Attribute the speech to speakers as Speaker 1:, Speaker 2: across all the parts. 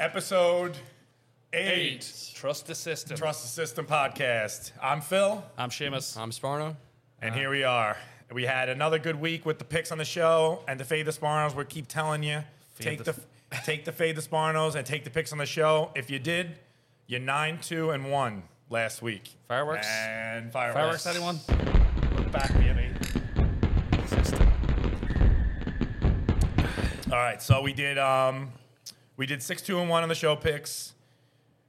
Speaker 1: episode eight,
Speaker 2: Trust the system.
Speaker 1: Trust the System podcast. I'm Phil,
Speaker 2: I'm Seamus.
Speaker 3: I'm Sparno.
Speaker 1: and here we are. We had another good week with the picks on the show and the Fade the Sparnos. We keep telling you take the,
Speaker 2: the-
Speaker 1: take the Fade the Sparnos and take the picks on the show. If you did, you're nine two and one last week.
Speaker 2: Fireworks?
Speaker 1: and fireworks.
Speaker 2: Fireworks, anyone?
Speaker 1: We're back, baby. All right, so we did um, we did six two and one on the show picks.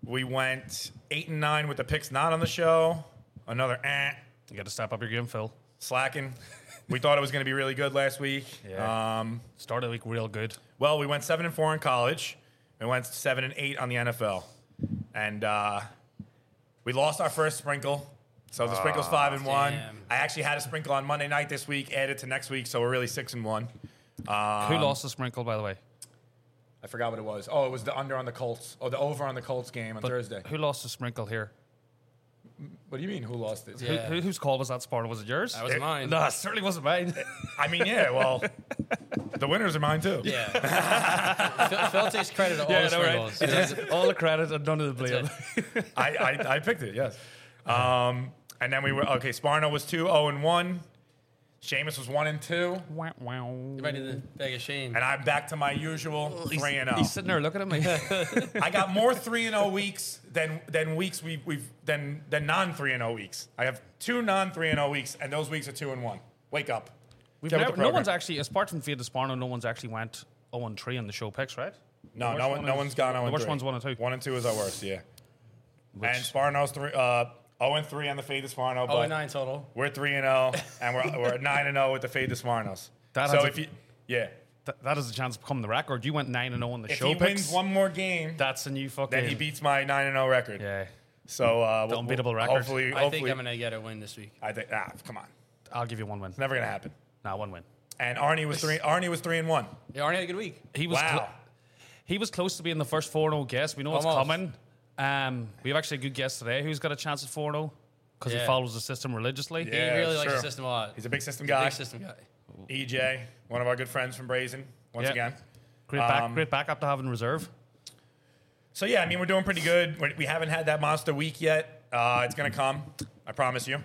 Speaker 1: We went eight and nine with the picks not on the show. Another eh,
Speaker 2: You got to step up your game, Phil.
Speaker 1: slacking. we thought it was going to be really good last week.
Speaker 2: Yeah.
Speaker 1: Um,
Speaker 2: Start the week real good.
Speaker 1: well, we went seven and four in college. We went seven and eight on the NFL, and uh, we lost our first sprinkle. So the sprinkle's five and one.
Speaker 3: damn.
Speaker 1: I actually had a sprinkle on Monday night this week, added to next week, so we're really six and one.
Speaker 2: Who lost the sprinkle, by the way?
Speaker 1: I forgot what it was. Oh, it was the under on the Colts. Oh, the over on the Colts game on
Speaker 2: But
Speaker 1: Thursday.
Speaker 2: Who lost the sprinkle here?
Speaker 1: What do you mean? Who lost it?
Speaker 2: Who,
Speaker 3: Yeah.
Speaker 2: who, whose call was that, Spartan? Was it yours?
Speaker 3: That was
Speaker 1: It-
Speaker 3: mine.
Speaker 2: no, it certainly wasn't mine.
Speaker 1: I mean, yeah. Well, the winners are mine too.
Speaker 3: Yeah. Phil, Phil takes credit at all
Speaker 2: yeah,
Speaker 3: the
Speaker 2: no, right.
Speaker 3: sprinkles.
Speaker 2: It is all the credit and none of the blame.
Speaker 1: I, I, I picked it, yes. Um, and then we were okay. Sparno was 2 0 and 1. Seamus was 1 and 2.
Speaker 2: wow,
Speaker 3: You're right in the bag of shame.
Speaker 1: And I'm back to my usual 3 and 0.
Speaker 2: He's sitting there looking at me.
Speaker 1: I got more 3 and 0 weeks than than weeks we, we've than than non 3 and 0 weeks. I have two non 3 and 0 weeks, and those weeks are 2 and 1. Wake up.
Speaker 2: We've
Speaker 1: Get with
Speaker 2: never,
Speaker 1: the
Speaker 2: no
Speaker 1: program.
Speaker 2: one's actually, apart from Fade Sparno, no one's actually went 0 3 on the show picks, right?
Speaker 1: No,
Speaker 2: The
Speaker 1: no
Speaker 2: worst
Speaker 1: one, no
Speaker 2: is-
Speaker 1: one's gone 0
Speaker 2: The
Speaker 1: and
Speaker 2: worst
Speaker 1: 3.
Speaker 2: one's 1 and 2.
Speaker 1: 1 and 2 is our worst, yeah.
Speaker 2: Which-
Speaker 1: And Sparno's 3 uh 0 and 3 on the fade to Sparno,
Speaker 3: oh,
Speaker 1: but
Speaker 3: and nine total.
Speaker 1: we're 3 and 0 and we're we're 9 and 0 with the fade to Sparno's.
Speaker 2: That
Speaker 1: so
Speaker 2: has a-
Speaker 1: if you yeah,
Speaker 2: Th- that is a chance of becoming the record. You went 9 and 0 on the
Speaker 1: If
Speaker 2: show
Speaker 1: he
Speaker 2: picks.
Speaker 1: wins one more game,
Speaker 2: That's a new fucking.
Speaker 1: then he beats my nine and zero record.
Speaker 2: Yeah.
Speaker 1: So uh, we'll-
Speaker 2: unbeatable
Speaker 1: we'll-
Speaker 2: record.
Speaker 1: Hopefully,
Speaker 3: I
Speaker 1: hopefully,
Speaker 3: think I'm going to get a win this week.
Speaker 1: I think ah, come on,
Speaker 2: I'll give you one win.
Speaker 1: never gonna happen.
Speaker 2: Nah, one win.
Speaker 1: And Arnie was three. Arnie was three and one.
Speaker 3: Yeah, Arnie had a good week.
Speaker 2: He was
Speaker 1: Wow.
Speaker 2: clo- he was close to being the first 4 0 guest. We know it's
Speaker 3: Almost.
Speaker 2: coming. Um, we have actually a good guest today who's got a chance at 4 0 because he
Speaker 3: Yeah.
Speaker 2: follows the system religiously.
Speaker 3: He
Speaker 1: Yeah,
Speaker 3: really likes
Speaker 1: sure.
Speaker 3: the system a lot.
Speaker 1: He's a big system
Speaker 3: Big
Speaker 1: guy.
Speaker 3: system guy.
Speaker 1: EJ, one of our good friends from Brazen, once
Speaker 2: Yeah.
Speaker 1: again.
Speaker 2: Great, back,
Speaker 1: Um,
Speaker 2: great backup to have in reserve.
Speaker 1: So yeah, I mean we're doing pretty good. We- We haven't had that monster week yet. Uh, it's gonna come, I promise you.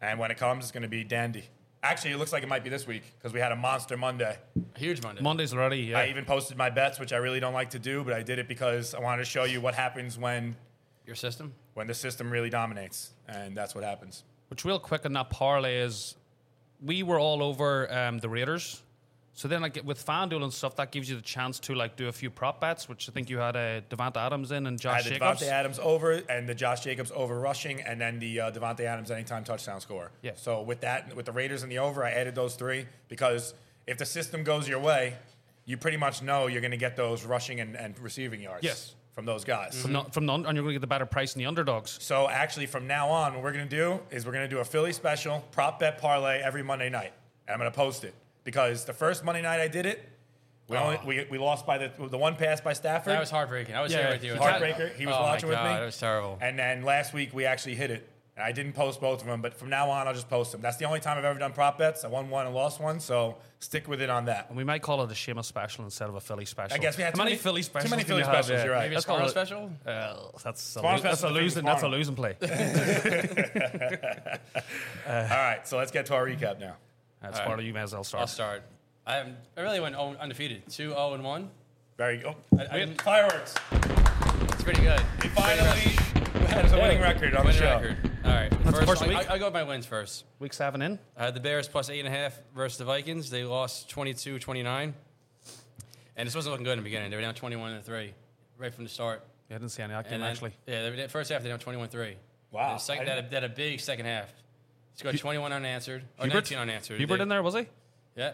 Speaker 1: And when it comes, it's gonna be dandy. Actually, it looks like it might be this week because we had a monster Monday.
Speaker 3: Huge Monday.
Speaker 2: Monday's already. Yeah.
Speaker 1: I even posted my bets, which I really don't like to do, but I did it because I wanted to show you what happens when
Speaker 3: Your system?
Speaker 1: when the system really dominates, and that's what happens.
Speaker 2: Which, real quick on that parlay, is we were all over um, the Raiders. So then, like with FanDuel and stuff, that gives you the chance to like do a few prop bets, which I think you had uh, Devonta Adams in and
Speaker 1: I
Speaker 2: Josh
Speaker 1: had the
Speaker 2: Jacobs.
Speaker 1: Devontae Adams over and the Josh Jacobs over rushing, and then the uh, Devontae Adams anytime touchdown score.
Speaker 2: Yeah.
Speaker 1: So with that, with the Raiders and the over, I added those three because if the system goes your way, you pretty much know you're going to get those rushing and, and receiving yards.
Speaker 2: Yes. Mm-hmm.
Speaker 1: From those guys.
Speaker 2: from, the, from the un- and you're going to get the better price in the underdogs.
Speaker 1: So actually, from now on, what we're gonna do is we're gonna do a Philly special prop bet parlay every Monday night, and I'm gonna post it because the first Monday night I did it, we only we, we lost by the the one pass by Stafford,
Speaker 3: That was heartbreaking. I was
Speaker 2: Yeah,
Speaker 3: here with you.
Speaker 1: heartbreaker. He was
Speaker 3: oh
Speaker 1: watching
Speaker 3: my
Speaker 1: with
Speaker 3: God,
Speaker 1: me.
Speaker 3: It was terrible.
Speaker 1: and then last week we actually hit it. And I didn't post both of them, but from now on I'll just post them. That's the only time I've ever done prop bets. I won one and lost one, so stick with it on that.
Speaker 2: We might call it a Seamus special instead of a Philly special.
Speaker 1: I guess we had too
Speaker 2: How many,
Speaker 1: many-
Speaker 2: Philly
Speaker 1: too many
Speaker 2: specials. do
Speaker 1: Philly
Speaker 2: you have?
Speaker 1: specials,
Speaker 2: Yeah.
Speaker 1: you're right.
Speaker 3: Maybe a
Speaker 2: Let's call
Speaker 3: Sparno
Speaker 2: it-
Speaker 3: special?
Speaker 2: Uh, that's a,
Speaker 1: Tomorrow's
Speaker 2: lo- that's a
Speaker 1: special is
Speaker 2: losing. That's a
Speaker 1: tomorrow.
Speaker 2: losing play.
Speaker 1: All right, so let's get to our recap now.
Speaker 2: That's part of you may as well
Speaker 3: I'll
Speaker 2: start.
Speaker 3: start. I, haven't- I really went un- undefeated. 2 0 and 1.
Speaker 1: Very oh,
Speaker 3: I didn't-
Speaker 1: fireworks.
Speaker 3: It's pretty good.
Speaker 1: We
Speaker 3: Pretty
Speaker 1: finally
Speaker 3: impressive.
Speaker 1: has a winning
Speaker 3: Yeah.
Speaker 1: record on
Speaker 3: Winning
Speaker 1: the show.
Speaker 3: record. All right.
Speaker 2: the
Speaker 3: First,
Speaker 2: first
Speaker 3: I-
Speaker 2: week.
Speaker 3: I, I'll go with my wins first.
Speaker 2: Week seven in.
Speaker 3: Uh, the Bears plus eight and a half versus the Vikings. They lost 22 29. And this wasn't looking good in the beginning. They were down 21 to 3 right from the start.
Speaker 2: Yeah, I didn't see any that game
Speaker 3: And then-
Speaker 2: actually.
Speaker 3: Yeah, they were down- first half, they were down 21 3.
Speaker 1: Wow.
Speaker 3: The second,
Speaker 1: I
Speaker 3: that, that a big second half. Scored 21 unanswered, or
Speaker 2: Hubert?
Speaker 3: 19 unanswered.
Speaker 2: Hubert
Speaker 3: They-
Speaker 2: in there was he?
Speaker 3: Yeah.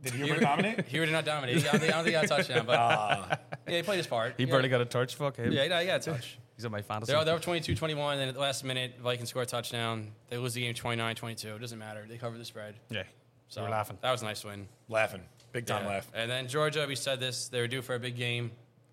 Speaker 1: Did Hubert dominate?
Speaker 3: Hubert did not dominate. He- I don't think- I don't think he got a touchdown, but
Speaker 1: Ah.
Speaker 3: yeah, he played his part.
Speaker 2: He
Speaker 3: yeah.
Speaker 2: barely got a touch. Fuck him.
Speaker 3: Yeah, he got he got a touch.
Speaker 2: He's in my fantasy.
Speaker 3: They're, they're up 22 21. Then at the last minute, Vikings score a touchdown. They lose the game 29 22. It doesn't matter. They cover the spread.
Speaker 2: yeah,
Speaker 3: So
Speaker 2: we were laughing.
Speaker 3: That was a nice win.
Speaker 1: Laughing, big time
Speaker 3: Yeah.
Speaker 1: laugh.
Speaker 3: And then Georgia, we said this. They were due for a big game.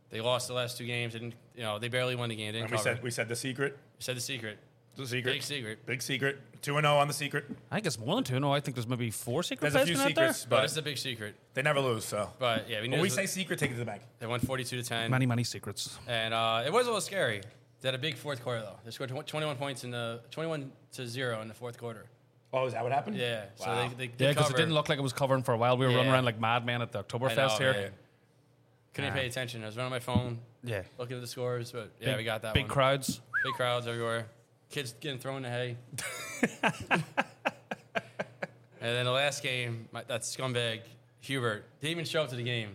Speaker 3: They lost the last two games. Didn't you know? They barely won the game. Didn't
Speaker 1: And we
Speaker 3: cover.
Speaker 1: said we said the secret.
Speaker 3: We said the secret.
Speaker 1: The secret.
Speaker 3: Big secret.
Speaker 1: Big secret. 2 0 on the secret.
Speaker 2: I think it's more than two. No, I think there's maybe four secret
Speaker 1: There's a few
Speaker 2: placements out there.
Speaker 1: secrets,
Speaker 3: But
Speaker 1: but
Speaker 3: it's a big secret.
Speaker 1: they never lose, so.
Speaker 3: But yeah, we knew
Speaker 1: When we
Speaker 3: this
Speaker 1: say
Speaker 3: was-
Speaker 1: secret, take it to the bank.
Speaker 3: they won 42 to 10.
Speaker 2: Many, many secrets.
Speaker 3: And uh, it was a little scary. They had a big fourth quarter though. They scored tw- 21 points in the 21 to zero in the fourth quarter.
Speaker 1: Oh, is that what happened?
Speaker 3: Yeah.
Speaker 1: Wow.
Speaker 3: So they, they, they
Speaker 2: Yeah, because it
Speaker 3: covered.
Speaker 2: didn't look like it was covering for a while. We were running
Speaker 3: Yeah.
Speaker 2: around like madmen at the
Speaker 3: I know,
Speaker 2: Oktoberfest here.
Speaker 3: man. Couldn't
Speaker 2: Ah.
Speaker 3: pay attention. I was running on my phone,
Speaker 2: Yeah.
Speaker 3: looking at the scores, but yeah,
Speaker 2: Big-
Speaker 3: we got that
Speaker 2: Big
Speaker 3: one.
Speaker 2: crowds.
Speaker 3: Big crowds everywhere. Kids getting thrown in the hay. and then the last game, my, that scumbag Hubert didn't even show up to the game.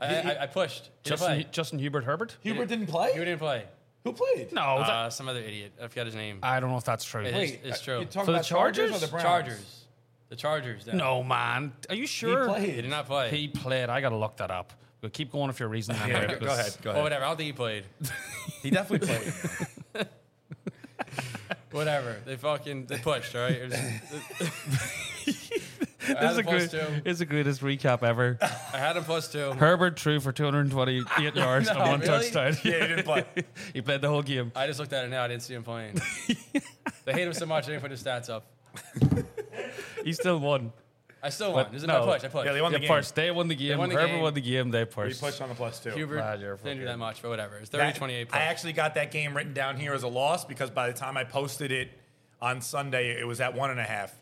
Speaker 3: I, I, I pushed. He didn't
Speaker 2: Justin,
Speaker 3: play.
Speaker 2: Justin Hubert Herbert?
Speaker 1: Hubert didn't
Speaker 3: He
Speaker 1: play?
Speaker 3: didn't play.
Speaker 1: Who played?
Speaker 2: No, Oh, that- Uh,
Speaker 3: Uh, some other idiot. I forgot his name.
Speaker 2: I don't know if that's true.
Speaker 3: It- It's- it's
Speaker 1: uh,
Speaker 3: true.
Speaker 1: You're talking
Speaker 2: For the
Speaker 1: about Chargers? or
Speaker 2: Chargers?
Speaker 1: the Browns?
Speaker 3: Chargers. The Chargers. Then.
Speaker 2: No, man. Are you sure?
Speaker 1: played.
Speaker 3: He did not play.
Speaker 2: He played. I got to look that up. But keep going if you're reasoning.
Speaker 1: Yeah, go, go ahead. Go
Speaker 3: Or
Speaker 1: ahead.
Speaker 3: whatever. I don't think he played.
Speaker 1: He definitely played.
Speaker 3: whatever. They fucking they pushed, all right? It was- I
Speaker 2: This
Speaker 3: had
Speaker 2: is a
Speaker 3: him plus
Speaker 2: great,
Speaker 3: two.
Speaker 2: it's the greatest recap ever.
Speaker 3: I had him plus two.
Speaker 2: Herbert threw for 228 yards and one
Speaker 3: really?
Speaker 2: touchdown.
Speaker 1: yeah, he didn't play.
Speaker 2: he played the whole game.
Speaker 3: I just looked at it now. I didn't see him playing. they hate him so much. I didn't put his stats up.
Speaker 2: He still won.
Speaker 3: I still won.
Speaker 2: But
Speaker 3: This is
Speaker 2: no.
Speaker 3: my push. I pushed.
Speaker 1: Yeah, they won the
Speaker 2: They
Speaker 1: game.
Speaker 2: first. They won the game.
Speaker 3: won the
Speaker 2: Herbert
Speaker 3: game.
Speaker 2: won the game. They
Speaker 1: He
Speaker 2: pushed.
Speaker 1: pushed on the plus two.
Speaker 3: Hubert
Speaker 2: Ah, you're
Speaker 3: didn't do
Speaker 2: fucking-
Speaker 3: that much, but whatever. It's 30
Speaker 1: That-
Speaker 3: 28
Speaker 1: I
Speaker 3: points.
Speaker 1: actually got that game written down here as a loss because by the time I posted it on Sunday, it was at one and a half.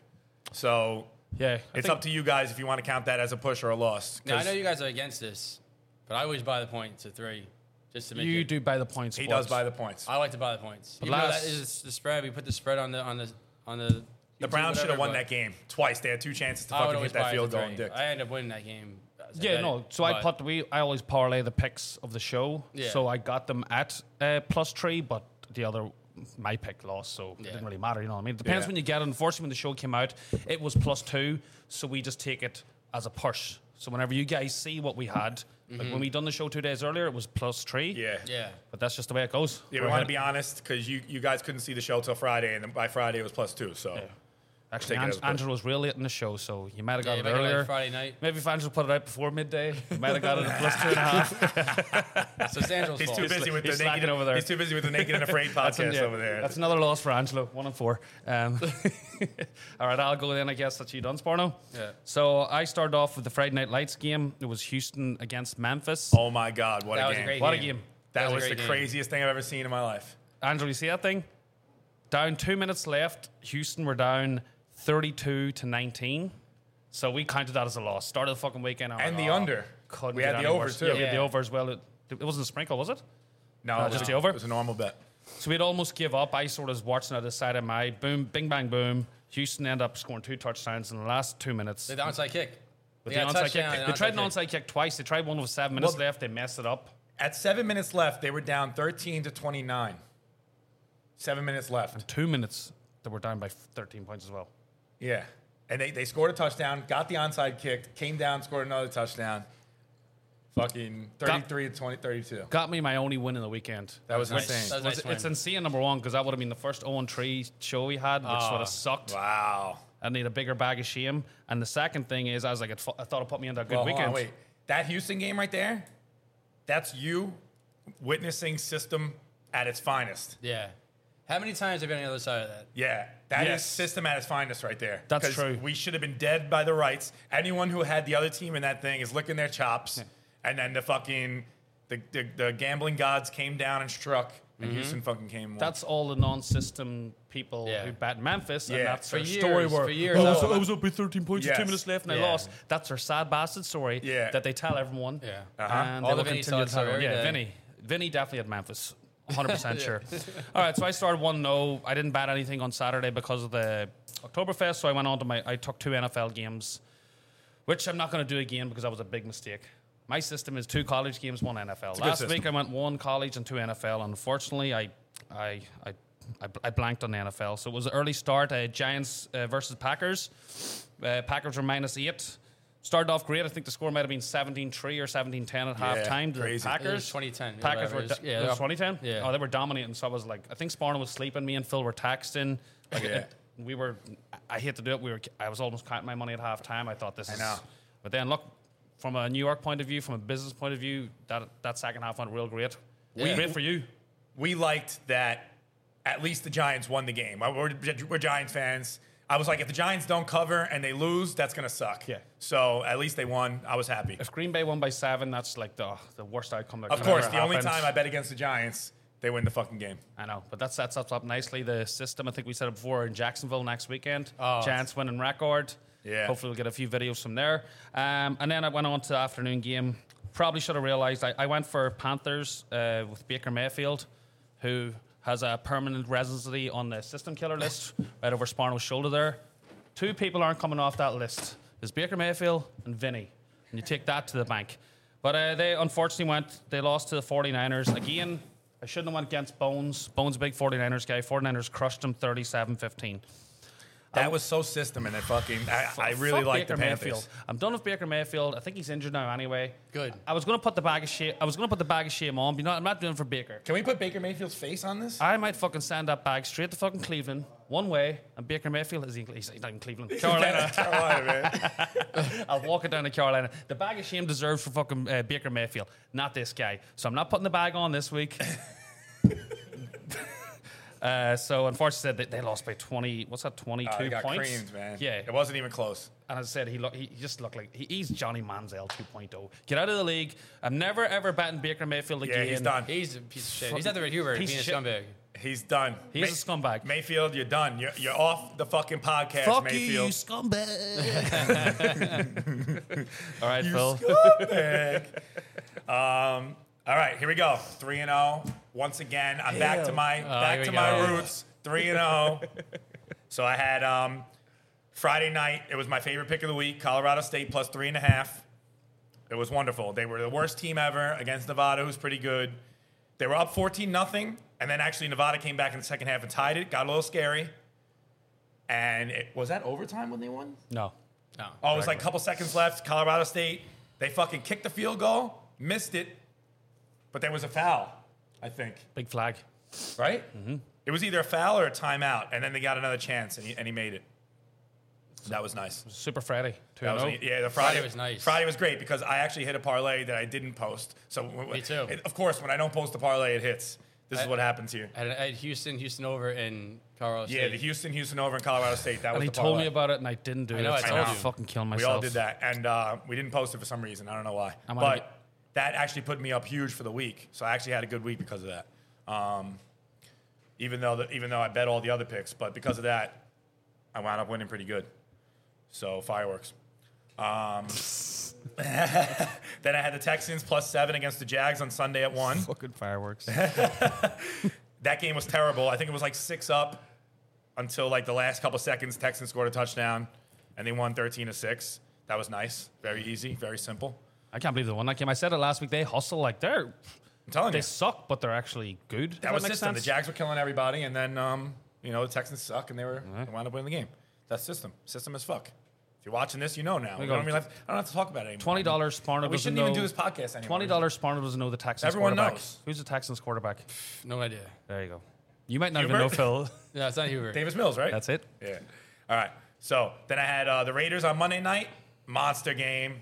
Speaker 1: So
Speaker 2: Yeah. I
Speaker 1: it's
Speaker 2: think-
Speaker 1: up to you guys if you want to count that as a push or a loss.
Speaker 3: now, I
Speaker 1: 'cause
Speaker 3: know you guys are against this, but I always buy the point to three just to make
Speaker 2: You
Speaker 3: it.
Speaker 2: do buy the points.
Speaker 1: he
Speaker 2: once.
Speaker 1: does buy the points.
Speaker 3: I like to buy the points. Even though
Speaker 2: last-
Speaker 3: that is the spread. We put the spread on the on the on the.
Speaker 1: The Browns should have won that game twice. They had two chances to
Speaker 3: I would
Speaker 1: fucking
Speaker 3: always
Speaker 1: hit
Speaker 3: buy
Speaker 1: that
Speaker 3: it to
Speaker 1: field goal and
Speaker 3: three.
Speaker 1: dick.
Speaker 3: I end up winning that game.
Speaker 2: Yeah, no. So I
Speaker 3: But-
Speaker 2: put we. I always parlay the picks of the show.
Speaker 3: Yeah.
Speaker 2: So I got them at uh, plus three, but the other my pick lost, so it
Speaker 3: Yeah.
Speaker 2: didn't really matter. You know what I mean? It depends
Speaker 1: Yeah.
Speaker 2: when you get it. Unfortunately, when the show came out, it was plus two, so we just take it as a push. So whenever you guys see what we had, like when we done the show two days earlier, it was plus three.
Speaker 1: Yeah.
Speaker 3: Yeah.
Speaker 2: But that's just the way it goes.
Speaker 1: Yeah,
Speaker 2: We're
Speaker 1: we want to
Speaker 2: head-
Speaker 1: be honest because you, you guys couldn't see the show till Friday, and then by Friday it was plus two. So
Speaker 2: Actually,
Speaker 1: Take it
Speaker 2: An-
Speaker 1: as a push.
Speaker 2: Angela was real late in the show, so you might have
Speaker 3: Yeah,
Speaker 2: got
Speaker 3: you
Speaker 2: it
Speaker 3: might get, like,
Speaker 2: earlier.
Speaker 3: Friday night.
Speaker 2: Maybe if Angela put it out before midday, you might have got it at plus two and a half.
Speaker 3: So it's Angel's
Speaker 1: he's
Speaker 3: fault.
Speaker 1: too busy with
Speaker 2: he's
Speaker 1: the naked
Speaker 2: slacking over there.
Speaker 1: He's too busy with the naked and afraid
Speaker 2: That's an-
Speaker 1: podcast
Speaker 2: yeah,
Speaker 1: over there.
Speaker 2: That's another loss for Angelo. One and four. Um, all right, I'll go then. I guess that's you done, Sparno.
Speaker 3: Yeah.
Speaker 2: So I started off with the Friday Night Lights game. It was Houston against Memphis.
Speaker 1: oh my God, what
Speaker 3: That
Speaker 1: a
Speaker 3: was a
Speaker 1: game!
Speaker 3: great
Speaker 2: what a
Speaker 3: game.
Speaker 2: game!
Speaker 1: That,
Speaker 3: That was a
Speaker 1: was, the
Speaker 3: great game.
Speaker 1: craziest thing I've ever seen in my life.
Speaker 2: Angelo, you see that thing? Down two minutes left. Houston were down thirty-two to nineteen. So we counted that as a loss. Started the fucking weekend. I'm
Speaker 1: And
Speaker 2: like,
Speaker 1: the
Speaker 2: "Oh,
Speaker 1: under.
Speaker 2: couldn't
Speaker 1: We
Speaker 2: get
Speaker 1: had the
Speaker 2: any
Speaker 1: over,
Speaker 2: worse."
Speaker 1: too.
Speaker 2: Yeah, we had the
Speaker 3: Yeah.
Speaker 2: over as well. It, it wasn't a sprinkle, was it?
Speaker 1: No,
Speaker 2: No,
Speaker 1: it was
Speaker 2: just
Speaker 1: a-
Speaker 2: the over?
Speaker 1: It was a normal bet.
Speaker 2: So we'd almost give up. I sort of was watching at the side of my boom, bing, bang, boom. Houston end up scoring two touchdowns in the last two minutes.
Speaker 3: The onside kick.
Speaker 2: With
Speaker 3: They
Speaker 2: the
Speaker 3: got a
Speaker 2: onside
Speaker 3: touchdown
Speaker 2: kick,
Speaker 3: and
Speaker 2: they
Speaker 3: an
Speaker 2: tried an
Speaker 3: onside kick.
Speaker 2: onside kick twice. They tried one with seven minutes
Speaker 1: Well-
Speaker 2: left. They messed it up.
Speaker 1: At seven minutes left, they were down 13 to 29. Seven minutes left.
Speaker 2: Two minutes, they were down by 13 points as well.
Speaker 1: Yeah. And they, they scored a touchdown, got the onside kick, came down, scored another touchdown. Fucking 33 to 20, 32.
Speaker 2: Got me my only win in the weekend.
Speaker 1: That was
Speaker 3: Nice.
Speaker 1: insane.
Speaker 3: That was a
Speaker 2: It's,
Speaker 3: nice
Speaker 2: it's
Speaker 3: win.
Speaker 2: insane, number one, because that would have been the first 0 3 show we had, which would have sucked.
Speaker 1: Ah, Wow.
Speaker 2: I need a bigger bag of shame. And the second thing is, I was like, it fu- I thought it put me under a good
Speaker 1: Well, hold
Speaker 2: weekend.
Speaker 1: on, wait. That Houston game right there, that's you witnessing system at its finest.
Speaker 3: Yeah. How many times have you been on the other side of that?
Speaker 1: Yeah, that is
Speaker 2: Yes.
Speaker 1: system at its finest right there.
Speaker 2: That's
Speaker 1: 'Cause
Speaker 2: true.
Speaker 1: We should have been dead by the rights. Anyone who had the other team in that thing is licking their chops. And then the fucking the, the, the gambling gods came down and struck, and Houston fucking came. and won.
Speaker 2: Mm-hmm. That's all the non-system people
Speaker 3: Yeah.
Speaker 2: who bat Memphis, and
Speaker 1: Yeah.
Speaker 2: that's
Speaker 1: For
Speaker 2: their
Speaker 3: years-
Speaker 2: story. Where
Speaker 3: for years,
Speaker 2: I,
Speaker 3: that
Speaker 2: was,
Speaker 3: was-
Speaker 2: I was up by 13 points, with two
Speaker 1: Yes.
Speaker 2: minutes left, and I
Speaker 3: Yeah.
Speaker 2: lost. That's their sad bastard story
Speaker 1: Yeah.
Speaker 2: that they tell everyone.
Speaker 3: Yeah.
Speaker 1: Uh-huh.
Speaker 2: and
Speaker 3: All
Speaker 2: they
Speaker 3: the
Speaker 2: will
Speaker 3: Vinny
Speaker 2: continue
Speaker 3: side
Speaker 2: to tell everyone.
Speaker 3: story
Speaker 2: Yeah,
Speaker 3: day.
Speaker 2: Vinny, Vinny definitely had Memphis. 100% sure. All right, so I started 1 0. I didn't bat anything on Saturday because of the Oktoberfest, so I went on to my. I took two NFL games, which I'm not going to do again because that was a big mistake. My system is two college games, one NFL.
Speaker 1: good
Speaker 2: Last
Speaker 1: system.
Speaker 2: week I went one college and two NFL. Unfortunately, I, I, I, I, I blanked on the NFL. So it was an early start. Uh, Giants uh, versus Packers. Uh, Packers were minus eight. Started off great. I think the score might have been 17 3 or 17 10 at
Speaker 1: Yeah,
Speaker 2: halftime. to The
Speaker 1: crazy.
Speaker 2: Packers.
Speaker 3: It was 2010,
Speaker 2: Packers
Speaker 3: whatever
Speaker 2: were.
Speaker 3: it is.
Speaker 2: do-
Speaker 3: Yeah,
Speaker 2: it was
Speaker 3: they're-
Speaker 2: 2010?
Speaker 3: yeah.
Speaker 2: Oh, they were dominating. So I was like, I think Sparno was sleeping. Me and Phil were texting. Like,
Speaker 1: Yeah.
Speaker 2: it- we were, I hate to do it. We were, I was almost counting my money at halftime. I thought this is.
Speaker 1: know.
Speaker 2: But then look, from a New York point of view, from a business point of view, that that second half went real great.
Speaker 3: Yeah.
Speaker 2: Great for you.
Speaker 1: we liked that at least the Giants won the game. I- We're, we're Giants fans. I was like, if the Giants don't cover and they lose, that's gonna suck.
Speaker 2: Yeah.
Speaker 1: So at least they won. I was happy.
Speaker 2: If Green Bay won by seven, that's like the the worst outcome. That
Speaker 1: Of
Speaker 2: could
Speaker 1: course,
Speaker 2: ever
Speaker 1: the only
Speaker 2: happen.
Speaker 1: time I bet against the Giants, they win the fucking game.
Speaker 2: I know, but that sets us up nicely. The system, I think we said it before, in Jacksonville next weekend.
Speaker 1: Oh,
Speaker 2: Chance Giants winning record.
Speaker 1: Yeah.
Speaker 2: Hopefully, we'll get a few videos from there. Um, and then I went on to the afternoon game. Probably should have realized I, I went for Panthers uh, with Baker Mayfield, who has a permanent residency on the system killer list right over Sparno's shoulder there. Two people aren't coming off that list is Baker Mayfield and Vinny. And you take that to the bank. But uh, they unfortunately went, they lost to the 49ers. Again, I shouldn't have went against Bones. Bones, a big 49ers guy. 49ers crushed them 37 15.
Speaker 1: That was so system, and they fucking. I, I really
Speaker 2: Fuck
Speaker 1: like the
Speaker 2: Baker
Speaker 1: Panthers.
Speaker 2: Mayfield. I'm done with Baker Mayfield. I think he's injured now anyway.
Speaker 3: Good.
Speaker 2: I was gonna put the bag of shame. I was gonna put the bag of shame on, but not, I'm not doing it for Baker.
Speaker 1: Can we put Baker Mayfield's face on this?
Speaker 2: I might fucking send that bag straight to fucking Cleveland one way, and Baker Mayfield is in, he's not in Cleveland, Carolina.
Speaker 1: Carolina, man. Oh,
Speaker 2: I'll walk it down to Carolina. The bag of shame deserves for fucking uh, Baker Mayfield, not this guy. So I'm not putting the bag on this week. Uh, so unfortunately, they, they lost by 20. What's that? 22
Speaker 1: Uh, they got
Speaker 2: points.
Speaker 1: creamed, man.
Speaker 2: Yeah,
Speaker 1: it wasn't even close.
Speaker 2: And as I said, he, look, he he just looked like he, he's Johnny Manziel 2.0. Get out of the league. I'm never ever batting Baker Mayfield
Speaker 1: Yeah,
Speaker 2: again.
Speaker 1: he's done.
Speaker 3: He's a piece of shit. He's not the Red Hubert.
Speaker 2: Piece
Speaker 3: He's a
Speaker 2: of
Speaker 3: scumbag.
Speaker 1: He's done.
Speaker 2: He's a scumbag.
Speaker 1: Mayfield, you're done. You're, you're off the fucking podcast,
Speaker 2: Fuck you, you
Speaker 1: Mayfield.
Speaker 2: scumbag. All right, Phil.
Speaker 1: Um, all right, here we go. Three and zero. Once again, I'm back to my
Speaker 3: Oh, here
Speaker 1: back
Speaker 3: we
Speaker 1: to
Speaker 3: go.
Speaker 1: my roots. Three and zero. So I had um, Friday night. It was my favorite pick of the week. Colorado State plus three and a half. It was wonderful. They were the worst team ever against Nevada, who's pretty good. They were up 14 nothing, and then actually Nevada came back in the second half and tied it. Got a little scary. And it, was that overtime when they won?
Speaker 2: no.
Speaker 3: No.
Speaker 1: Oh, it was like a couple seconds left. Colorado State, they fucking kicked the field goal, missed it, but there was a foul, I think.
Speaker 2: Big flag.
Speaker 1: Right? Mm-hmm. It was either a foul or a timeout, and then they got another chance, and he, and he made it. That was nice.
Speaker 2: Super Friday. 2
Speaker 1: That was,
Speaker 2: 0.
Speaker 1: yeah, the Friday,
Speaker 3: Friday was nice.
Speaker 1: Friday was great because I actually hit a parlay that I didn't post. So w- w-
Speaker 3: Me too.
Speaker 1: it- of course, when I don't post a parlay, it hits. This is
Speaker 3: I-
Speaker 1: what happens here.
Speaker 3: I had, I had Houston, Houston over, and Colorado
Speaker 1: Yeah,
Speaker 3: State.
Speaker 1: the Houston, Houston over in Colorado State. That was
Speaker 2: And he
Speaker 1: the
Speaker 2: told
Speaker 1: parlay.
Speaker 2: me about it, and I didn't do
Speaker 3: know,
Speaker 2: it.
Speaker 3: I
Speaker 2: so
Speaker 3: told
Speaker 2: I'll
Speaker 3: you.
Speaker 2: fucking kill myself.
Speaker 1: We all did that, and uh, we didn't post it for some reason. I don't know why.
Speaker 2: I'm gonna
Speaker 1: but
Speaker 2: be-
Speaker 1: that actually put me up huge for the week, so I actually had a good week because of that. Um, even though the, even though I bet all the other picks, but because of that, I wound up winning pretty good. So fireworks. Um, then I had the Texans plus seven against the Jags on Sunday at one.
Speaker 2: Fucking fireworks.
Speaker 1: That game was terrible. I think it was like six up until like the last couple seconds. Texans scored a touchdown, and they won thirteen to six. That was nice. Very easy. Very simple.
Speaker 2: I can't believe they won that game. I said it last week. They hustle like they're.
Speaker 1: I'm telling
Speaker 2: They
Speaker 1: you.
Speaker 2: suck, but they're actually good. if
Speaker 1: That was
Speaker 2: makes
Speaker 1: system. The
Speaker 2: sense.
Speaker 1: Jags were killing everybody, and then um, you know the Texans suck, and they were they wound up winning the game. That's system. System as fuck. If you're watching this, you know now. We
Speaker 2: go.
Speaker 1: don't really have, I don't have to talk about it anymore.
Speaker 2: Twenty dollars. Sparno
Speaker 1: We
Speaker 2: doesn't
Speaker 1: shouldn't even
Speaker 2: know-
Speaker 1: do this podcast anymore.
Speaker 2: Twenty dollars. Sparno doesn't know the Texans.
Speaker 1: Everyone
Speaker 2: quarterback.
Speaker 1: knows.
Speaker 2: Who's the Texans quarterback?
Speaker 3: No idea.
Speaker 2: There you go. You might not even know
Speaker 1: Hubert?
Speaker 2: Phil.
Speaker 3: No, it's not Hubert.
Speaker 1: Davis Mills, right?
Speaker 2: That's it.
Speaker 1: Yeah. All right. So then I had uh, the Raiders on Monday night. Monster game.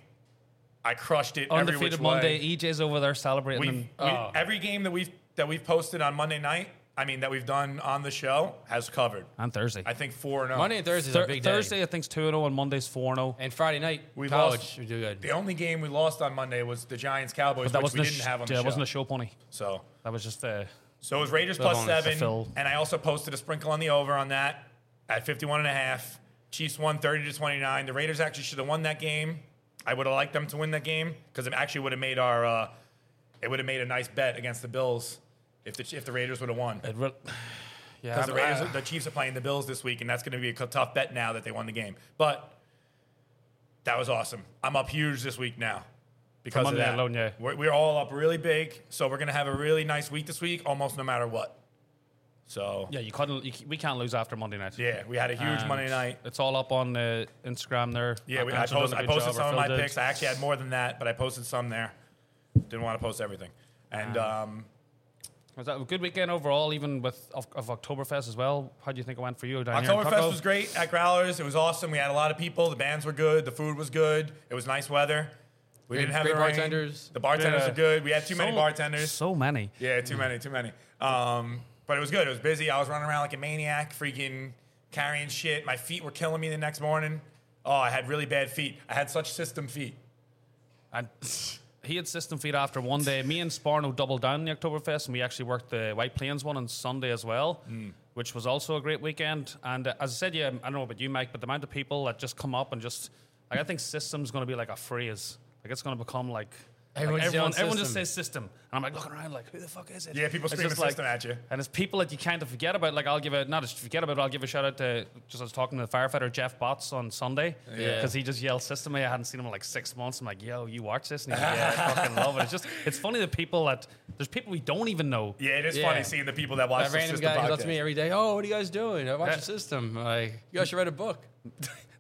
Speaker 1: I crushed it. every which
Speaker 2: Undefeated Monday. Oh.
Speaker 1: Way.
Speaker 2: EJ's over there celebrating.
Speaker 1: We've,
Speaker 2: and-
Speaker 1: we- Every game that we've that we've posted on Monday night, I mean that we've done on the show, has covered.
Speaker 2: on Thursday.
Speaker 1: I think four and oh. zero.
Speaker 3: Monday and Thursday
Speaker 2: Thur-
Speaker 3: a big day.
Speaker 2: Thursday, I think, 2 0, and oh. Monday's 4 0.
Speaker 3: and Friday night.
Speaker 1: We
Speaker 3: college.
Speaker 1: lost.
Speaker 3: We do good.
Speaker 1: The only game we lost on Monday was the Giants Cowboys,
Speaker 2: That
Speaker 1: which we
Speaker 2: wasn't, a
Speaker 1: didn't
Speaker 2: sh-
Speaker 1: have on the
Speaker 2: yeah,
Speaker 1: show.
Speaker 2: it wasn't a show pony.
Speaker 1: so,
Speaker 2: That was just uh,
Speaker 1: so it was Raiders plus
Speaker 3: bonus to
Speaker 1: seven,
Speaker 2: fill.
Speaker 1: and I also posted a sprinkle on the over on that at 51 and a half. Chiefs won 30 to 29. The Raiders actually should have won that game. I would have liked them to win that game because it actually would have made our uh, it would have made a nice bet against the Bills if the if the Raiders would have won.
Speaker 2: it re- yeah,
Speaker 1: Because
Speaker 2: I'm- uh,
Speaker 1: the Raiders,
Speaker 2: I-
Speaker 1: the Chiefs are playing the Bills this week, and that's going to be a tough bet now that they won the game. But that was awesome. I'm up huge this week now because
Speaker 2: Monday
Speaker 1: of that.
Speaker 2: alone, yeah.
Speaker 1: we're, we're all up really big, so we're going to have a really nice week this week, almost no matter what. So
Speaker 2: yeah, you couldn't. You, c- we can't lose after Monday night.
Speaker 1: yeah, we had a huge
Speaker 2: And
Speaker 1: Monday night.
Speaker 2: It's all up on uh, Instagram there.
Speaker 1: Yeah, we, I,
Speaker 2: Ange done a
Speaker 1: posted, I
Speaker 2: good
Speaker 1: posted
Speaker 2: job,
Speaker 1: some of
Speaker 2: Phil
Speaker 1: my
Speaker 2: did.
Speaker 1: picks. I actually had more than that, but I posted some there. Didn't want to post everything. And um,
Speaker 2: Was that a good weekend overall, even with of, of Oktoberfest as well? How do you think it went for you down here in Tucko?
Speaker 1: Oktoberfest was great at Growlers. It was awesome. We had a lot of people. The bands were good. The food was good. It was nice weather. We
Speaker 3: Great-
Speaker 1: didn't have
Speaker 3: great
Speaker 1: the rain.
Speaker 3: bartenders.
Speaker 1: The bartenders
Speaker 2: Yeah.
Speaker 1: were good. We had too many
Speaker 2: So-
Speaker 1: bartenders.
Speaker 2: So many.
Speaker 1: Yeah, too many, too many. Um, But it was good. It was busy. I was running around like a maniac, freaking carrying shit. My feet were killing me the next morning. Oh, I had really bad feet. I had such system feet.
Speaker 2: And he had system feet after one day. Me and Sparno doubled down the Oktoberfest, and we actually worked the White Plains one on Sunday as well,
Speaker 1: Hmm.
Speaker 2: which was also a great weekend. And uh, as I said, yeah, I don't know about you, Mike, but the amount of people that just come up and just, like, I think system's going to be like a phrase. Like, it's going to become like. like,
Speaker 3: Everyone's
Speaker 2: everyone,
Speaker 3: yelling
Speaker 2: everyone just
Speaker 3: system.
Speaker 2: says system, and I'm like looking around, like who the fuck is it?
Speaker 1: Yeah, people
Speaker 2: It's
Speaker 1: screaming
Speaker 2: just like-
Speaker 1: system at you.
Speaker 2: and it's people that you kind of forget about. Like I'll give a not just forget about. I'll give a shout out to just I was talking to the firefighter Jeff Botts on Sunday
Speaker 3: Yeah.
Speaker 2: because he just yelled "system." A." I hadn't seen him in like six months. I'm like, "Yo, you watch this?" And he's like, "Yeah, I fucking love it." It's just it's funny the people that there's people we don't even know.
Speaker 1: Yeah, it is
Speaker 3: Yeah.
Speaker 1: funny seeing the people that watch
Speaker 3: That
Speaker 1: the
Speaker 3: random
Speaker 1: system
Speaker 3: guy who
Speaker 1: podcast.
Speaker 3: lets me every day. Oh, what are you guys doing? I watch
Speaker 2: Yeah.
Speaker 3: the system. Like, you guys should write a book.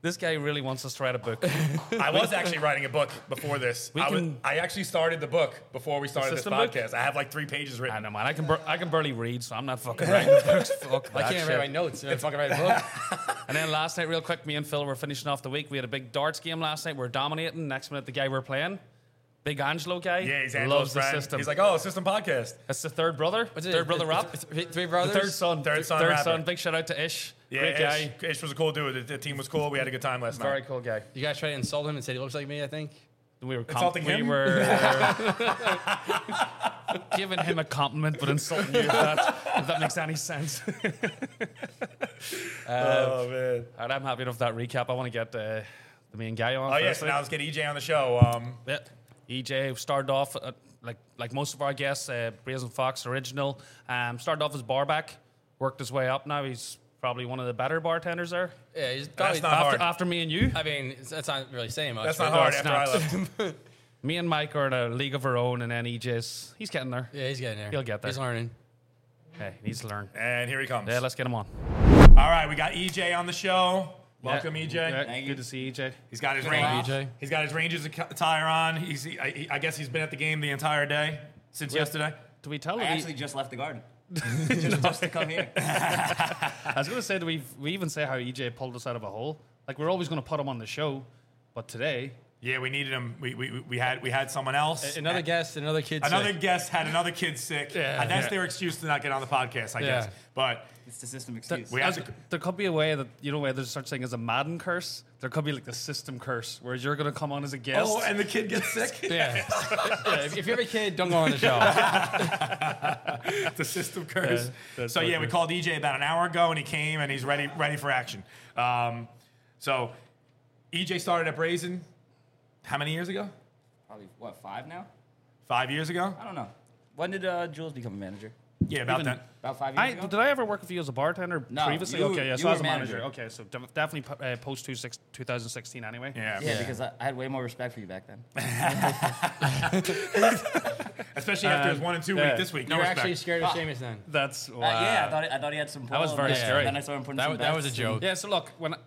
Speaker 2: This guy really wants us to write a book.
Speaker 1: I was actually writing a book before this. I, was,
Speaker 2: can-
Speaker 1: I actually started the book before we started this
Speaker 2: system book?
Speaker 1: podcast. I have like three pages
Speaker 2: I
Speaker 1: written.
Speaker 2: know, man. I can bur- I can barely read, so I'm not fucking writing books. Fuck
Speaker 3: I
Speaker 2: that
Speaker 3: can't
Speaker 2: shit.
Speaker 3: write my notes. I fucking write a book.
Speaker 2: And then last night, real quick, me and Phil were finishing off the week. We had a big darts game last night. We are dominating. Next minute, the guy we are playing, Big Angelo guy,
Speaker 1: Yeah, he's
Speaker 2: loves
Speaker 1: Angelo's
Speaker 2: the
Speaker 1: friend.
Speaker 2: system.
Speaker 1: He's like, oh, system podcast.
Speaker 2: That's the third brother.
Speaker 3: What's it?
Speaker 2: third brother Rob.
Speaker 3: Th- th- Three
Speaker 2: The
Speaker 3: brothers.
Speaker 2: third son.
Speaker 1: Third son
Speaker 2: Third
Speaker 1: rapper.
Speaker 2: son. Big shout out to Ish.
Speaker 1: Yeah,
Speaker 2: Great
Speaker 1: Ish,
Speaker 2: guy.
Speaker 1: Ish was a cool dude. The, the team was cool. We had a good time last
Speaker 2: Very
Speaker 1: night.
Speaker 2: cool guy.
Speaker 3: You guys tried to insult him and said he looks like me. I think.
Speaker 2: We were comp-
Speaker 1: Insulting
Speaker 2: we
Speaker 1: him?
Speaker 2: were giving him a compliment, but insulting you. If that, if that makes any sense.
Speaker 1: oh man.
Speaker 2: All right, I'm happy enough with that recap. I want to get uh, the main guy on.
Speaker 1: Oh
Speaker 2: first, eh?
Speaker 1: yeah. So
Speaker 2: like.
Speaker 1: now let's get EJ on the show. Um,
Speaker 2: Yeah. EJ started off uh, like like most of our guests, uh, Brazen Fox original. Um, started off as barback, worked his way up. Now he's probably one of the better bartenders there.
Speaker 3: Yeah, he's probably.
Speaker 1: not hard.
Speaker 2: After, after me and you,
Speaker 3: I mean, it's- that's not really saying much.
Speaker 1: that's
Speaker 3: but-
Speaker 1: not hard.
Speaker 2: it's
Speaker 1: After
Speaker 2: not.
Speaker 1: I left.
Speaker 2: me and Mike are in a league of our own, and then EJ's he's getting there.
Speaker 3: Yeah, he's getting there.
Speaker 2: He'll get there.
Speaker 3: He's learning.
Speaker 2: Hey, he needs to learn.
Speaker 1: And here he comes.
Speaker 2: Yeah, let's get him on.
Speaker 1: All right, we got EJ on the show. Welcome, E
Speaker 2: Yeah.
Speaker 1: EJ.
Speaker 2: Yeah, E
Speaker 4: Thank
Speaker 2: good
Speaker 4: you.
Speaker 2: to see E EJ.
Speaker 1: He's got his
Speaker 3: on,
Speaker 1: range.
Speaker 3: EJ.
Speaker 1: He's got his Rangers attire on. He's. he- I, he- I guess he's been at the game the entire day since yesterday.
Speaker 2: Do we tell
Speaker 4: I
Speaker 2: him?
Speaker 4: actually just left the garden. just, just to come here.
Speaker 2: I was gonna say, do we we even say how EJ pulled us out of a hole? Like we're always gonna put him on the show, but today
Speaker 1: Yeah, we needed him. We, we, we had we had someone else.
Speaker 3: Another guest, another kid.
Speaker 1: Another
Speaker 3: said-
Speaker 1: guest had another kid sick.
Speaker 2: Yeah.
Speaker 1: and that's
Speaker 2: Yeah.
Speaker 1: their excuse to not get on the podcast, I
Speaker 3: Yeah.
Speaker 1: guess. But
Speaker 4: It's the system excuse.
Speaker 1: we
Speaker 2: As-
Speaker 1: have to.
Speaker 2: there could be a way that you know where there's such thing as a Madden curse. There could be like the system curse, where you're going to come on as a guest.
Speaker 1: Oh, and the kid gets sick.
Speaker 3: Yeah. yeah. If if you have a kid, don't go on the show.
Speaker 1: the system curse.
Speaker 2: Yeah, that's
Speaker 1: so
Speaker 2: so
Speaker 1: yeah, we
Speaker 2: true.
Speaker 1: called EJ about an hour ago, and he came, and he's ready, ready for action. Um, so EJ started at Brazen. How many years ago?
Speaker 4: Probably, what, five now?
Speaker 1: Five years ago.
Speaker 4: I don't know. When did uh, Jules become a manager?
Speaker 1: Yeah, about
Speaker 2: Even-
Speaker 1: that.
Speaker 4: About five years
Speaker 2: I,
Speaker 4: ago?
Speaker 2: did I ever work with you as a bartender
Speaker 4: No,
Speaker 2: previously?
Speaker 4: you-
Speaker 2: okay, yeah,
Speaker 4: you
Speaker 2: so I
Speaker 4: were
Speaker 2: was a manager.
Speaker 4: manager.
Speaker 2: Okay, so de- definitely pu- uh, post two six- 2016 anyway.
Speaker 1: Yeah.
Speaker 4: yeah, because I, I had way more respect for you back then.
Speaker 1: especially after his one and two
Speaker 2: yeah.
Speaker 1: week this week.
Speaker 3: You
Speaker 1: No
Speaker 3: were
Speaker 1: respect.
Speaker 3: actually scared of Seamus then.
Speaker 2: That's wow.
Speaker 4: Uh, yeah, I thought, he- I thought he had some pull.
Speaker 2: was very
Speaker 4: and then-
Speaker 2: scary.
Speaker 4: Then I saw him putting
Speaker 3: That,
Speaker 4: some
Speaker 3: wa- that was a
Speaker 4: bets
Speaker 3: joke.
Speaker 2: Yeah, so look, when I,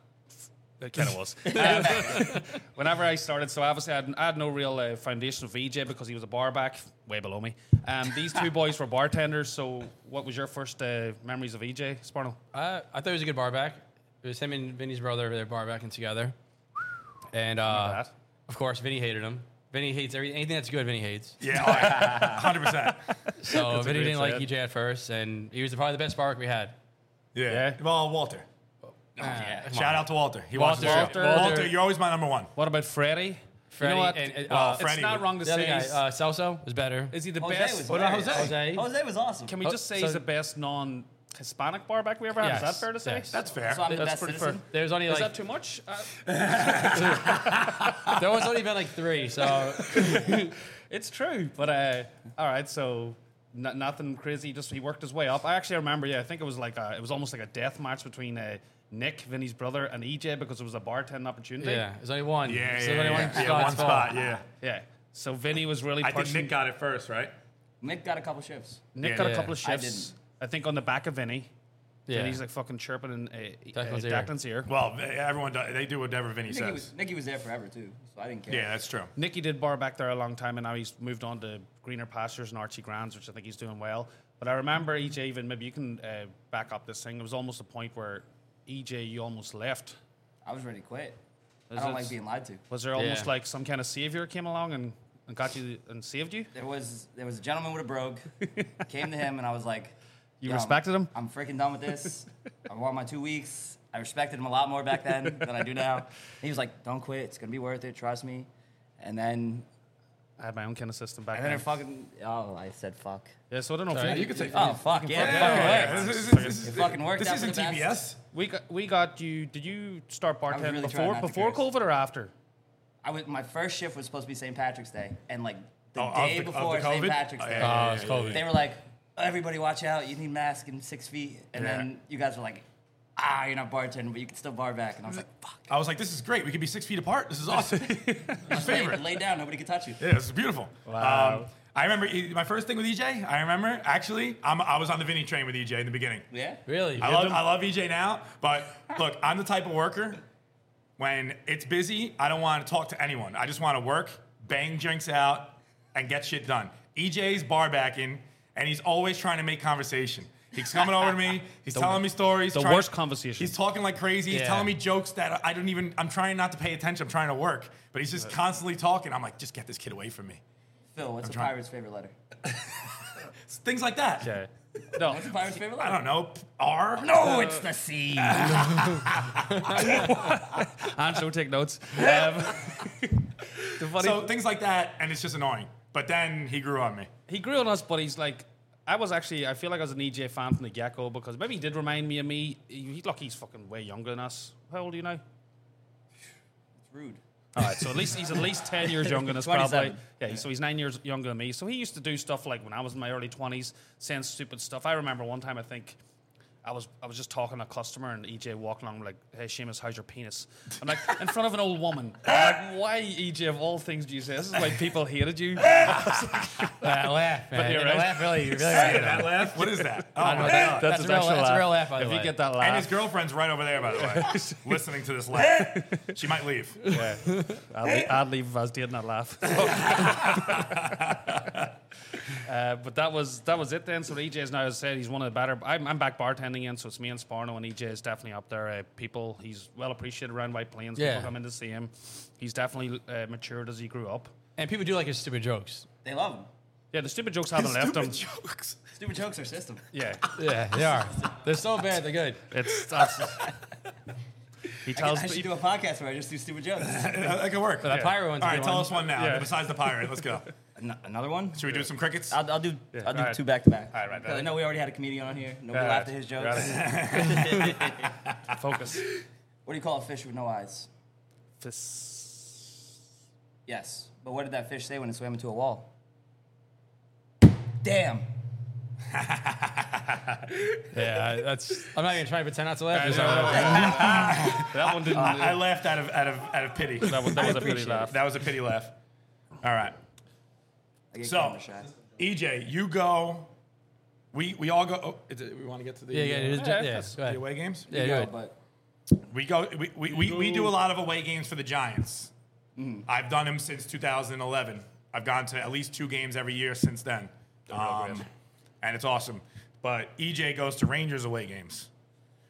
Speaker 2: it kind of was. Um, whenever I started, so obviously I had, I had no real uh, foundation of VJ because he was a bar back, way below me. Um, these two boys were bartenders. So, what was your first uh, memories of EJ Sparno?
Speaker 3: Uh, I thought he was a good bar back. It was him and Vinny's brother. They were bar backing together. And uh,
Speaker 2: that.
Speaker 3: of course, Vinny hated him. Vinny hates every, anything that's good. Vinny hates.
Speaker 1: yeah, hundred percent.
Speaker 3: So Vinny
Speaker 2: great
Speaker 3: didn't like
Speaker 2: set.
Speaker 3: EJ at first, and he was probably the best bar back we had.
Speaker 1: Yeah.
Speaker 2: Yeah.
Speaker 1: Well, Walter. Uh,
Speaker 4: yeah.
Speaker 1: Shout out to Walter. He
Speaker 2: Walter.
Speaker 1: watches Walter.
Speaker 2: Walter.
Speaker 1: Walter.
Speaker 3: Walter.
Speaker 1: you're always my number one.
Speaker 2: What about Freddie?
Speaker 3: Freddie
Speaker 2: you know what?
Speaker 3: and-
Speaker 2: Uh,
Speaker 3: uh,
Speaker 1: Freddie
Speaker 2: it's not
Speaker 1: would-
Speaker 2: wrong to
Speaker 3: The other
Speaker 2: say.
Speaker 3: guy,
Speaker 2: he's-
Speaker 3: uh, Celso, was better.
Speaker 2: is he the
Speaker 4: Jose
Speaker 2: best?
Speaker 4: was
Speaker 3: What about
Speaker 4: hilarious.
Speaker 3: Jose?
Speaker 4: Jose was awesome.
Speaker 2: Can we
Speaker 3: Oh,
Speaker 2: just say
Speaker 3: so-
Speaker 2: he's the best non-Hispanic bar back we ever had? Is that
Speaker 3: Yes,
Speaker 2: fair to say?
Speaker 3: yes.
Speaker 1: That's fair.
Speaker 4: so I'm the
Speaker 2: That's
Speaker 4: best
Speaker 2: pretty
Speaker 4: citizen.
Speaker 2: fair.
Speaker 3: there was only
Speaker 2: Is that
Speaker 3: like
Speaker 2: too much? Uh,
Speaker 3: there was only been like three. So
Speaker 2: It's true, but uh, all right. So n- nothing crazy. Just he worked his way up. I actually remember. Yeah, I think it was like a, it was almost like a death match between uh, Nick, Vinny's brother, and EJ because it was a bartending opportunity.
Speaker 3: yeah, there's only one.
Speaker 1: yeah,
Speaker 3: There's
Speaker 1: yeah,
Speaker 3: only
Speaker 1: yeah.
Speaker 3: one
Speaker 1: yeah, one
Speaker 3: spot's fault.
Speaker 1: spot. Yeah.
Speaker 2: Yeah. So Vinny was really.
Speaker 1: I
Speaker 2: Pushing.
Speaker 1: think Nick got it first, right?
Speaker 4: Nick got a couple shifts.
Speaker 2: Nick
Speaker 1: Yeah,
Speaker 2: got a
Speaker 3: yeah.
Speaker 2: couple of
Speaker 4: I
Speaker 2: shifts. I, think on the back of Vinny.
Speaker 3: Yeah.
Speaker 2: Vinny's like fucking chirping in uh, uh,
Speaker 3: Declan's ear.
Speaker 2: Declan's ear.
Speaker 1: Well, they- everyone does, they do whatever Vinny
Speaker 4: Nicky
Speaker 1: says.
Speaker 4: was, Nicky was there forever, too, so I didn't care.
Speaker 1: Yeah, that's true.
Speaker 2: Nicky did bar back there a long time, and now he's moved on to greener pastures and Archie Grands, which I think he's doing well. But I remember EJ even maybe you can uh, back up this thing. It was almost a point where EJ you almost left.
Speaker 4: I was ready to quit. I
Speaker 2: Is
Speaker 4: don't
Speaker 2: it-
Speaker 4: like being lied to.
Speaker 2: Was there almost
Speaker 3: Yeah.
Speaker 2: like some kind of savior came along and, and got you and saved you?
Speaker 4: There was there was a gentleman with a brogue. came to him and I was like,
Speaker 2: You
Speaker 4: Yo, I'm-
Speaker 2: respected him?
Speaker 4: I'm freaking done with this. I want my two weeks. I respected him a lot more back then than I do now. He was like, "Don't quit. It's gonna be worth it. Trust me." And then,
Speaker 2: I had my own kind of system back
Speaker 4: and then
Speaker 2: then.
Speaker 4: it fucking. Oh, I said fuck.
Speaker 2: yeah, so I don't know. if
Speaker 3: Sorry.
Speaker 2: you-
Speaker 1: You could say.
Speaker 4: Oh fuck yeah, it fucking worked.
Speaker 1: Yeah, this is- this is-
Speaker 4: It fucking worked
Speaker 1: This
Speaker 4: out for
Speaker 1: isn't
Speaker 4: the best.
Speaker 1: TBS.
Speaker 2: We got, we got you. Did you start
Speaker 4: was
Speaker 2: bartending
Speaker 4: really trying
Speaker 2: before
Speaker 4: not to
Speaker 2: before
Speaker 4: curse.
Speaker 2: COVID or after?
Speaker 4: I was my first shift was supposed to be St. Patrick's Day, and like the
Speaker 1: Oh, of
Speaker 4: day
Speaker 1: the- of
Speaker 4: before
Speaker 1: the
Speaker 4: St.
Speaker 1: COVID?
Speaker 4: Patrick's
Speaker 1: Oh,
Speaker 4: Day,
Speaker 1: yeah, yeah, yeah,
Speaker 3: it's COVID.
Speaker 4: they were like, "Everybody, watch out! You need mask and six feet." And
Speaker 1: Yeah.
Speaker 4: then you guys were like, "Ah, you're not bartending, but you can still bar back." And I was like, "Fuck,
Speaker 1: I was like, this is great. We could be six feet apart. This is awesome. My favorite.
Speaker 4: lay, lay down, nobody can touch you."
Speaker 1: Yeah, this is beautiful.
Speaker 2: Wow.
Speaker 1: Um, I remember e- my first thing with EJ. I remember actually, I'm, I was on the Vinny train with EJ in the beginning.
Speaker 4: Yeah,
Speaker 3: Really?
Speaker 1: I love, I love EJ now, but look, I'm the type of worker. When it's busy, I don't want to talk to anyone. I just want to work, bang drinks out, and get shit done. EJ's bar backing, and he's always trying to make conversation. He's coming over to me. He's telling me stories.
Speaker 2: the
Speaker 1: trying-
Speaker 2: worst conversation.
Speaker 1: He's talking like crazy. He's
Speaker 2: Yeah.
Speaker 1: telling me jokes that I don't even. I'm trying not to pay attention. I'm trying to work, but he's just constantly talking. I'm like, just get this kid away from me.
Speaker 4: Phil, what's a
Speaker 1: trying-
Speaker 4: pirate's favorite letter?
Speaker 1: It's things like that.
Speaker 2: Yeah. No.
Speaker 4: What's a pirate's favorite
Speaker 1: I
Speaker 4: letter?
Speaker 1: don't know. R.
Speaker 4: No, it's the sea.
Speaker 2: And so take notes. Um, the funny
Speaker 1: So things like that, and it's just annoying. But then he grew on me.
Speaker 2: he grew on us, but he's like, I was actually, I feel like I was an EJ fan from the get go because maybe he did remind me of me. He, he- look, he's fucking way younger than us. How old are you now?
Speaker 4: Rude.
Speaker 2: All right, so at least he's at least ten years younger than us, probably.
Speaker 4: 27.
Speaker 2: Yeah, so he's nine years younger than me. So he used to do stuff like when I was in my early twenties, saying stupid stuff. I remember one time, I think. I was I was just talking to a customer and EJ walked along like, "Hey Seamus, how's your penis?" I'm like in front of an old woman. I'm like, why EJ of all things do you say? This is why people hated you.
Speaker 3: That laugh, man.
Speaker 2: you're
Speaker 3: That
Speaker 2: right.
Speaker 3: laugh really, really
Speaker 1: Hey,
Speaker 3: right.
Speaker 1: that laugh? What is that? Oh,
Speaker 3: I don't
Speaker 1: my
Speaker 3: know. Uh, That-
Speaker 1: God.
Speaker 3: That's
Speaker 2: his
Speaker 3: a real-
Speaker 2: actual
Speaker 3: that's a real laugh, by the
Speaker 2: if
Speaker 3: way.
Speaker 2: you get that laugh,
Speaker 1: And his girlfriend's right over there, by the way, listening to this laugh. She might leave.
Speaker 2: I'd, leave, I'd leave if I was dating that laugh. uh, but that was that was it then. So EJ is now, as I said, he's one of the better. I'm, I'm back bartending again, so it's me and Sparno, and EJ is definitely up there. Uh, people, he's well appreciated around White Plains.
Speaker 3: Yeah.
Speaker 2: People come in to see him. He's definitely uh, matured as he grew up.
Speaker 3: And people do like his stupid jokes.
Speaker 4: They love him.
Speaker 2: Yeah, the stupid jokes haven't left him.
Speaker 1: Stupid jokes.
Speaker 4: Stupid jokes are system.
Speaker 2: Yeah,
Speaker 3: Yeah, they are. They're so bad, they're good.
Speaker 2: it's that's, he
Speaker 4: I,
Speaker 2: tells
Speaker 4: I
Speaker 2: me
Speaker 4: should do a podcast where I just do stupid jokes.
Speaker 1: That could uh, work.
Speaker 3: That pyro
Speaker 1: All
Speaker 3: one's a
Speaker 1: right,
Speaker 3: good
Speaker 1: tell
Speaker 3: one.
Speaker 1: us one now.
Speaker 2: Yeah.
Speaker 1: Besides the pirate, let's go.
Speaker 4: An- another one?
Speaker 1: Should we do some crickets?
Speaker 4: I'll, I'll do I'll do
Speaker 2: alright.
Speaker 4: two back to back.
Speaker 2: Alright, right,
Speaker 4: Because I
Speaker 2: right.
Speaker 4: know we already had a comedian on here. Nobody
Speaker 2: Alright,
Speaker 4: laughed at his jokes.
Speaker 2: got focus.
Speaker 4: What do you call a fish with no eyes?
Speaker 2: Fis-
Speaker 4: Yes. But what did that fish say when it swam into a wall? Damn.
Speaker 3: Yeah, that's. I'm not even trying to pretend not to laugh.
Speaker 2: Uh,
Speaker 3: It's
Speaker 2: no,
Speaker 3: not-
Speaker 2: that one didn't.
Speaker 4: Uh,
Speaker 1: I, I laughed out of, out of, out of pity.
Speaker 2: that was, that was a pretty laugh.
Speaker 1: That was a pity laugh. All right.
Speaker 4: I get
Speaker 1: So,
Speaker 4: camera shy.
Speaker 1: EJ, you go. We, we all go. Oh, is it- we want to get to the,
Speaker 3: Yeah, yeah, it is-
Speaker 2: Yeah,
Speaker 3: yeah.
Speaker 2: that's-
Speaker 1: the
Speaker 3: Go ahead.
Speaker 1: away games?
Speaker 3: Yeah,
Speaker 4: No,
Speaker 3: do it.
Speaker 4: but
Speaker 1: We go. We, we, we, we do a lot of away games for the Giants.
Speaker 4: Mm.
Speaker 1: I've done them since 2011. I've gone to at least two games every year since then, um, and it's awesome. But EJ goes to Rangers away games.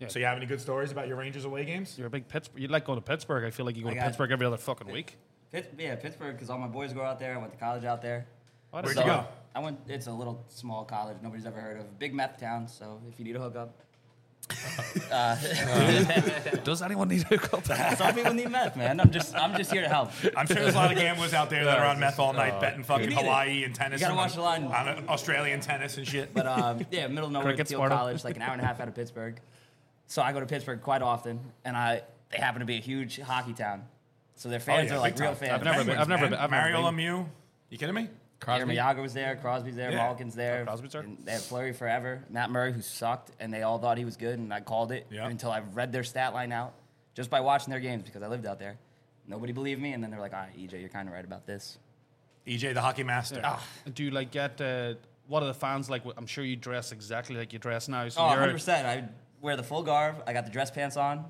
Speaker 2: Yeah.
Speaker 1: So you have any good stories about your Rangers away games?
Speaker 2: You're a big Pittsburgh. You like going to Pittsburgh. I feel like you go to
Speaker 4: got-
Speaker 2: Pittsburgh every other fucking week.
Speaker 4: Pitt, yeah, Pittsburgh, because all my boys go out there. I went to college out there.
Speaker 2: What
Speaker 1: Where'd
Speaker 2: is
Speaker 1: you
Speaker 2: that?
Speaker 1: go?
Speaker 4: I went. It's a little small college nobody's ever heard of. Big meth town. So if you need a hookup,
Speaker 2: Does anyone need a cup?
Speaker 4: some people need meth, man. I'm just I'm just here to help.
Speaker 1: I'm sure there's a lot of gamblers out there that are on meth all night, betting fucking
Speaker 4: Uh, need it.
Speaker 1: Hawaii and tennis.
Speaker 4: You gotta
Speaker 1: and
Speaker 4: watch the line.
Speaker 1: on uh, Australian tennis and shit.
Speaker 4: But um, yeah, middle of nowhere,
Speaker 2: Crickets,
Speaker 4: Teal
Speaker 2: Bartle.
Speaker 4: College, like an hour and a half out of Pittsburgh. So I go to Pittsburgh quite often, and I they happen to be a huge hockey town. So their fans
Speaker 1: Oh, yeah,
Speaker 4: are like
Speaker 1: big
Speaker 4: real
Speaker 1: time.
Speaker 4: fans.
Speaker 2: I've never been- I've never
Speaker 1: man.
Speaker 2: been- I've never
Speaker 1: Mario
Speaker 2: been.
Speaker 1: Lemieux. You kidding me?
Speaker 4: Jeremy Yager was there, Crosby's there,
Speaker 1: Yeah.
Speaker 4: Malkin's there.
Speaker 2: Oh, Crosby's there.
Speaker 4: and they had Flurry forever. Matt Murray, who sucked, and they all thought he was good, and I called it
Speaker 1: Yeah.
Speaker 4: until I read their stat line out just by watching their games because I lived out there. Nobody believed me, and then they're like, "All right, EJ, you're kind of right about this."
Speaker 1: EJ, E the hockey master.
Speaker 2: Ah. Do you like get uh, what are the fans like? I'm sure you dress exactly like you dress now. So
Speaker 4: Oh,
Speaker 2: you're,
Speaker 4: 100 percent. I wear the full garb. I got the dress pants on.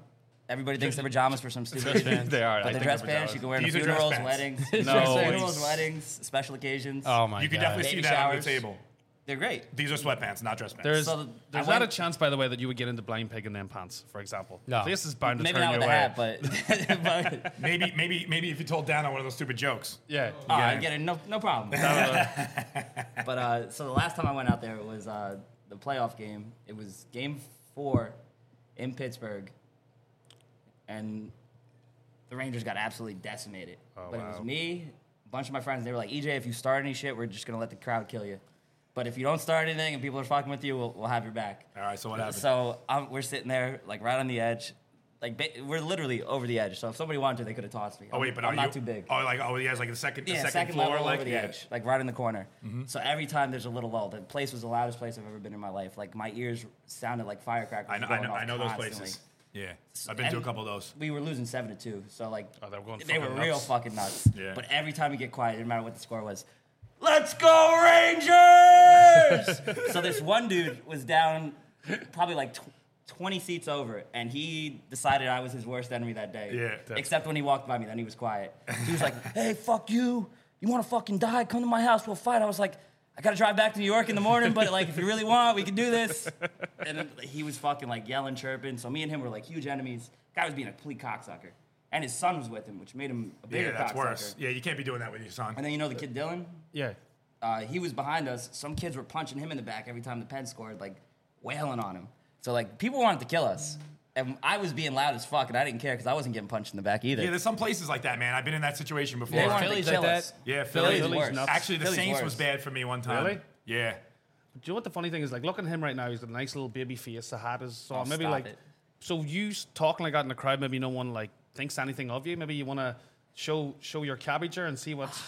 Speaker 4: Everybody thinks they're pajamas for some stupid reason.
Speaker 2: They are. I
Speaker 4: But they're
Speaker 2: think
Speaker 4: dress
Speaker 2: they're
Speaker 4: pants. You can wear them to
Speaker 1: These are dress
Speaker 4: funerals,
Speaker 1: pants.
Speaker 4: weddings,
Speaker 2: No.
Speaker 4: funerals, weddings, special occasions.
Speaker 3: Oh my
Speaker 1: you can
Speaker 3: God.
Speaker 1: definitely see
Speaker 4: Baby
Speaker 1: that on
Speaker 4: showers.
Speaker 1: the table.
Speaker 4: They're great.
Speaker 1: These are sweatpants, not dress pants.
Speaker 2: There is,
Speaker 4: So the-
Speaker 2: there's
Speaker 4: I
Speaker 2: not a
Speaker 4: went-
Speaker 2: chance, by the way, that you would get into blind pig in them pants, for example.
Speaker 3: No.
Speaker 2: This is bound to
Speaker 4: Maybe
Speaker 2: turn
Speaker 4: not
Speaker 2: you
Speaker 4: with a
Speaker 2: away.
Speaker 4: hat, but, but
Speaker 1: Maybe, maybe, maybe if you told Dan on one of those stupid jokes.
Speaker 2: Yeah.
Speaker 4: Oh,
Speaker 1: Yeah.
Speaker 4: I get it. No, no problem. but uh, so the last time I went out there was uh, the playoff game. It was game four in Pittsburgh, and the Rangers got absolutely decimated.
Speaker 1: Oh,
Speaker 4: but it was me, a bunch of my friends. They were like, "EJ, if you start any shit, we're just gonna let the crowd kill you. But if you don't start anything and people are fucking with you, we'll, we'll have your back."
Speaker 1: All right, so what happened?
Speaker 4: So um, we're sitting there, like right on the edge. Like ba- we're literally over the edge. So if somebody wanted to, they could have tossed me.
Speaker 1: oh wait, but
Speaker 4: I'm
Speaker 1: are
Speaker 4: not
Speaker 1: you
Speaker 4: too big
Speaker 1: Oh, like oh, he has like the second, the
Speaker 4: yeah,
Speaker 1: second,
Speaker 4: second,
Speaker 1: floor,
Speaker 4: level
Speaker 1: like
Speaker 4: over the
Speaker 1: yeah. Mm-hmm.
Speaker 4: edge, like right in the corner. So every time there's a little lull. The place was the loudest place I've ever been in my life. Like my ears sounded like firecrackers.
Speaker 1: I know, I
Speaker 4: going
Speaker 1: know,
Speaker 4: off
Speaker 1: I know those
Speaker 4: constantly.
Speaker 1: places. Yeah, I've been to a couple of those.
Speaker 4: We were losing seven to two, so like
Speaker 2: Oh, they were going
Speaker 4: they were
Speaker 2: fucking
Speaker 4: real
Speaker 2: nuts.
Speaker 4: fucking nuts.
Speaker 1: Yeah.
Speaker 4: But every time we get quiet, no matter what the score was, let's go Rangers! so this one dude was down probably like. Tw- 20 seats over, and he decided I was his worst enemy that day.
Speaker 1: Yeah, that's-
Speaker 4: Except when he walked by me, then he was quiet. He was like, hey, fuck you. You wanna fucking die? Come to my house, we'll fight. I was like, I gotta drive back to New York in the morning, but like, if you really want, we can do this. And then he was fucking like yelling, chirping. So me and him were like huge enemies. Guy was being a complete cocksucker. And his son was with him, which made him a bigger
Speaker 1: Yeah, that's
Speaker 4: cocksucker.
Speaker 1: worse. Yeah, you can't be doing that with your son.
Speaker 4: And then you know the kid Dylan?
Speaker 2: Yeah.
Speaker 4: Uh, he was behind us. Some kids were punching him in the back every time the pen scored, like wailing on him. So like people wanted to kill us. And I was being loud as fuck, and I didn't care because I wasn't getting punched in the back either.
Speaker 1: Yeah, there's some places like that, man. I've been in that situation before.
Speaker 4: they wanted
Speaker 3: Philly's
Speaker 4: to
Speaker 3: like
Speaker 4: kill
Speaker 3: that.
Speaker 4: us.
Speaker 1: yeah,
Speaker 4: Philly's
Speaker 1: Philly.
Speaker 2: Philly's
Speaker 4: worse.
Speaker 2: nuts.
Speaker 1: Actually, the
Speaker 4: Philly's
Speaker 1: Saints
Speaker 4: worse.
Speaker 1: was bad for me one time.
Speaker 2: Really?
Speaker 1: Yeah.
Speaker 2: Do you know what the funny thing is? Like, look at him right now. He's got a nice little baby face. The hat is so
Speaker 4: Oh,
Speaker 2: maybe
Speaker 4: stop
Speaker 2: like.
Speaker 4: it.
Speaker 2: So you s- talking like that in the crowd, maybe no one like thinks anything of you. Maybe you want to show show your cabbager and see what's.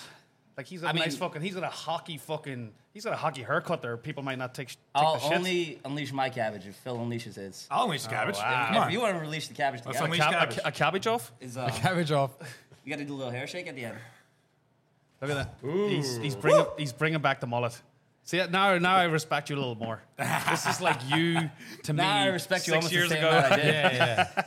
Speaker 2: Like he's got a
Speaker 4: I mean-
Speaker 2: nice fucking. He's got a hockey fucking. He's got a hockey haircut there. People might not take. sh- take
Speaker 4: I'll
Speaker 2: the shit.
Speaker 4: only unleash my cabbage if Phil unleashes his.
Speaker 1: I'll unleash the cabbage.
Speaker 2: wow.
Speaker 1: Come
Speaker 4: If
Speaker 1: on.
Speaker 4: Oh, you want to release the cabbage,
Speaker 1: Let's
Speaker 4: together,
Speaker 1: unleash-
Speaker 2: Cab- a,
Speaker 1: cabbage.
Speaker 2: ca- a cabbage off.
Speaker 4: is, uh,
Speaker 3: Cabbage off.
Speaker 4: you got to do a little hair shake at the end.
Speaker 2: Look at that. He's, he's bringing he's bringing back the mullet. See now now I respect you a little more. this is like you to me.
Speaker 4: Now I respect you
Speaker 2: six
Speaker 4: almost
Speaker 2: years
Speaker 4: the same
Speaker 2: ago.
Speaker 4: amount I did.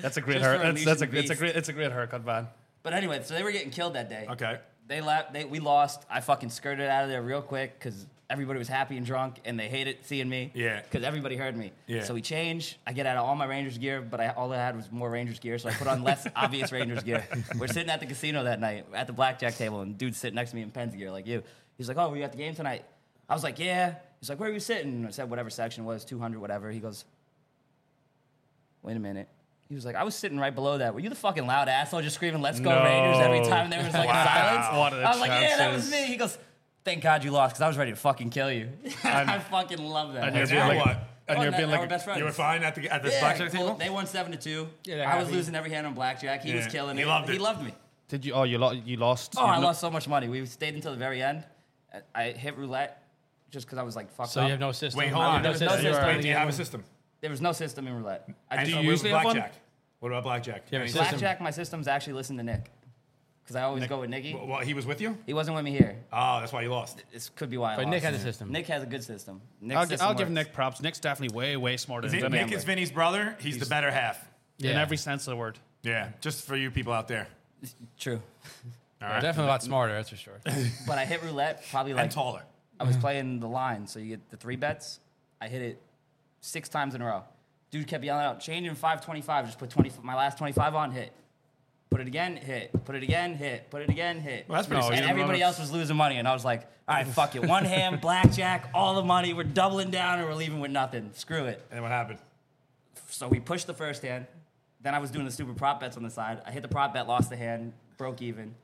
Speaker 2: That's a great
Speaker 4: Just for
Speaker 2: haircut. That's, that's a
Speaker 4: unleashing
Speaker 2: it's a
Speaker 4: beast.
Speaker 2: great it's a great haircut, man.
Speaker 4: But anyway, so they were getting killed that day.
Speaker 1: Okay.
Speaker 4: They la- they we lost. I fucking skirted out of there real quick because everybody was happy and drunk and they hated seeing me.
Speaker 1: Yeah.
Speaker 4: Because everybody heard me.
Speaker 1: Yeah.
Speaker 4: So we change. I get out of all my Rangers gear, but I, all I had was more Rangers gear, so I put on less obvious Rangers gear. We're sitting at the casino that night at the blackjack table, and dude's sitting next to me in Penn's gear like you. He's like, "Oh, were you at the game tonight?" I was like, "Yeah." He's like, "Where were you sitting?" And I said, "Whatever section it was, 200, whatever." He goes, wait a minute. He was like, I was sitting right below that. Were you the fucking loud asshole just screaming, let's go
Speaker 2: No.
Speaker 4: Rangers every time there was like
Speaker 1: Wow.
Speaker 4: silence?
Speaker 2: What are the
Speaker 4: I was like, yeah, that was
Speaker 2: chances?"
Speaker 4: me. He goes, thank God you lost because I was ready to fucking kill you. I fucking love that.
Speaker 2: And you're
Speaker 1: And
Speaker 2: being
Speaker 1: now
Speaker 2: like
Speaker 1: what?
Speaker 2: and
Speaker 4: Oh,
Speaker 2: you're
Speaker 4: now-
Speaker 2: being
Speaker 4: now we're
Speaker 2: like
Speaker 4: best friends.
Speaker 1: You were fine at the at the
Speaker 4: Yeah,
Speaker 1: blackjack
Speaker 4: well,
Speaker 1: table.
Speaker 4: they won seven to two.
Speaker 3: Yeah, they're
Speaker 4: I was
Speaker 3: happy.
Speaker 4: losing every hand on blackjack. He was
Speaker 1: Yeah.
Speaker 4: killing
Speaker 1: He
Speaker 4: it.
Speaker 1: loved
Speaker 4: he
Speaker 1: it.
Speaker 4: loved me.
Speaker 2: did you oh you lost you lost
Speaker 4: Oh,
Speaker 2: you
Speaker 4: I
Speaker 2: lo-
Speaker 4: lost so much money. We stayed until the very end. I- I hit roulette just because I was like fucked
Speaker 3: So
Speaker 4: up.
Speaker 3: you have no system.
Speaker 1: Wait, hold on.
Speaker 3: No
Speaker 4: There's no
Speaker 3: system.
Speaker 4: system.
Speaker 1: Wait, do you have a system?
Speaker 4: there was no system in roulette. I
Speaker 1: And
Speaker 4: just-
Speaker 1: so
Speaker 2: you
Speaker 1: with
Speaker 2: usually have one?
Speaker 1: blackjack? What about blackjack?
Speaker 3: Yeah,
Speaker 1: Any-
Speaker 3: but system.
Speaker 4: blackjack, my system's actually listen to Nick because I always go with Nicky.
Speaker 1: Well, he was with you.
Speaker 4: He wasn't with me here.
Speaker 1: Oh, that's why you lost.
Speaker 4: This could be why. I
Speaker 3: But Nick
Speaker 4: lost.
Speaker 3: had a system.
Speaker 4: Nick has a good system. Nick's
Speaker 2: I'll, gi-
Speaker 4: system
Speaker 2: I'll give
Speaker 4: works.
Speaker 2: Nick props. Nick's definitely way way smarter
Speaker 1: Nick,
Speaker 2: than
Speaker 1: Nick
Speaker 2: me
Speaker 1: is Vinny's brother. He's, the better half.
Speaker 2: in every sense of the word.
Speaker 1: Yeah, just for you people out there.
Speaker 4: True,
Speaker 3: Definitely a lot smarter, that's for sure.
Speaker 4: but I hit roulette probably
Speaker 1: And
Speaker 4: like
Speaker 1: taller.
Speaker 4: I
Speaker 1: Mm-hmm.
Speaker 4: was playing the line, so you get the three bets. I hit it six times in a row. Dude kept yelling out, "Change in five twenty-five. Just put twenty. My last twenty-five on hit. Put it again. Hit. Put it again. Hit. Put it again. Hit."
Speaker 1: Well, that's pretty.
Speaker 2: No,
Speaker 1: safe.
Speaker 2: you
Speaker 4: and
Speaker 2: didn't
Speaker 4: everybody
Speaker 2: wanna-
Speaker 4: else was losing money, and I was like, "All right, fuck it. One hand, blackjack, all the money. We're doubling down, and we're leaving with nothing. Screw it."
Speaker 1: And what happened?
Speaker 4: So we pushed the first hand. Then I was doing the stupid prop bets on the side. I hit the prop bet, lost the hand, broke even,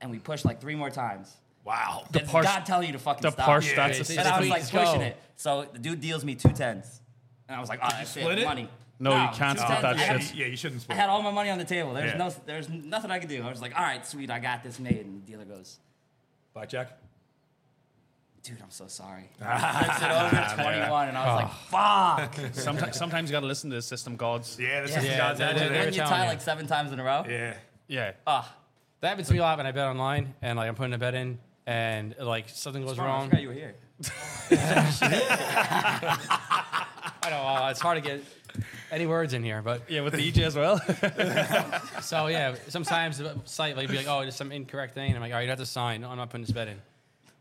Speaker 4: and we pushed like three more times.
Speaker 1: Wow.
Speaker 4: The
Speaker 2: parse-
Speaker 4: God telling you to fucking
Speaker 2: The
Speaker 4: stop.
Speaker 2: parse
Speaker 1: Yeah,
Speaker 2: stats
Speaker 1: it's-
Speaker 2: is
Speaker 4: and I was like
Speaker 3: Let's go.
Speaker 4: pushing it. So the dude deals me two tens, and I was like, "Oh, that's
Speaker 1: split
Speaker 4: it,
Speaker 1: it?
Speaker 4: money."
Speaker 2: No, you can't
Speaker 4: two
Speaker 2: split
Speaker 4: tens.
Speaker 1: Oh,
Speaker 2: that
Speaker 4: I had-
Speaker 2: shit.
Speaker 1: Yeah, you shouldn't
Speaker 4: I
Speaker 1: split.
Speaker 4: had all my money on the table. There's
Speaker 1: Yeah.
Speaker 4: no, there's nothing I could do. I was like, "All right, sweet, I got this made." And the dealer goes,
Speaker 1: blackjack.
Speaker 4: "Dude, I'm so sorry." Flips it over 21, and I was
Speaker 2: Oh.
Speaker 4: like, "Fuck."
Speaker 2: Sometimes sometimes you got to listen to the system gods.
Speaker 1: Yeah, this is
Speaker 4: Yeah,
Speaker 1: God's
Speaker 3: that-
Speaker 1: edge.
Speaker 3: that-
Speaker 4: Then you
Speaker 3: telling
Speaker 4: tie
Speaker 3: you.
Speaker 4: like seven times in a row.
Speaker 1: Yeah.
Speaker 2: Yeah.
Speaker 4: Ah,
Speaker 3: That happens to me a lot when I bet online and like I'm putting a bet in and like something goes
Speaker 4: Ron, I
Speaker 3: wrong.
Speaker 4: forgot you were here.
Speaker 3: I know uh, it's hard to get any words in here, but
Speaker 2: Yeah, with the EJ as well.
Speaker 3: so yeah, sometimes the site like be like, oh, there's some incorrect thing. And I'm like, all right, you have to sign. No, I'm not putting this bet in.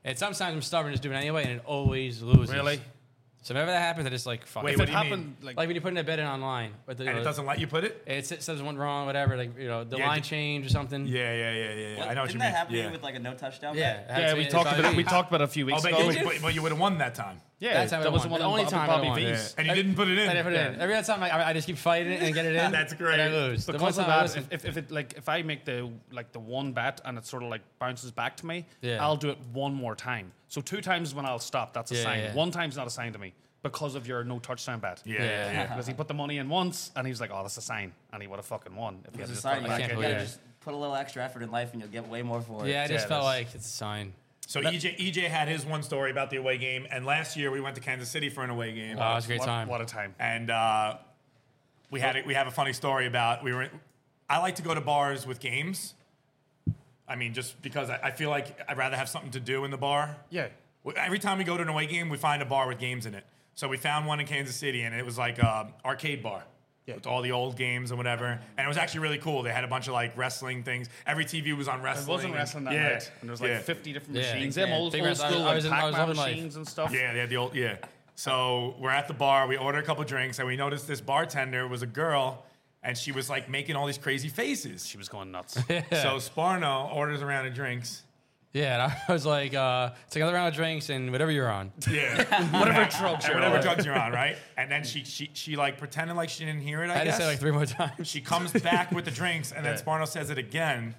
Speaker 3: And sometimes I'm stubborn just doing it anyway, and it always loses.
Speaker 2: Really?
Speaker 3: So whenever that happens, I just like fuck.
Speaker 1: Wait,
Speaker 3: it.
Speaker 2: If
Speaker 1: what
Speaker 2: it
Speaker 1: do you mean?
Speaker 2: happened, like,
Speaker 3: Like when you put in a bet in online, but the,
Speaker 1: and it doesn't let you put it.
Speaker 3: it s- says one wrong, whatever. Like you know, the
Speaker 1: Yeah,
Speaker 3: line
Speaker 1: d-
Speaker 3: change or something.
Speaker 1: Yeah, yeah, yeah, yeah. yeah. I know what
Speaker 4: Didn't
Speaker 1: you
Speaker 4: that
Speaker 1: mean.
Speaker 4: happen to you
Speaker 1: yeah.
Speaker 4: with like a no touchdown?
Speaker 3: yeah.
Speaker 4: bet?
Speaker 2: yeah,
Speaker 3: that's-
Speaker 2: we
Speaker 3: it's
Speaker 2: talked
Speaker 3: on
Speaker 2: about
Speaker 3: me.
Speaker 2: it. We talked about it a few
Speaker 1: Oh,
Speaker 2: weeks
Speaker 1: but,
Speaker 2: ago.
Speaker 1: you, but, but you would have won that time.
Speaker 2: yeah,
Speaker 3: That's how I
Speaker 2: that was
Speaker 3: won.
Speaker 2: the one.
Speaker 3: The only
Speaker 2: Bobby
Speaker 3: time I
Speaker 2: Bobby
Speaker 3: won.
Speaker 2: Beats.
Speaker 1: Yeah. And you didn't put it in.
Speaker 3: I never did. Every other time, like, I, I just keep fighting it and get it in.
Speaker 1: That's great.
Speaker 3: And I lose. the one
Speaker 2: because
Speaker 3: time
Speaker 2: of
Speaker 3: I
Speaker 2: that,
Speaker 3: listen-
Speaker 2: if, if, if it like if I make the like the one bet and it sort of like bounces back to me,
Speaker 3: Yeah.
Speaker 2: I'll do it one more time. So two times when I'll stop, that's a
Speaker 3: Yeah,
Speaker 2: sign.
Speaker 3: yeah.
Speaker 2: One time's not a sign to me because of your no touchdown bet.
Speaker 1: Yeah, yeah,
Speaker 3: Yeah.
Speaker 1: yeah.
Speaker 2: Because he put the money in once and he was like, "Oh, that's a sign," and he would have fucking won if he had just
Speaker 4: It's a
Speaker 2: put
Speaker 4: sign. You
Speaker 2: it back
Speaker 4: gotta
Speaker 3: can't
Speaker 2: in.
Speaker 4: you
Speaker 3: believe
Speaker 4: gotta
Speaker 3: it.
Speaker 4: just put a little extra effort in life, and you'll get way more for it.
Speaker 3: yeah, I just
Speaker 2: Yeah,
Speaker 3: felt
Speaker 2: that's-
Speaker 3: like it's a sign.
Speaker 1: So E EJ, EJ had his one story about the away game, and last year we went to Kansas City for an away game.
Speaker 3: Wow, Oh, it was a great
Speaker 2: What-
Speaker 3: time.
Speaker 2: What a time!
Speaker 1: and uh, we had a- we have a funny story about we were. I like to go to bars with games. I mean, just because I, I feel like I'd rather have something to do in the bar.
Speaker 2: Yeah.
Speaker 1: We- Every time we go to an away game, we find a bar with games in it. So we found one in Kansas City, and it was like a arcade bar with all the old games and whatever. And it was actually really cool. They had a bunch of like wrestling things. Every TV was on
Speaker 2: It
Speaker 1: wrestling.
Speaker 2: wasn't wrestling that
Speaker 1: yeah.
Speaker 2: night, and there was like
Speaker 1: yeah.
Speaker 2: 50 different
Speaker 3: Yeah.
Speaker 2: machines.
Speaker 3: Yeah.
Speaker 2: Them old,
Speaker 3: Big
Speaker 2: old
Speaker 3: rest- I-
Speaker 2: school
Speaker 3: I was
Speaker 2: like
Speaker 3: in- I was
Speaker 2: Pac-Man
Speaker 3: loving life.
Speaker 2: machines and stuff.
Speaker 1: Yeah, they had the old yeah. So we're at the bar. We order a couple drinks, and we noticed this bartender was a girl, and she was like making all these crazy faces.
Speaker 2: She was going nuts.
Speaker 1: So Sparno orders a round of drinks.
Speaker 3: Yeah, and I was like, uh, it's another round of drinks and whatever you're on.
Speaker 1: Yeah,
Speaker 2: Whatever drugs
Speaker 1: and
Speaker 2: you're
Speaker 1: whatever
Speaker 2: on.
Speaker 1: drugs you're on, right? And then she she she like pretended like she didn't hear it. I,
Speaker 3: I had to
Speaker 1: guess.
Speaker 3: say it like three more times.
Speaker 1: she comes back with the drinks, and then
Speaker 2: Yeah.
Speaker 1: Sparno says it again,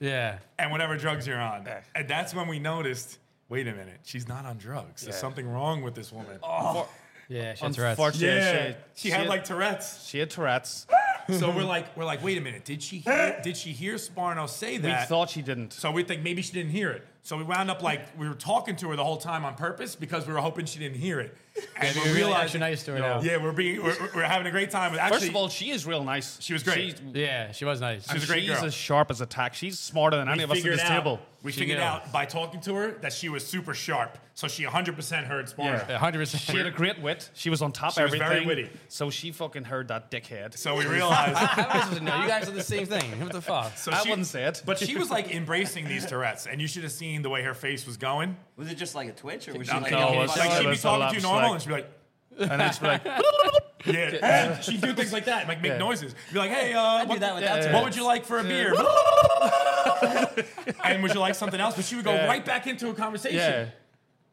Speaker 3: Yeah.
Speaker 1: and whatever drugs you're on.
Speaker 2: Yeah.
Speaker 1: And that's when we noticed. Wait a minute, she's not on drugs. There's
Speaker 2: Yeah. Oh,
Speaker 1: something wrong with this woman.
Speaker 3: Yeah, she had Tourette's.
Speaker 2: Unfortunately,
Speaker 1: yeah, she had
Speaker 2: had-
Speaker 1: like Tourette's.
Speaker 2: she had Tourette's.
Speaker 1: So
Speaker 2: Mm-hmm.
Speaker 1: we're like, we're like, wait a minute, did she hear, did she hear Sparno say
Speaker 2: Eh. We
Speaker 1: that?
Speaker 2: thought she didn't.
Speaker 1: so we think maybe she didn't hear it. So we wound up like we were talking to her the whole time on purpose because we were hoping she didn't hear it. And we
Speaker 3: Yeah, we really
Speaker 1: realized,
Speaker 3: actually nice to her now.
Speaker 1: yeah, we're being we're, we're having a great time. But actually,
Speaker 2: First of all, she is real nice.
Speaker 1: She was great.
Speaker 2: She's,
Speaker 3: Yeah, she was nice.
Speaker 1: was a great
Speaker 2: she's
Speaker 1: girl.
Speaker 2: as sharp as a tack. She's smarter than any of us at
Speaker 1: figured
Speaker 2: this
Speaker 1: out-
Speaker 2: table.
Speaker 1: We
Speaker 3: She
Speaker 1: figured
Speaker 3: knew.
Speaker 1: out by talking to her that she was super sharp. So she 100% heard Sparno.
Speaker 2: Yeah.
Speaker 3: 100%.
Speaker 2: She had a great wit. She was on top
Speaker 1: She
Speaker 2: of
Speaker 1: was very
Speaker 2: everything.
Speaker 1: witty.
Speaker 2: So she fucking heard that dickhead.
Speaker 1: So we realized.
Speaker 3: How am I supposed to know? You guys are the same thing. What the fuck?
Speaker 1: So
Speaker 2: I wouldn't say it.
Speaker 1: But she was like embracing these Tourette's, and you should have seen the way her face was going.
Speaker 4: Was it just like a twitch, or was she
Speaker 1: No,
Speaker 4: like?
Speaker 2: it's-
Speaker 1: like she'd be
Speaker 2: it's a
Speaker 1: talking to you
Speaker 2: lapse,
Speaker 1: normal,
Speaker 2: like-
Speaker 1: and she'd be like,
Speaker 2: And it's like,
Speaker 1: Yeah, she'd do things like that, like make noises. Be like, hey, uh,
Speaker 4: I do
Speaker 1: what,
Speaker 4: that without
Speaker 1: what would you like for a beer? and would you like something else? But she would go
Speaker 2: Yeah.
Speaker 1: right back into a conversation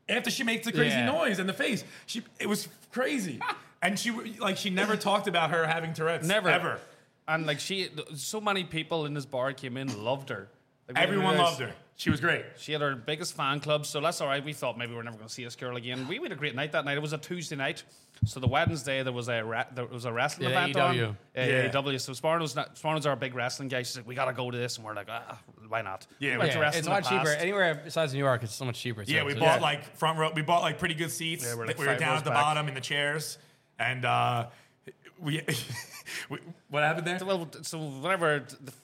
Speaker 2: yeah.
Speaker 1: after she makes the crazy
Speaker 3: Yeah.
Speaker 1: noise and the face. She, it was crazy, and she w- like she never talked about her having Tourette's.
Speaker 2: Never.
Speaker 1: ever.
Speaker 2: And like she, so many people in this bar came in, loved her. Like, we
Speaker 1: Everyone
Speaker 2: realized
Speaker 1: loved her. She was great.
Speaker 2: She had her biggest fan club, so that's all right. We thought maybe we are never going to see this girl again. We had a great night that night. It was a Tuesday night, so the Wednesday there was a ra- there was a wrestling
Speaker 3: Yeah, E
Speaker 2: event
Speaker 3: AEW.
Speaker 2: on.
Speaker 1: Yeah.
Speaker 2: Yeah, AEW. So Sparno's not, Sparno's our big wrestling guy. She's like, we got to go to this, and we're like, ah, why not?
Speaker 1: Yeah,
Speaker 2: we went
Speaker 1: yeah.
Speaker 2: to
Speaker 3: Yeah,
Speaker 2: wrestling
Speaker 3: it's a
Speaker 2: in the
Speaker 3: lot cheaper.
Speaker 2: past.
Speaker 3: Anywhere besides New York, it's so much cheaper.
Speaker 1: Yeah,
Speaker 3: so-
Speaker 1: we
Speaker 3: so-
Speaker 1: bought like front row. We bought like pretty good seats.
Speaker 2: Yeah,
Speaker 1: we
Speaker 2: we're,
Speaker 1: were,
Speaker 2: like, five
Speaker 1: down
Speaker 2: rows
Speaker 1: at the
Speaker 2: back.
Speaker 1: bottom in the chairs, and uh, we, we. What happened there?
Speaker 2: So, well, so whenever the, the-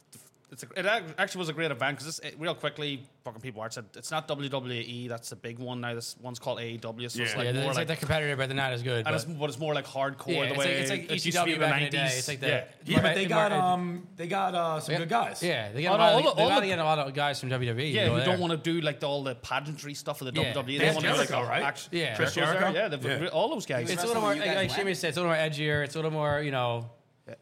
Speaker 2: it's a, it ac- actually was a great event because it, real quickly, fucking people watched it. It's not WWE. That's the big one now. This one's called AEW. So it's
Speaker 1: Yeah.
Speaker 2: like
Speaker 3: Yeah,
Speaker 2: more
Speaker 3: it's like
Speaker 2: like.
Speaker 3: that competitor, but they're not as good.
Speaker 2: and it's,
Speaker 3: but-
Speaker 2: but it's more like hardcore
Speaker 3: Yeah,
Speaker 2: the
Speaker 3: it's
Speaker 2: way
Speaker 3: like- it's like
Speaker 2: used to
Speaker 3: ECW
Speaker 2: be in the
Speaker 3: back in the day.
Speaker 2: 90s.
Speaker 3: It's like
Speaker 2: yeah.
Speaker 3: that.
Speaker 1: Yeah, but
Speaker 3: Right,
Speaker 1: they
Speaker 3: and
Speaker 1: got
Speaker 3: Mark-
Speaker 1: um, they got uh, some
Speaker 3: Yeah.
Speaker 1: good guys.
Speaker 3: Yeah, they
Speaker 2: Oh,
Speaker 3: got
Speaker 2: no,
Speaker 3: a lot
Speaker 2: all
Speaker 3: of,
Speaker 2: the-
Speaker 3: they
Speaker 2: all
Speaker 3: gotta
Speaker 2: the-
Speaker 3: get a lot of guys from E, WWE.
Speaker 2: Yeah,
Speaker 3: over
Speaker 2: you
Speaker 3: there.
Speaker 2: don't want to do like the, all the pageantry stuff of the
Speaker 3: Yeah.
Speaker 2: WWE.
Speaker 1: They
Speaker 2: They
Speaker 1: have
Speaker 2: want to do like
Speaker 1: Jericho, right?
Speaker 2: act-
Speaker 3: Yeah.
Speaker 2: Chris
Speaker 1: Jericho?
Speaker 2: Jericho. Yeah, they've-
Speaker 1: Yeah.
Speaker 2: all those guys.
Speaker 4: It's
Speaker 3: It's a little
Speaker 4: wrestling
Speaker 3: more,
Speaker 4: you guys
Speaker 3: like, like
Speaker 4: went?
Speaker 3: Shimmy said, it's a little more edgier. It's a little more, you know,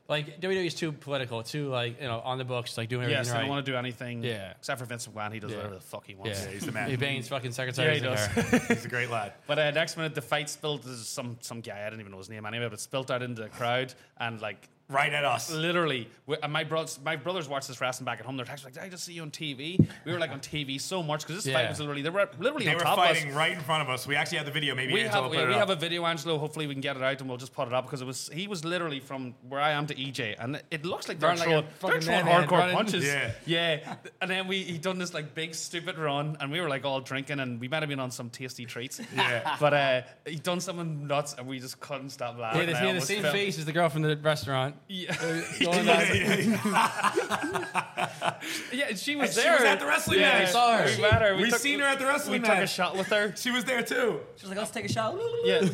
Speaker 3: like WWE is too political, too like you know, on the books, like doing everything
Speaker 2: yes, they
Speaker 3: right.
Speaker 2: don't want to do anything.
Speaker 3: Yeah.
Speaker 2: except for Vince McMahon, he does
Speaker 3: Yeah.
Speaker 2: whatever the fuck he wants.
Speaker 1: Yeah, he's the man.
Speaker 3: He bangs fucking secretaries.
Speaker 2: Yeah, he
Speaker 3: in
Speaker 2: does.
Speaker 3: there.
Speaker 1: He's a great lad.
Speaker 2: But uh, next minute, the fight spilled. There's some some guy I didn't even know his name anyway, but it spilled out into the crowd and like
Speaker 1: Right at us.
Speaker 2: literally. we- And my brothers, my brothers watched this wrestling back at home. They're texting like, "I just see you on TV." We were like on TV so much because this fight
Speaker 3: Yeah.
Speaker 2: was literally they were literally
Speaker 1: They
Speaker 2: on
Speaker 1: were
Speaker 2: top of us.
Speaker 1: fighting right in front of us. We actually have the video. Maybe
Speaker 2: We
Speaker 1: Angelo
Speaker 2: have,
Speaker 1: will put
Speaker 2: yeah,
Speaker 1: it
Speaker 2: we
Speaker 1: up.
Speaker 2: have a video, Angelo. Hopefully, we can get it out and we'll just put it up because it was he was literally from where I am to EJ, and it looks like they're,
Speaker 3: Running
Speaker 2: throwing,
Speaker 3: like a
Speaker 2: they're
Speaker 3: fucking
Speaker 2: throwing
Speaker 3: madman,
Speaker 2: hardcore
Speaker 3: running.
Speaker 2: punches.
Speaker 1: Yeah.
Speaker 2: yeah. And then we he done this like big stupid run, and we were like all drinking, and we might have been on some tasty treats.
Speaker 1: Yeah.
Speaker 2: but uh, he done something nuts, and we just couldn't stop laughing.
Speaker 3: Yeah, they they
Speaker 2: I
Speaker 3: had the
Speaker 2: almost
Speaker 3: same
Speaker 2: felt-
Speaker 3: face as the girl from the restaurant.
Speaker 2: Yeah,
Speaker 3: Going
Speaker 1: Yeah,
Speaker 3: back-
Speaker 1: yeah, yeah.
Speaker 2: yeah she was
Speaker 1: she
Speaker 2: there.
Speaker 1: was at the wrestling
Speaker 2: yeah,
Speaker 1: match.
Speaker 2: we
Speaker 3: saw her.
Speaker 2: We, met her. We,
Speaker 1: We
Speaker 2: took,
Speaker 1: seen her at the
Speaker 2: We
Speaker 1: wrestling
Speaker 2: took a
Speaker 1: match.
Speaker 2: shot with her.
Speaker 1: She was there too.
Speaker 4: She's like, let's take a shot.
Speaker 2: Yeah.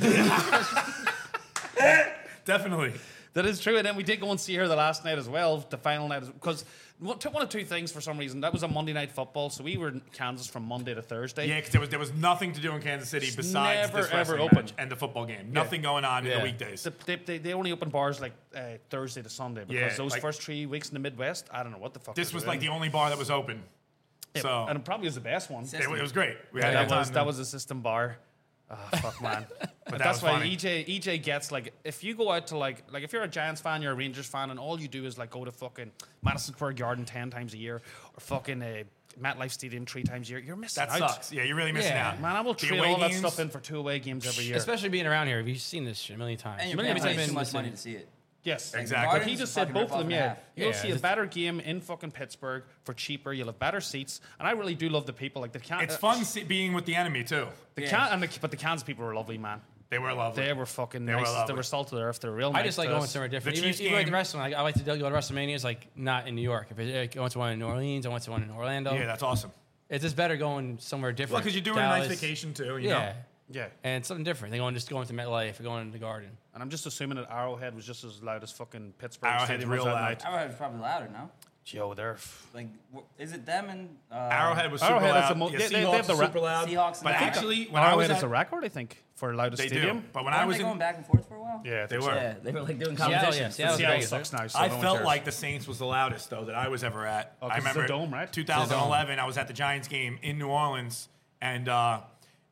Speaker 1: Definitely.
Speaker 2: That is true. And then we did go and see her the last night as well, the final night, because one one of two things for some reason. That was a Monday night football, so we were in Kansas from Monday to Thursday.
Speaker 1: Yeah, because there was there was nothing to do in Kansas City besides
Speaker 2: never,
Speaker 1: this
Speaker 2: ever
Speaker 1: wrestling
Speaker 2: open.
Speaker 1: match and the football game. Nothing going on in
Speaker 3: Yeah.
Speaker 1: the weekdays.
Speaker 2: The- they, they, they only open bars like uh, Thursday to Sunday because
Speaker 1: Yeah,
Speaker 2: those
Speaker 1: like-
Speaker 2: first three weeks in the Midwest, I don't know what the fuck.
Speaker 1: This
Speaker 2: they're
Speaker 1: was like the
Speaker 2: doing.
Speaker 1: only bar that was open. So
Speaker 2: and it probably was the best one.
Speaker 1: it, it was great. We had a
Speaker 2: that
Speaker 1: good
Speaker 2: was
Speaker 1: time.
Speaker 2: that was a system bar. Ah, fuck man. But
Speaker 1: that
Speaker 2: that's
Speaker 1: was
Speaker 2: why E
Speaker 1: funny.
Speaker 2: EJ EJ gets like if you go out to like like if you're a Giants fan, you're a Rangers fan, and all you do is like go to fucking Madison Square Garden ten times a year or fucking uh, MetLife Stadium three times a year, you're missing
Speaker 1: that
Speaker 2: out.
Speaker 1: sucks. Yeah, you're really missing
Speaker 3: Yeah.
Speaker 1: out.
Speaker 2: Man, I will
Speaker 1: The
Speaker 2: trade
Speaker 1: away
Speaker 2: all that
Speaker 1: games,
Speaker 2: stuff in for two away games every year.
Speaker 3: Especially being around here, we've seen this shit a million times.
Speaker 4: And you're
Speaker 3: Million
Speaker 4: paying
Speaker 3: times
Speaker 4: way
Speaker 3: been
Speaker 4: too
Speaker 3: in
Speaker 4: much
Speaker 3: the
Speaker 4: money
Speaker 3: city.
Speaker 4: to see it.
Speaker 2: yes,
Speaker 1: Exactly.
Speaker 2: But he
Speaker 4: Gardens
Speaker 2: just
Speaker 4: is
Speaker 2: said
Speaker 4: fucking
Speaker 2: both of them.
Speaker 4: ripped off in
Speaker 2: Yeah,
Speaker 4: half.
Speaker 2: you'll
Speaker 3: Yeah,
Speaker 2: see a
Speaker 3: it's-
Speaker 2: better game in fucking Pittsburgh for cheaper. You'll have better seats, and I really do love the people. Like the can-
Speaker 1: It's
Speaker 2: uh,
Speaker 1: fun see, being with the enemy too.
Speaker 2: The
Speaker 4: Yeah.
Speaker 2: can- and the, but the Cans people were lovely, man.
Speaker 1: They were lovely.
Speaker 2: They were fucking
Speaker 1: were
Speaker 2: nice. as they
Speaker 1: lovely.
Speaker 2: were salt of the earth. They were real nice.
Speaker 3: I just like
Speaker 2: to
Speaker 3: going
Speaker 2: us.
Speaker 3: somewhere different.
Speaker 1: The
Speaker 3: even
Speaker 1: Chiefs
Speaker 3: even like the
Speaker 1: game-
Speaker 3: wrestling, like, I like to go to WrestleManias, like not in New York. If it, I went to one in New Orleans, I went to one in Orlando.
Speaker 1: yeah, that's awesome.
Speaker 3: it's just better going somewhere different.
Speaker 1: Well, because you're doing a nice
Speaker 3: Dallas.
Speaker 1: vacation too. You
Speaker 3: Yeah,
Speaker 1: know?
Speaker 2: Yeah.
Speaker 3: and it's something different. They're going just going to MetLife or going to the Garden.
Speaker 2: And I'm just assuming that Arrowhead was just as loud as fucking Pittsburgh.
Speaker 1: Arrowhead's
Speaker 2: Stadium was
Speaker 1: real
Speaker 2: that
Speaker 1: loud.
Speaker 2: night.
Speaker 4: Arrowhead was probably louder, no?
Speaker 2: Yo, they're.
Speaker 4: Like, w- is it them and uh,
Speaker 1: Arrowhead was super
Speaker 2: Arrowhead is
Speaker 1: loud.
Speaker 2: the mo-
Speaker 1: yeah,
Speaker 2: they- they- they
Speaker 1: Seahawks
Speaker 2: have the ra-
Speaker 1: super loud.
Speaker 4: Seahawks and
Speaker 1: but
Speaker 4: the-
Speaker 1: actually, when I
Speaker 2: Arrowhead
Speaker 1: was
Speaker 2: is
Speaker 1: at,
Speaker 2: the record, I think, for loudest
Speaker 1: they
Speaker 2: stadium.
Speaker 1: do. But when I
Speaker 4: Aren't
Speaker 1: was
Speaker 4: they going
Speaker 1: in,
Speaker 4: back and forth for a while?
Speaker 2: Yeah,
Speaker 1: they were.
Speaker 4: Yeah, they were like
Speaker 3: yeah,
Speaker 4: doing competition.
Speaker 3: Seattle
Speaker 2: Seattle
Speaker 3: Vegas,
Speaker 2: sucks now. So
Speaker 1: I
Speaker 2: no one
Speaker 1: felt
Speaker 2: cares. Oh,
Speaker 1: like the Saints was the loudest though that I was ever at. I
Speaker 2: 'cause it's a
Speaker 1: remember
Speaker 2: dome, right?
Speaker 1: 2011. I was at the Giants game in New Orleans, and uh,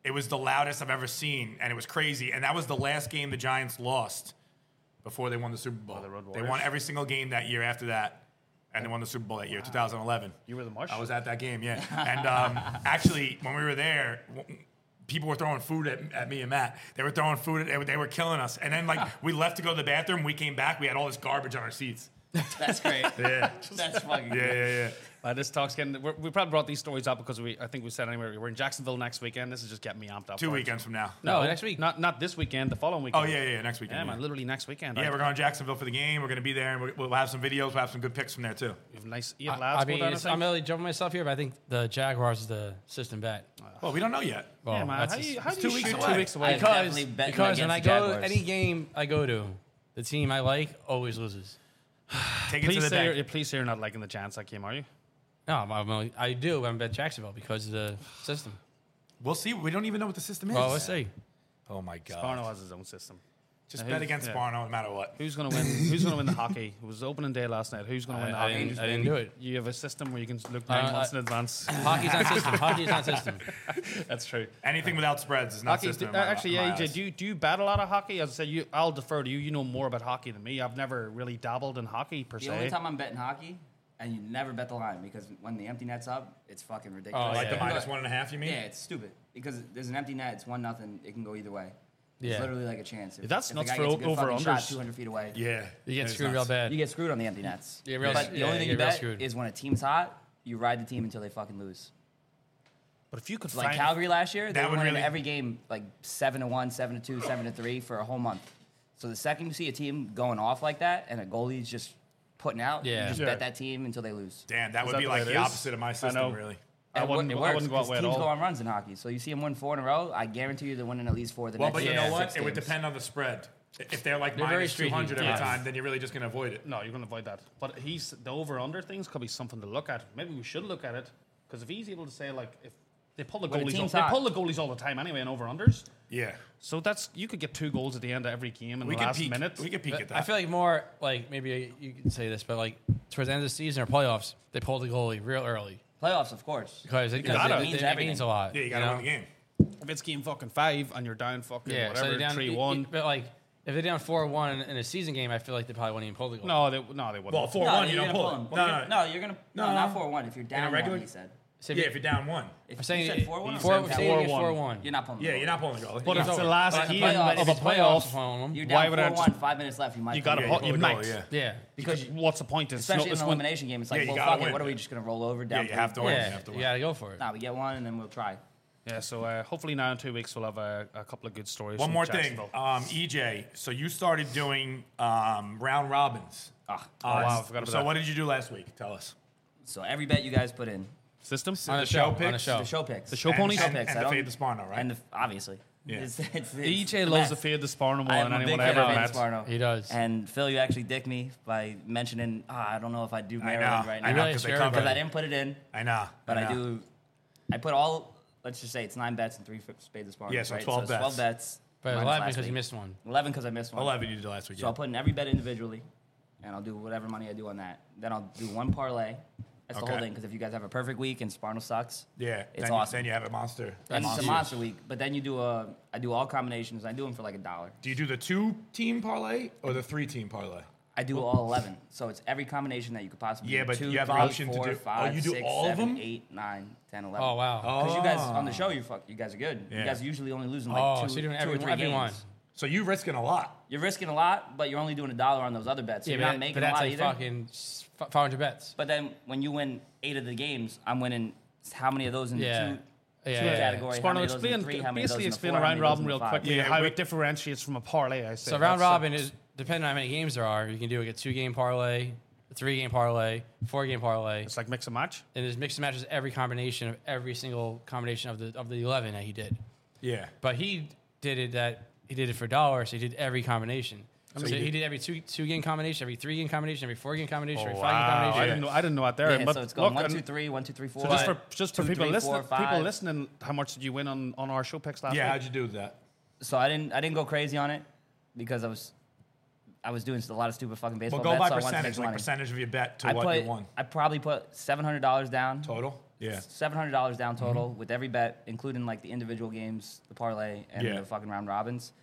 Speaker 1: it was the loudest I've ever seen, and it was crazy. And that was the last game the Giants lost before they won the Super Bowl.
Speaker 2: Oh, the Road
Speaker 1: they won
Speaker 2: Warriors.
Speaker 1: every single game that year after that, and they won the Super Bowl that year, 2011.
Speaker 2: You were the marshal.
Speaker 1: I was at that game, yeah. And um, actually, when we were there, w- people were throwing food at, at me and Matt. They were throwing food. At, they, were, they were killing us. And then, like, we left to go to the bathroom. We came back. We had all this garbage on our seats.
Speaker 4: That's great.
Speaker 1: Yeah,
Speaker 4: That's fucking
Speaker 1: yeah,
Speaker 4: good.
Speaker 1: yeah, yeah.
Speaker 2: Uh, this talk's getting. We're, we probably brought these stories up because we. I think we said anyway. We're in Jacksonville next weekend. This is just getting me amped up.
Speaker 1: Two
Speaker 2: for it.
Speaker 1: weekends from now.
Speaker 2: No,
Speaker 3: No, next week.
Speaker 2: Not not this weekend. The following weekend.
Speaker 1: Oh yeah, yeah, yeah, next
Speaker 2: Yeah,
Speaker 1: weekend.
Speaker 2: man.
Speaker 1: Yeah,
Speaker 2: Literally next weekend.
Speaker 1: yeah
Speaker 2: I-
Speaker 1: we're going to Jacksonville for the game. We're going to be there, and we're, we'll have some videos. We'll have some good picks from there too.
Speaker 2: we have nice. Ian
Speaker 3: I,
Speaker 2: Labs
Speaker 3: mean,
Speaker 2: go down, I
Speaker 3: it's- I'm
Speaker 2: think.
Speaker 3: really jumping myself here, but I think the Jaguars is the system bet.
Speaker 1: Well, we don't know yet.
Speaker 3: Well,
Speaker 2: yeah, man.
Speaker 3: that's
Speaker 2: How
Speaker 3: just-
Speaker 2: do you, how do
Speaker 1: two
Speaker 2: you
Speaker 1: weeks
Speaker 2: shoot two
Speaker 1: away.
Speaker 2: weeks
Speaker 4: I
Speaker 2: away?
Speaker 4: definitely bet
Speaker 3: because when I
Speaker 4: against the
Speaker 3: go
Speaker 4: Jaguars.
Speaker 3: any game I go to, the team I like always loses.
Speaker 1: Take it to
Speaker 2: Please
Speaker 1: the
Speaker 2: say,
Speaker 1: bank.
Speaker 2: you're, please say you're not liking the chance that game, are you?
Speaker 3: No, I'm, I'm only, I do. I'm at Jacksonville because of the system.
Speaker 1: We'll see. We don't even know what the system is.
Speaker 3: Well, let's see.
Speaker 1: Oh my god.
Speaker 2: Barno has his own system.
Speaker 1: Just bet against
Speaker 2: Yeah.
Speaker 1: Barno, no matter what.
Speaker 2: Who's gonna win? Who's gonna win the hockey? It was opening day last night. Who's gonna win the
Speaker 3: I, I
Speaker 2: hockey?
Speaker 3: didn't, I didn't do it.
Speaker 2: You have a system where you can look nine
Speaker 3: Uh,
Speaker 2: months
Speaker 3: I-
Speaker 2: in advance.
Speaker 3: Hockey's not system. Hockey's not system.
Speaker 2: That's true.
Speaker 1: Anything without spreads is not
Speaker 2: Hockey,
Speaker 1: system. in
Speaker 2: uh,
Speaker 1: my-
Speaker 2: actually,
Speaker 1: my
Speaker 2: yeah,
Speaker 1: eyes.
Speaker 2: EJ, do you, do you bet a lot of hockey? As I said, you, I'll defer to you. You know more about hockey than me. I've never really dabbled in hockey per
Speaker 4: The only
Speaker 2: se.
Speaker 4: time I'm betting hockey, and you never bet the line because when the empty net's up, it's fucking ridiculous.
Speaker 3: Oh,
Speaker 1: like the
Speaker 3: Yeah.
Speaker 1: minus one and a half? You mean?
Speaker 4: Yeah, it's stupid because there's an empty net. It's one nothing. It can go either way. It's
Speaker 3: Yeah.
Speaker 4: literally like a chance. If,
Speaker 2: That's
Speaker 4: if
Speaker 2: nuts
Speaker 4: the guy
Speaker 2: for
Speaker 4: gets a good
Speaker 2: o-
Speaker 4: fucking shot
Speaker 2: over-unders.
Speaker 4: 200 feet away.
Speaker 1: Yeah.
Speaker 3: You get
Speaker 1: It's
Speaker 3: screwed
Speaker 1: nuts.
Speaker 3: real bad.
Speaker 4: You get screwed on the empty nets.
Speaker 3: Yeah, real-
Speaker 4: but the
Speaker 3: yeah,
Speaker 4: only
Speaker 3: you
Speaker 4: thing
Speaker 3: get
Speaker 4: you
Speaker 3: real
Speaker 4: bet
Speaker 3: screwed.
Speaker 4: is when a team's hot, you ride the team until they fucking lose.
Speaker 2: but if you could
Speaker 4: Like
Speaker 2: find
Speaker 4: Calgary last year, they
Speaker 1: That
Speaker 4: were
Speaker 1: would
Speaker 4: winning
Speaker 1: really-
Speaker 4: every game like seven to one, seven to two, seven to three for a whole month. So the second you see a team going off like that and a goalie's just putting out,
Speaker 3: Yeah.
Speaker 4: you just
Speaker 2: Yeah.
Speaker 4: bet that team until they lose.
Speaker 1: Damn, that would
Speaker 2: that
Speaker 1: be
Speaker 2: the way
Speaker 1: like
Speaker 2: it
Speaker 1: the
Speaker 2: is?
Speaker 1: opposite of
Speaker 2: I
Speaker 1: my
Speaker 2: know.
Speaker 1: system, really.
Speaker 2: I
Speaker 4: And
Speaker 2: wouldn't,
Speaker 4: it
Speaker 2: I
Speaker 4: works
Speaker 2: wouldn't go out
Speaker 4: 'cause
Speaker 2: way at
Speaker 4: teams go
Speaker 2: all.
Speaker 4: on runs in hockey, so you see them win four in a row. I guarantee you they're winning at least four the
Speaker 1: Well,
Speaker 4: next.
Speaker 1: but you
Speaker 4: year,
Speaker 1: know
Speaker 4: six
Speaker 1: what? It would
Speaker 4: games.
Speaker 1: depend on the spread. If they're like
Speaker 3: They're very
Speaker 1: minus two
Speaker 3: streaky.
Speaker 1: hundred every
Speaker 3: Yeah.
Speaker 1: time, then you're really just going to avoid it.
Speaker 2: No, you're going to avoid that. But he's the over under things could be something to look at. Maybe we should look at it because if he's able to say like if they pull the
Speaker 4: When a
Speaker 2: goalies, all,
Speaker 4: team's
Speaker 2: they
Speaker 4: hot.
Speaker 2: pull the goalies all the time anyway in over unders.
Speaker 1: Yeah,
Speaker 2: So that's you could get two goals at the end of every game in
Speaker 1: we
Speaker 2: the
Speaker 1: could
Speaker 2: last
Speaker 1: peek.
Speaker 2: minute.
Speaker 1: We could peek at that.
Speaker 3: I feel like more like maybe you can say this, but like towards the end of the season or playoffs, they pull the goalie real early
Speaker 4: playoffs, of course.
Speaker 3: because it,
Speaker 2: gotta.
Speaker 3: it,
Speaker 2: It
Speaker 4: means
Speaker 3: means,
Speaker 4: everything.
Speaker 3: a lot.
Speaker 1: yeah, you got to
Speaker 3: know?
Speaker 1: win the game.
Speaker 2: if it's game fucking five and you're down fucking
Speaker 3: Yeah, so
Speaker 2: whatever
Speaker 3: they're down
Speaker 2: three
Speaker 3: you- you-
Speaker 2: one.
Speaker 3: But like if they're down four one in a season game, I feel like they probably wouldn't even pull the goal.
Speaker 2: No, they no they wouldn't.
Speaker 1: Well, four
Speaker 4: No,
Speaker 1: one, you
Speaker 4: you're
Speaker 1: don't
Speaker 4: gonna
Speaker 1: pull
Speaker 4: them.
Speaker 1: it.
Speaker 4: Well,
Speaker 1: No,
Speaker 4: you're-
Speaker 1: no, no.
Speaker 4: you're gonna
Speaker 1: No,
Speaker 4: no, not
Speaker 1: no.
Speaker 4: four one. If you're down
Speaker 1: regular-
Speaker 4: one, he said.
Speaker 3: So
Speaker 1: Yeah, if you're down one,
Speaker 4: If
Speaker 3: I'm
Speaker 4: you
Speaker 3: saying
Speaker 4: said four one,
Speaker 3: four,
Speaker 4: I'm
Speaker 3: I'm
Speaker 4: saying
Speaker 3: saying you get
Speaker 2: 4-1.
Speaker 3: four one.
Speaker 4: You're not pulling.
Speaker 1: yeah,
Speaker 4: the
Speaker 1: you're
Speaker 4: ball.
Speaker 1: not pulling the goalie.
Speaker 2: but
Speaker 1: No.
Speaker 2: if it's the last
Speaker 4: But if
Speaker 2: game
Speaker 4: it's playoffs-
Speaker 2: of
Speaker 4: if
Speaker 2: a
Speaker 4: it's
Speaker 2: playoff,
Speaker 4: You're
Speaker 2: Why
Speaker 4: down
Speaker 2: would
Speaker 4: four
Speaker 2: I
Speaker 4: one.
Speaker 2: just-
Speaker 4: Five minutes left. You might.
Speaker 2: you got
Speaker 1: Yeah,
Speaker 2: to
Speaker 1: you
Speaker 2: hold you
Speaker 1: pull the goal,
Speaker 2: might.
Speaker 1: yeah.
Speaker 3: Yeah,
Speaker 4: because you-
Speaker 2: What's the point? It's
Speaker 4: especially
Speaker 2: no, it's
Speaker 4: in an
Speaker 2: when-
Speaker 4: elimination game. It's
Speaker 1: Yeah,
Speaker 4: like,
Speaker 1: you
Speaker 4: well,
Speaker 1: gotta
Speaker 4: fuck
Speaker 1: win.
Speaker 4: it. What are we just gonna roll over?
Speaker 1: Yeah,
Speaker 4: Down.
Speaker 1: you have to win. You
Speaker 3: yeah,
Speaker 1: have to
Speaker 3: you
Speaker 1: win.
Speaker 3: gotta go for it.
Speaker 4: Nah, we get one and then we'll try.
Speaker 2: Yeah, so uh, hopefully now in two weeks we'll have a, a couple of good stories.
Speaker 1: One
Speaker 2: from
Speaker 1: more thing,
Speaker 2: Jacksonville.
Speaker 1: um, EJ. So you started doing um, round robins.
Speaker 4: Ah.
Speaker 1: Uh,
Speaker 2: wow, I forgot about
Speaker 1: so
Speaker 2: that.
Speaker 1: what did you do last week? Tell us.
Speaker 4: So every bet you guys put in,
Speaker 2: System.
Speaker 3: on
Speaker 1: the
Speaker 3: a
Speaker 1: show
Speaker 3: show, on a
Speaker 1: picks?
Speaker 3: show.
Speaker 4: the show picks,
Speaker 2: show ponies?
Speaker 4: show
Speaker 1: and,
Speaker 4: picks.
Speaker 1: and
Speaker 4: I
Speaker 1: Oh. the
Speaker 4: don't-
Speaker 1: fade the Sparno, right?
Speaker 4: and the, obviously It's, it's, it's
Speaker 3: E
Speaker 2: EJ loves to
Speaker 4: best.
Speaker 2: fade the Sparno more
Speaker 4: I am
Speaker 2: than
Speaker 4: a
Speaker 2: anyone
Speaker 4: big
Speaker 2: I
Speaker 4: fan
Speaker 2: ever
Speaker 4: of Vince
Speaker 2: met.
Speaker 4: Sparno.
Speaker 3: He does.
Speaker 4: And Phil, you actually dicked me by mentioning, ah, I don't know if I do
Speaker 1: I
Speaker 4: Maryland
Speaker 1: know.
Speaker 4: right
Speaker 1: I
Speaker 4: now
Speaker 1: know
Speaker 3: Really
Speaker 1: because they
Speaker 3: sure
Speaker 1: covered.
Speaker 4: because I
Speaker 1: it.
Speaker 4: didn't put it in,
Speaker 1: I know.
Speaker 4: but I,
Speaker 1: know.
Speaker 4: do. I put all. Let's just say it's nine bets and three f- spades of Sparno.
Speaker 1: Yeah, so
Speaker 4: right?
Speaker 1: 12
Speaker 4: so it's
Speaker 1: bets.
Speaker 4: Twelve bets.
Speaker 3: But
Speaker 4: minus
Speaker 3: 11
Speaker 4: last
Speaker 3: because you
Speaker 4: week.
Speaker 3: missed one.
Speaker 4: Eleven because I missed one.
Speaker 1: Eleven you did last week.
Speaker 4: So I'll put in every bet individually, and I'll do whatever money I do on that. Then I'll do one parlay. That's the whole
Speaker 1: Okay.
Speaker 4: thing. Because if you guys have a perfect week and Sparno sucks,
Speaker 1: yeah.
Speaker 4: it's
Speaker 1: then,
Speaker 4: awesome.
Speaker 1: You, then you have a monster.
Speaker 4: and it's a
Speaker 3: monster.
Speaker 4: monster week. But then you do a. I do all combinations. I do them for like a dollar.
Speaker 1: Do you do the two team parlay or the three team parlay?
Speaker 4: I do all eleven. So it's every combination that you could possibly.
Speaker 1: Yeah,
Speaker 4: do.
Speaker 1: but
Speaker 4: Two,
Speaker 1: you have an
Speaker 4: three,
Speaker 1: option to
Speaker 4: four,
Speaker 1: do- oh,
Speaker 4: five,
Speaker 1: you do
Speaker 4: six,
Speaker 1: all of
Speaker 4: seven,
Speaker 1: them?
Speaker 4: eight, nine, 10, 11.
Speaker 3: Oh, wow.
Speaker 4: Because you guys
Speaker 1: Oh.
Speaker 4: on the show, you fuck, you guys are good. You guys usually only losing like
Speaker 3: Oh,
Speaker 4: two,
Speaker 3: so you're doing
Speaker 4: two
Speaker 3: every,
Speaker 4: or three
Speaker 3: every
Speaker 4: games.
Speaker 3: one.
Speaker 1: So you're risking a lot.
Speaker 4: You're risking a lot, but you're only doing a dollar on those other bets. So
Speaker 3: Yeah,
Speaker 4: you're
Speaker 3: but,
Speaker 4: not
Speaker 3: that-
Speaker 4: making
Speaker 3: but
Speaker 4: a
Speaker 3: that's
Speaker 4: lot
Speaker 3: like
Speaker 4: either.
Speaker 3: fucking s- f- 500 bets.
Speaker 4: But then when you win eight of the games, I'm winning how many of those in
Speaker 3: Yeah.
Speaker 4: the two,
Speaker 3: Yeah,
Speaker 4: two
Speaker 3: yeah, yeah.
Speaker 4: category? how
Speaker 2: Sparno,
Speaker 4: many of those in
Speaker 2: explain,
Speaker 4: the three? How many of those
Speaker 2: basically
Speaker 4: in the
Speaker 2: explain
Speaker 4: four,
Speaker 2: a
Speaker 4: how many
Speaker 2: round
Speaker 4: of
Speaker 2: robin
Speaker 4: those in the
Speaker 2: real
Speaker 4: five?
Speaker 2: quickly,
Speaker 1: Yeah,
Speaker 2: how
Speaker 1: we-
Speaker 2: it differentiates from a parlay. I say
Speaker 3: So round robin is depending on how many games there are. You can do like a two game parlay, a three game parlay, four game parlay,
Speaker 2: It's like mix and match.
Speaker 3: and there's mixed matches every combination of every single combination of the of the eleven that he did.
Speaker 1: Yeah.
Speaker 3: But he did it that he did it for dollars. he did every combination. So
Speaker 1: he
Speaker 3: he
Speaker 1: did-
Speaker 3: did every two two game combination, every three game combination, every four game combination, every
Speaker 2: Oh,
Speaker 3: five game
Speaker 2: wow. I
Speaker 3: combination.
Speaker 2: didn't know. I didn't know that there.
Speaker 4: Yeah,
Speaker 2: but
Speaker 4: so it's going
Speaker 2: look,
Speaker 4: one, two,
Speaker 2: and-
Speaker 4: three, one, two, three, four.
Speaker 2: So just for
Speaker 4: five,
Speaker 2: just for
Speaker 4: two,
Speaker 2: people
Speaker 4: three,
Speaker 2: listening,
Speaker 4: four, five.
Speaker 2: people listening, how much did you win on, on our show picks last
Speaker 1: Yeah.
Speaker 2: week?
Speaker 1: How'd you do with that?
Speaker 4: So I didn't I didn't go crazy on it because I was I was doing a lot of stupid fucking baseball
Speaker 1: Well, go
Speaker 4: bets.
Speaker 1: by
Speaker 4: so I wanted to
Speaker 1: percentage,
Speaker 4: make
Speaker 1: like
Speaker 4: money.
Speaker 1: percentage of your bet to
Speaker 4: I
Speaker 1: what
Speaker 4: put
Speaker 1: you won
Speaker 4: I probably put seven hundred dollars down.
Speaker 1: total. Yeah. Mm-hmm.
Speaker 4: Seven hundred dollars down total with every bet, including like the individual games, the parlay, and
Speaker 1: Yeah.
Speaker 4: the fucking round robins.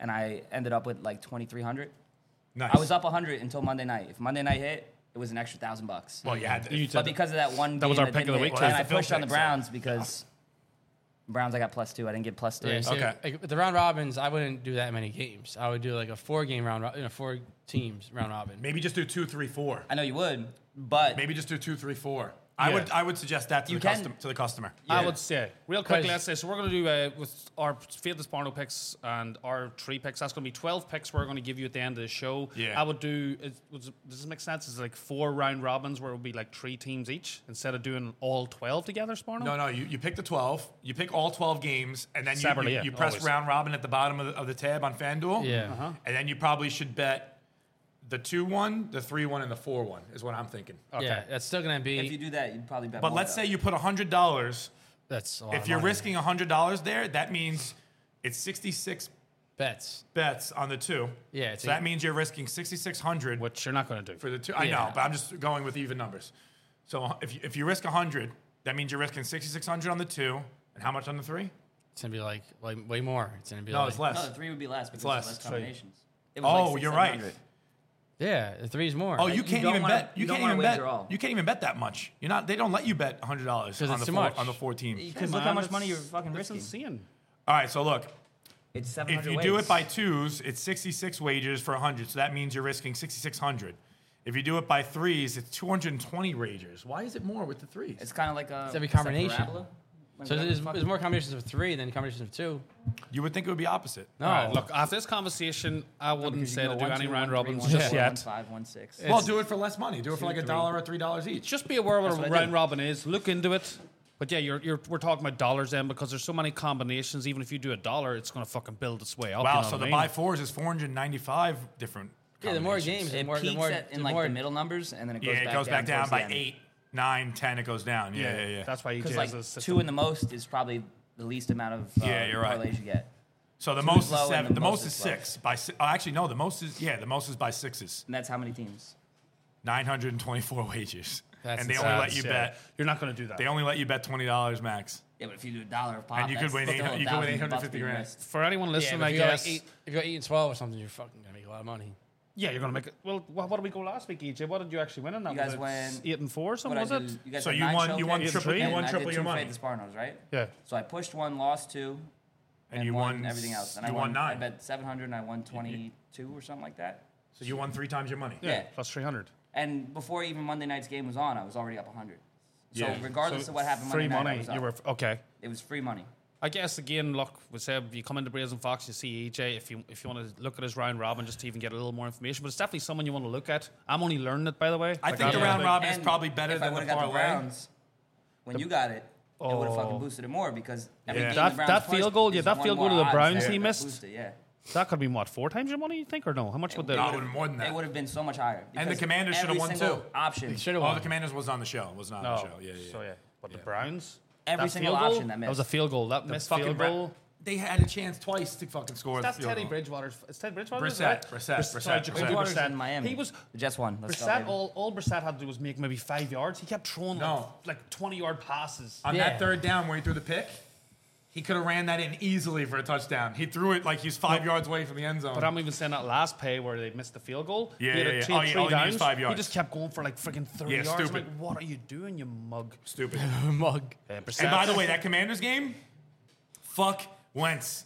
Speaker 4: And I ended up with like twenty three hundred.
Speaker 1: Nice.
Speaker 4: I was up 100 until Monday night. If Monday night hit, it was an extra thousand bucks.
Speaker 1: Well, you had to.
Speaker 2: You
Speaker 4: but
Speaker 2: said
Speaker 4: because of that one,
Speaker 2: That was our
Speaker 4: game
Speaker 2: pick
Speaker 4: didn't
Speaker 2: of the week,
Speaker 4: hit, And
Speaker 2: too.
Speaker 4: I
Speaker 1: That's the
Speaker 4: pushed
Speaker 1: Phil
Speaker 4: on the
Speaker 1: pick, so-
Speaker 4: Browns because Browns I got plus two. I didn't get plus three.
Speaker 3: Yeah, so
Speaker 1: Okay.
Speaker 3: like, with the round robins, I wouldn't do that many games. I would do like a four game round, ro- you know, four teams round robin.
Speaker 1: Maybe just do two, three, four.
Speaker 4: I know you would, but
Speaker 1: Maybe just do two, three, four. I
Speaker 2: Yeah.
Speaker 1: would. I would suggest that to
Speaker 4: You
Speaker 1: the
Speaker 4: can-
Speaker 1: custom, to the customer.
Speaker 2: I would say real quick.
Speaker 3: 'Cause-
Speaker 2: Let's say so we're going to do uh, with our Fade the Sparno picks and our three picks. That's going to be twelve picks. We're going to give you at the end of the show.
Speaker 1: Yeah.
Speaker 2: I would do. It, was, does this make sense? It's like four round robins where it would be like three teams each instead of doing all twelve together. Sparno.
Speaker 1: No, no. You, you pick the twelve. You pick all twelve games, and then you,
Speaker 2: Separately,
Speaker 1: you,
Speaker 2: yeah,
Speaker 1: you press
Speaker 2: always.
Speaker 1: round robin at the bottom of the, of the tab on FanDuel.
Speaker 3: Yeah. Uh-huh.
Speaker 1: And then you probably should bet the two one, the three one, and the four one is what I'm thinking.
Speaker 3: Yeah, that's still gonna be.
Speaker 4: if you do that, you'd probably bet.
Speaker 1: But
Speaker 4: more,
Speaker 1: let's
Speaker 4: though.
Speaker 1: say you put hundred dollars.
Speaker 3: that's a lot
Speaker 1: If
Speaker 3: of
Speaker 1: you're
Speaker 3: money.
Speaker 1: risking hundred dollars there, that means it's sixty six
Speaker 3: bets.
Speaker 1: bets on the two.
Speaker 3: Yeah, it's
Speaker 1: So
Speaker 3: a-
Speaker 1: that means you're risking sixty six hundred
Speaker 2: Which you're not going to do.
Speaker 1: for the two. I know,
Speaker 3: Yeah.
Speaker 1: but I'm just going with even numbers. So if you, if you risk 100, that means you're risking 6,600 on the two, and how much on the three?
Speaker 3: It's gonna be like like way more. It's gonna be
Speaker 1: No,
Speaker 3: like,
Speaker 1: it's less.
Speaker 4: no, the three would be less because
Speaker 1: less.
Speaker 4: less, less
Speaker 1: So-
Speaker 4: combinations. It was
Speaker 1: oh,
Speaker 4: like six,
Speaker 1: you're right.
Speaker 4: 700.
Speaker 3: Yeah, the three's more.
Speaker 1: Oh, you
Speaker 4: you
Speaker 1: can't
Speaker 4: don't
Speaker 1: even
Speaker 4: wanna-
Speaker 1: bet. You,
Speaker 4: you don't
Speaker 1: can't
Speaker 4: wanna
Speaker 1: even bet.
Speaker 4: wager all.
Speaker 1: You can't even bet that much. You're not. They don't let you bet 100 dollars on
Speaker 3: it's
Speaker 1: the
Speaker 3: too
Speaker 1: four,
Speaker 3: much.
Speaker 1: on the four teams.
Speaker 4: Because look
Speaker 2: Man,
Speaker 4: how much
Speaker 2: that's-
Speaker 4: money you're fucking
Speaker 2: that's
Speaker 4: risking.
Speaker 2: insane.
Speaker 1: All right. So look,
Speaker 4: It's seven
Speaker 1: if
Speaker 4: hundred.
Speaker 1: you do it by twos, it's 66 wagers for 100. So that means you're risking 6,600. If you do it by threes, it's 220 wagers. Why is it more with the threes?
Speaker 4: it's kind of like a
Speaker 3: It's every
Speaker 4: it's a
Speaker 3: combination.
Speaker 4: parabola. Like
Speaker 3: So
Speaker 4: whatever
Speaker 3: there's,
Speaker 4: the fuck-
Speaker 3: there's more combinations of three than combinations of two.
Speaker 1: you would think it would be opposite.
Speaker 3: No,
Speaker 2: All right, look, after this conversation, I wouldn't
Speaker 4: because you
Speaker 2: say
Speaker 4: can
Speaker 2: to
Speaker 4: go
Speaker 2: do
Speaker 4: one,
Speaker 2: any
Speaker 4: two,
Speaker 2: round
Speaker 4: one, three,
Speaker 2: robins
Speaker 4: one,
Speaker 2: just
Speaker 4: four,
Speaker 2: yet.
Speaker 4: One, five, one, six.
Speaker 1: Well, do it for less money. Do it for like a
Speaker 4: three.
Speaker 1: dollar or three dollars each.
Speaker 2: Just be aware what
Speaker 4: That's
Speaker 2: a
Speaker 4: what I
Speaker 2: round
Speaker 4: do.
Speaker 2: robin is. Look into it. But yeah, you're, you're, we're talking about dollars then because there's so many combinations. Even if you do a dollar, it's going to fucking build its way up. you
Speaker 1: Wow,
Speaker 2: know
Speaker 1: so
Speaker 2: what I
Speaker 1: the
Speaker 2: mean?
Speaker 1: by fours is 495 different.
Speaker 3: yeah, the more
Speaker 1: combinations.
Speaker 3: games, the
Speaker 4: It
Speaker 3: more, the
Speaker 4: peaks
Speaker 3: more,
Speaker 4: at, in
Speaker 3: the
Speaker 4: like
Speaker 3: more
Speaker 4: the middle numbers, and then it goes
Speaker 1: Yeah,
Speaker 4: back
Speaker 1: it goes back down,
Speaker 4: towards the
Speaker 1: by
Speaker 4: end.
Speaker 1: eight, nine, ten. It goes down. Yeah, yeah, yeah.
Speaker 2: That's why you
Speaker 4: Because
Speaker 2: has
Speaker 4: like
Speaker 2: a system.
Speaker 4: two in the most is probably the least amount of uh,
Speaker 1: Yeah, you're right.
Speaker 4: parlays you get.
Speaker 1: so the
Speaker 4: two
Speaker 1: most
Speaker 4: is
Speaker 1: is
Speaker 4: low and
Speaker 1: seven. The most is
Speaker 4: low.
Speaker 1: six. By si- oh, actually, no, the most is yeah, the most is by sixes.
Speaker 4: And that's how many teams.
Speaker 1: 924 wagers,
Speaker 3: That's
Speaker 1: and they
Speaker 3: insane.
Speaker 1: only let you
Speaker 2: Yeah.
Speaker 1: bet.
Speaker 2: You're not going to do that.
Speaker 1: They only let you bet twenty dollars max.
Speaker 4: Yeah, but if you do a dollar of pop,
Speaker 1: And you could
Speaker 4: that's
Speaker 1: win
Speaker 4: still
Speaker 1: eight- you could win
Speaker 4: 1,000
Speaker 1: 850
Speaker 4: bucks being
Speaker 1: grand.
Speaker 4: missed.
Speaker 2: For anyone
Speaker 3: Yeah,
Speaker 2: listening,
Speaker 3: but
Speaker 2: I
Speaker 3: if you got like
Speaker 2: guess.
Speaker 3: eight, if you got eight and twelve or something, you're fucking gonna make a lot of money.
Speaker 2: yeah, you're going to make it. Well, wh- what did we go last week, EJ? What did you actually win in that?
Speaker 4: You
Speaker 2: Was
Speaker 4: guys
Speaker 2: it
Speaker 4: went-
Speaker 2: eight and four or something,
Speaker 4: What
Speaker 2: was
Speaker 4: I
Speaker 2: it?
Speaker 4: do, you guys
Speaker 1: So
Speaker 4: had
Speaker 1: you
Speaker 4: nine
Speaker 1: won-
Speaker 4: show
Speaker 1: you won
Speaker 4: picks,
Speaker 1: triple- you
Speaker 4: and
Speaker 1: won
Speaker 4: I did
Speaker 1: triple your
Speaker 4: two
Speaker 1: money.
Speaker 4: Fade the Sparnos, right?
Speaker 2: Yeah.
Speaker 4: So I pushed one, lost two,
Speaker 1: And you
Speaker 4: won
Speaker 1: won
Speaker 4: everything else. And I
Speaker 1: you won
Speaker 4: I
Speaker 1: nine.
Speaker 4: bet seven hundred, and I won twenty-two or something like that.
Speaker 1: So you won three times your money.
Speaker 2: Yeah.
Speaker 4: Yeah.
Speaker 2: Plus 300.
Speaker 4: And before even Monday night's game was on, I was already up hundred. So
Speaker 1: Yeah.
Speaker 4: regardless
Speaker 2: So
Speaker 4: of what happened
Speaker 2: free
Speaker 4: Monday night, I
Speaker 2: money.
Speaker 4: was up.
Speaker 2: You were okay.
Speaker 4: it was free money.
Speaker 2: I guess again, look, we said you come into Brazen Fox, you see EJ. If you if you want to look at his round robin, just to even get a little more information, but it's definitely someone you want to look at. I'm only learning it by the way.
Speaker 1: I think the
Speaker 3: yeah.
Speaker 1: round robin is
Speaker 4: And
Speaker 1: probably better
Speaker 4: if I
Speaker 1: than the
Speaker 4: would've got
Speaker 1: parlay.
Speaker 4: Browns, when you got it, it would have
Speaker 2: Oh.
Speaker 4: fucking boosted it more because every
Speaker 1: Yeah.
Speaker 4: game
Speaker 2: That-
Speaker 4: the Browns
Speaker 2: that
Speaker 4: plays
Speaker 2: field goal- yeah,
Speaker 4: is
Speaker 2: that
Speaker 4: one
Speaker 2: field
Speaker 4: more
Speaker 2: goal to the
Speaker 4: odds
Speaker 2: Browns
Speaker 4: there
Speaker 2: he
Speaker 4: to
Speaker 2: missed.
Speaker 4: boost it, yeah.
Speaker 2: That could be what four times your money, you think, or no? How much would the?
Speaker 1: No, it would've been more than that.
Speaker 4: It would have been so much higher.
Speaker 1: And the
Speaker 4: because
Speaker 1: Commanders should have
Speaker 4: every
Speaker 1: won,
Speaker 4: single
Speaker 1: too.
Speaker 4: Option.
Speaker 3: Should
Speaker 1: Oh, the
Speaker 3: have
Speaker 1: Commanders was on the show. Was not on the show. Yeah, yeah.
Speaker 2: Oh, So
Speaker 1: yeah.
Speaker 2: yeah, but the Browns.
Speaker 4: Every
Speaker 2: that
Speaker 4: single
Speaker 2: field goal,
Speaker 4: option that
Speaker 2: That was a
Speaker 4: missed.
Speaker 2: field goal. That missed field
Speaker 1: Bra-
Speaker 2: goal.
Speaker 1: They had a chance twice to fucking score.
Speaker 2: That's
Speaker 1: the field
Speaker 2: Teddy
Speaker 1: goal.
Speaker 2: Bridgewater's. It's Teddy Bridgewater's.
Speaker 1: Brissett,
Speaker 2: right?
Speaker 1: Brissett,
Speaker 2: Briss-
Speaker 1: Brissett,
Speaker 2: sorry,
Speaker 1: Brissett.
Speaker 2: Jacoby
Speaker 4: Bridgewater's
Speaker 2: Brissett.
Speaker 4: in Miami.
Speaker 2: He was.
Speaker 4: The Jets won. Let's go,
Speaker 2: Brissett,
Speaker 4: baby.
Speaker 2: all, all Brissett had to do was make maybe five yards. He kept throwing
Speaker 1: No.
Speaker 2: like, like 20 yard passes.
Speaker 1: On
Speaker 4: Yeah.
Speaker 1: that third down where he threw the pick, he could have ran that in easily for a touchdown. He threw it like he's five yards away from the end zone.
Speaker 2: But I'm even saying that last pay where they missed the field goal.
Speaker 1: Yeah,
Speaker 2: he had
Speaker 1: yeah,
Speaker 2: a
Speaker 1: yeah.
Speaker 2: two-
Speaker 1: Oh, yeah,
Speaker 2: three
Speaker 1: all you need is
Speaker 2: downs.
Speaker 1: five
Speaker 2: He
Speaker 1: yards.
Speaker 2: just kept going for like freaking 30
Speaker 1: Yeah,
Speaker 2: yards. I'm
Speaker 1: stupid.
Speaker 2: Like, what are you doing, you mug?
Speaker 1: stupid.
Speaker 3: mug.
Speaker 2: Yeah,
Speaker 1: and by the way, that Commanders game, fuck Wentz,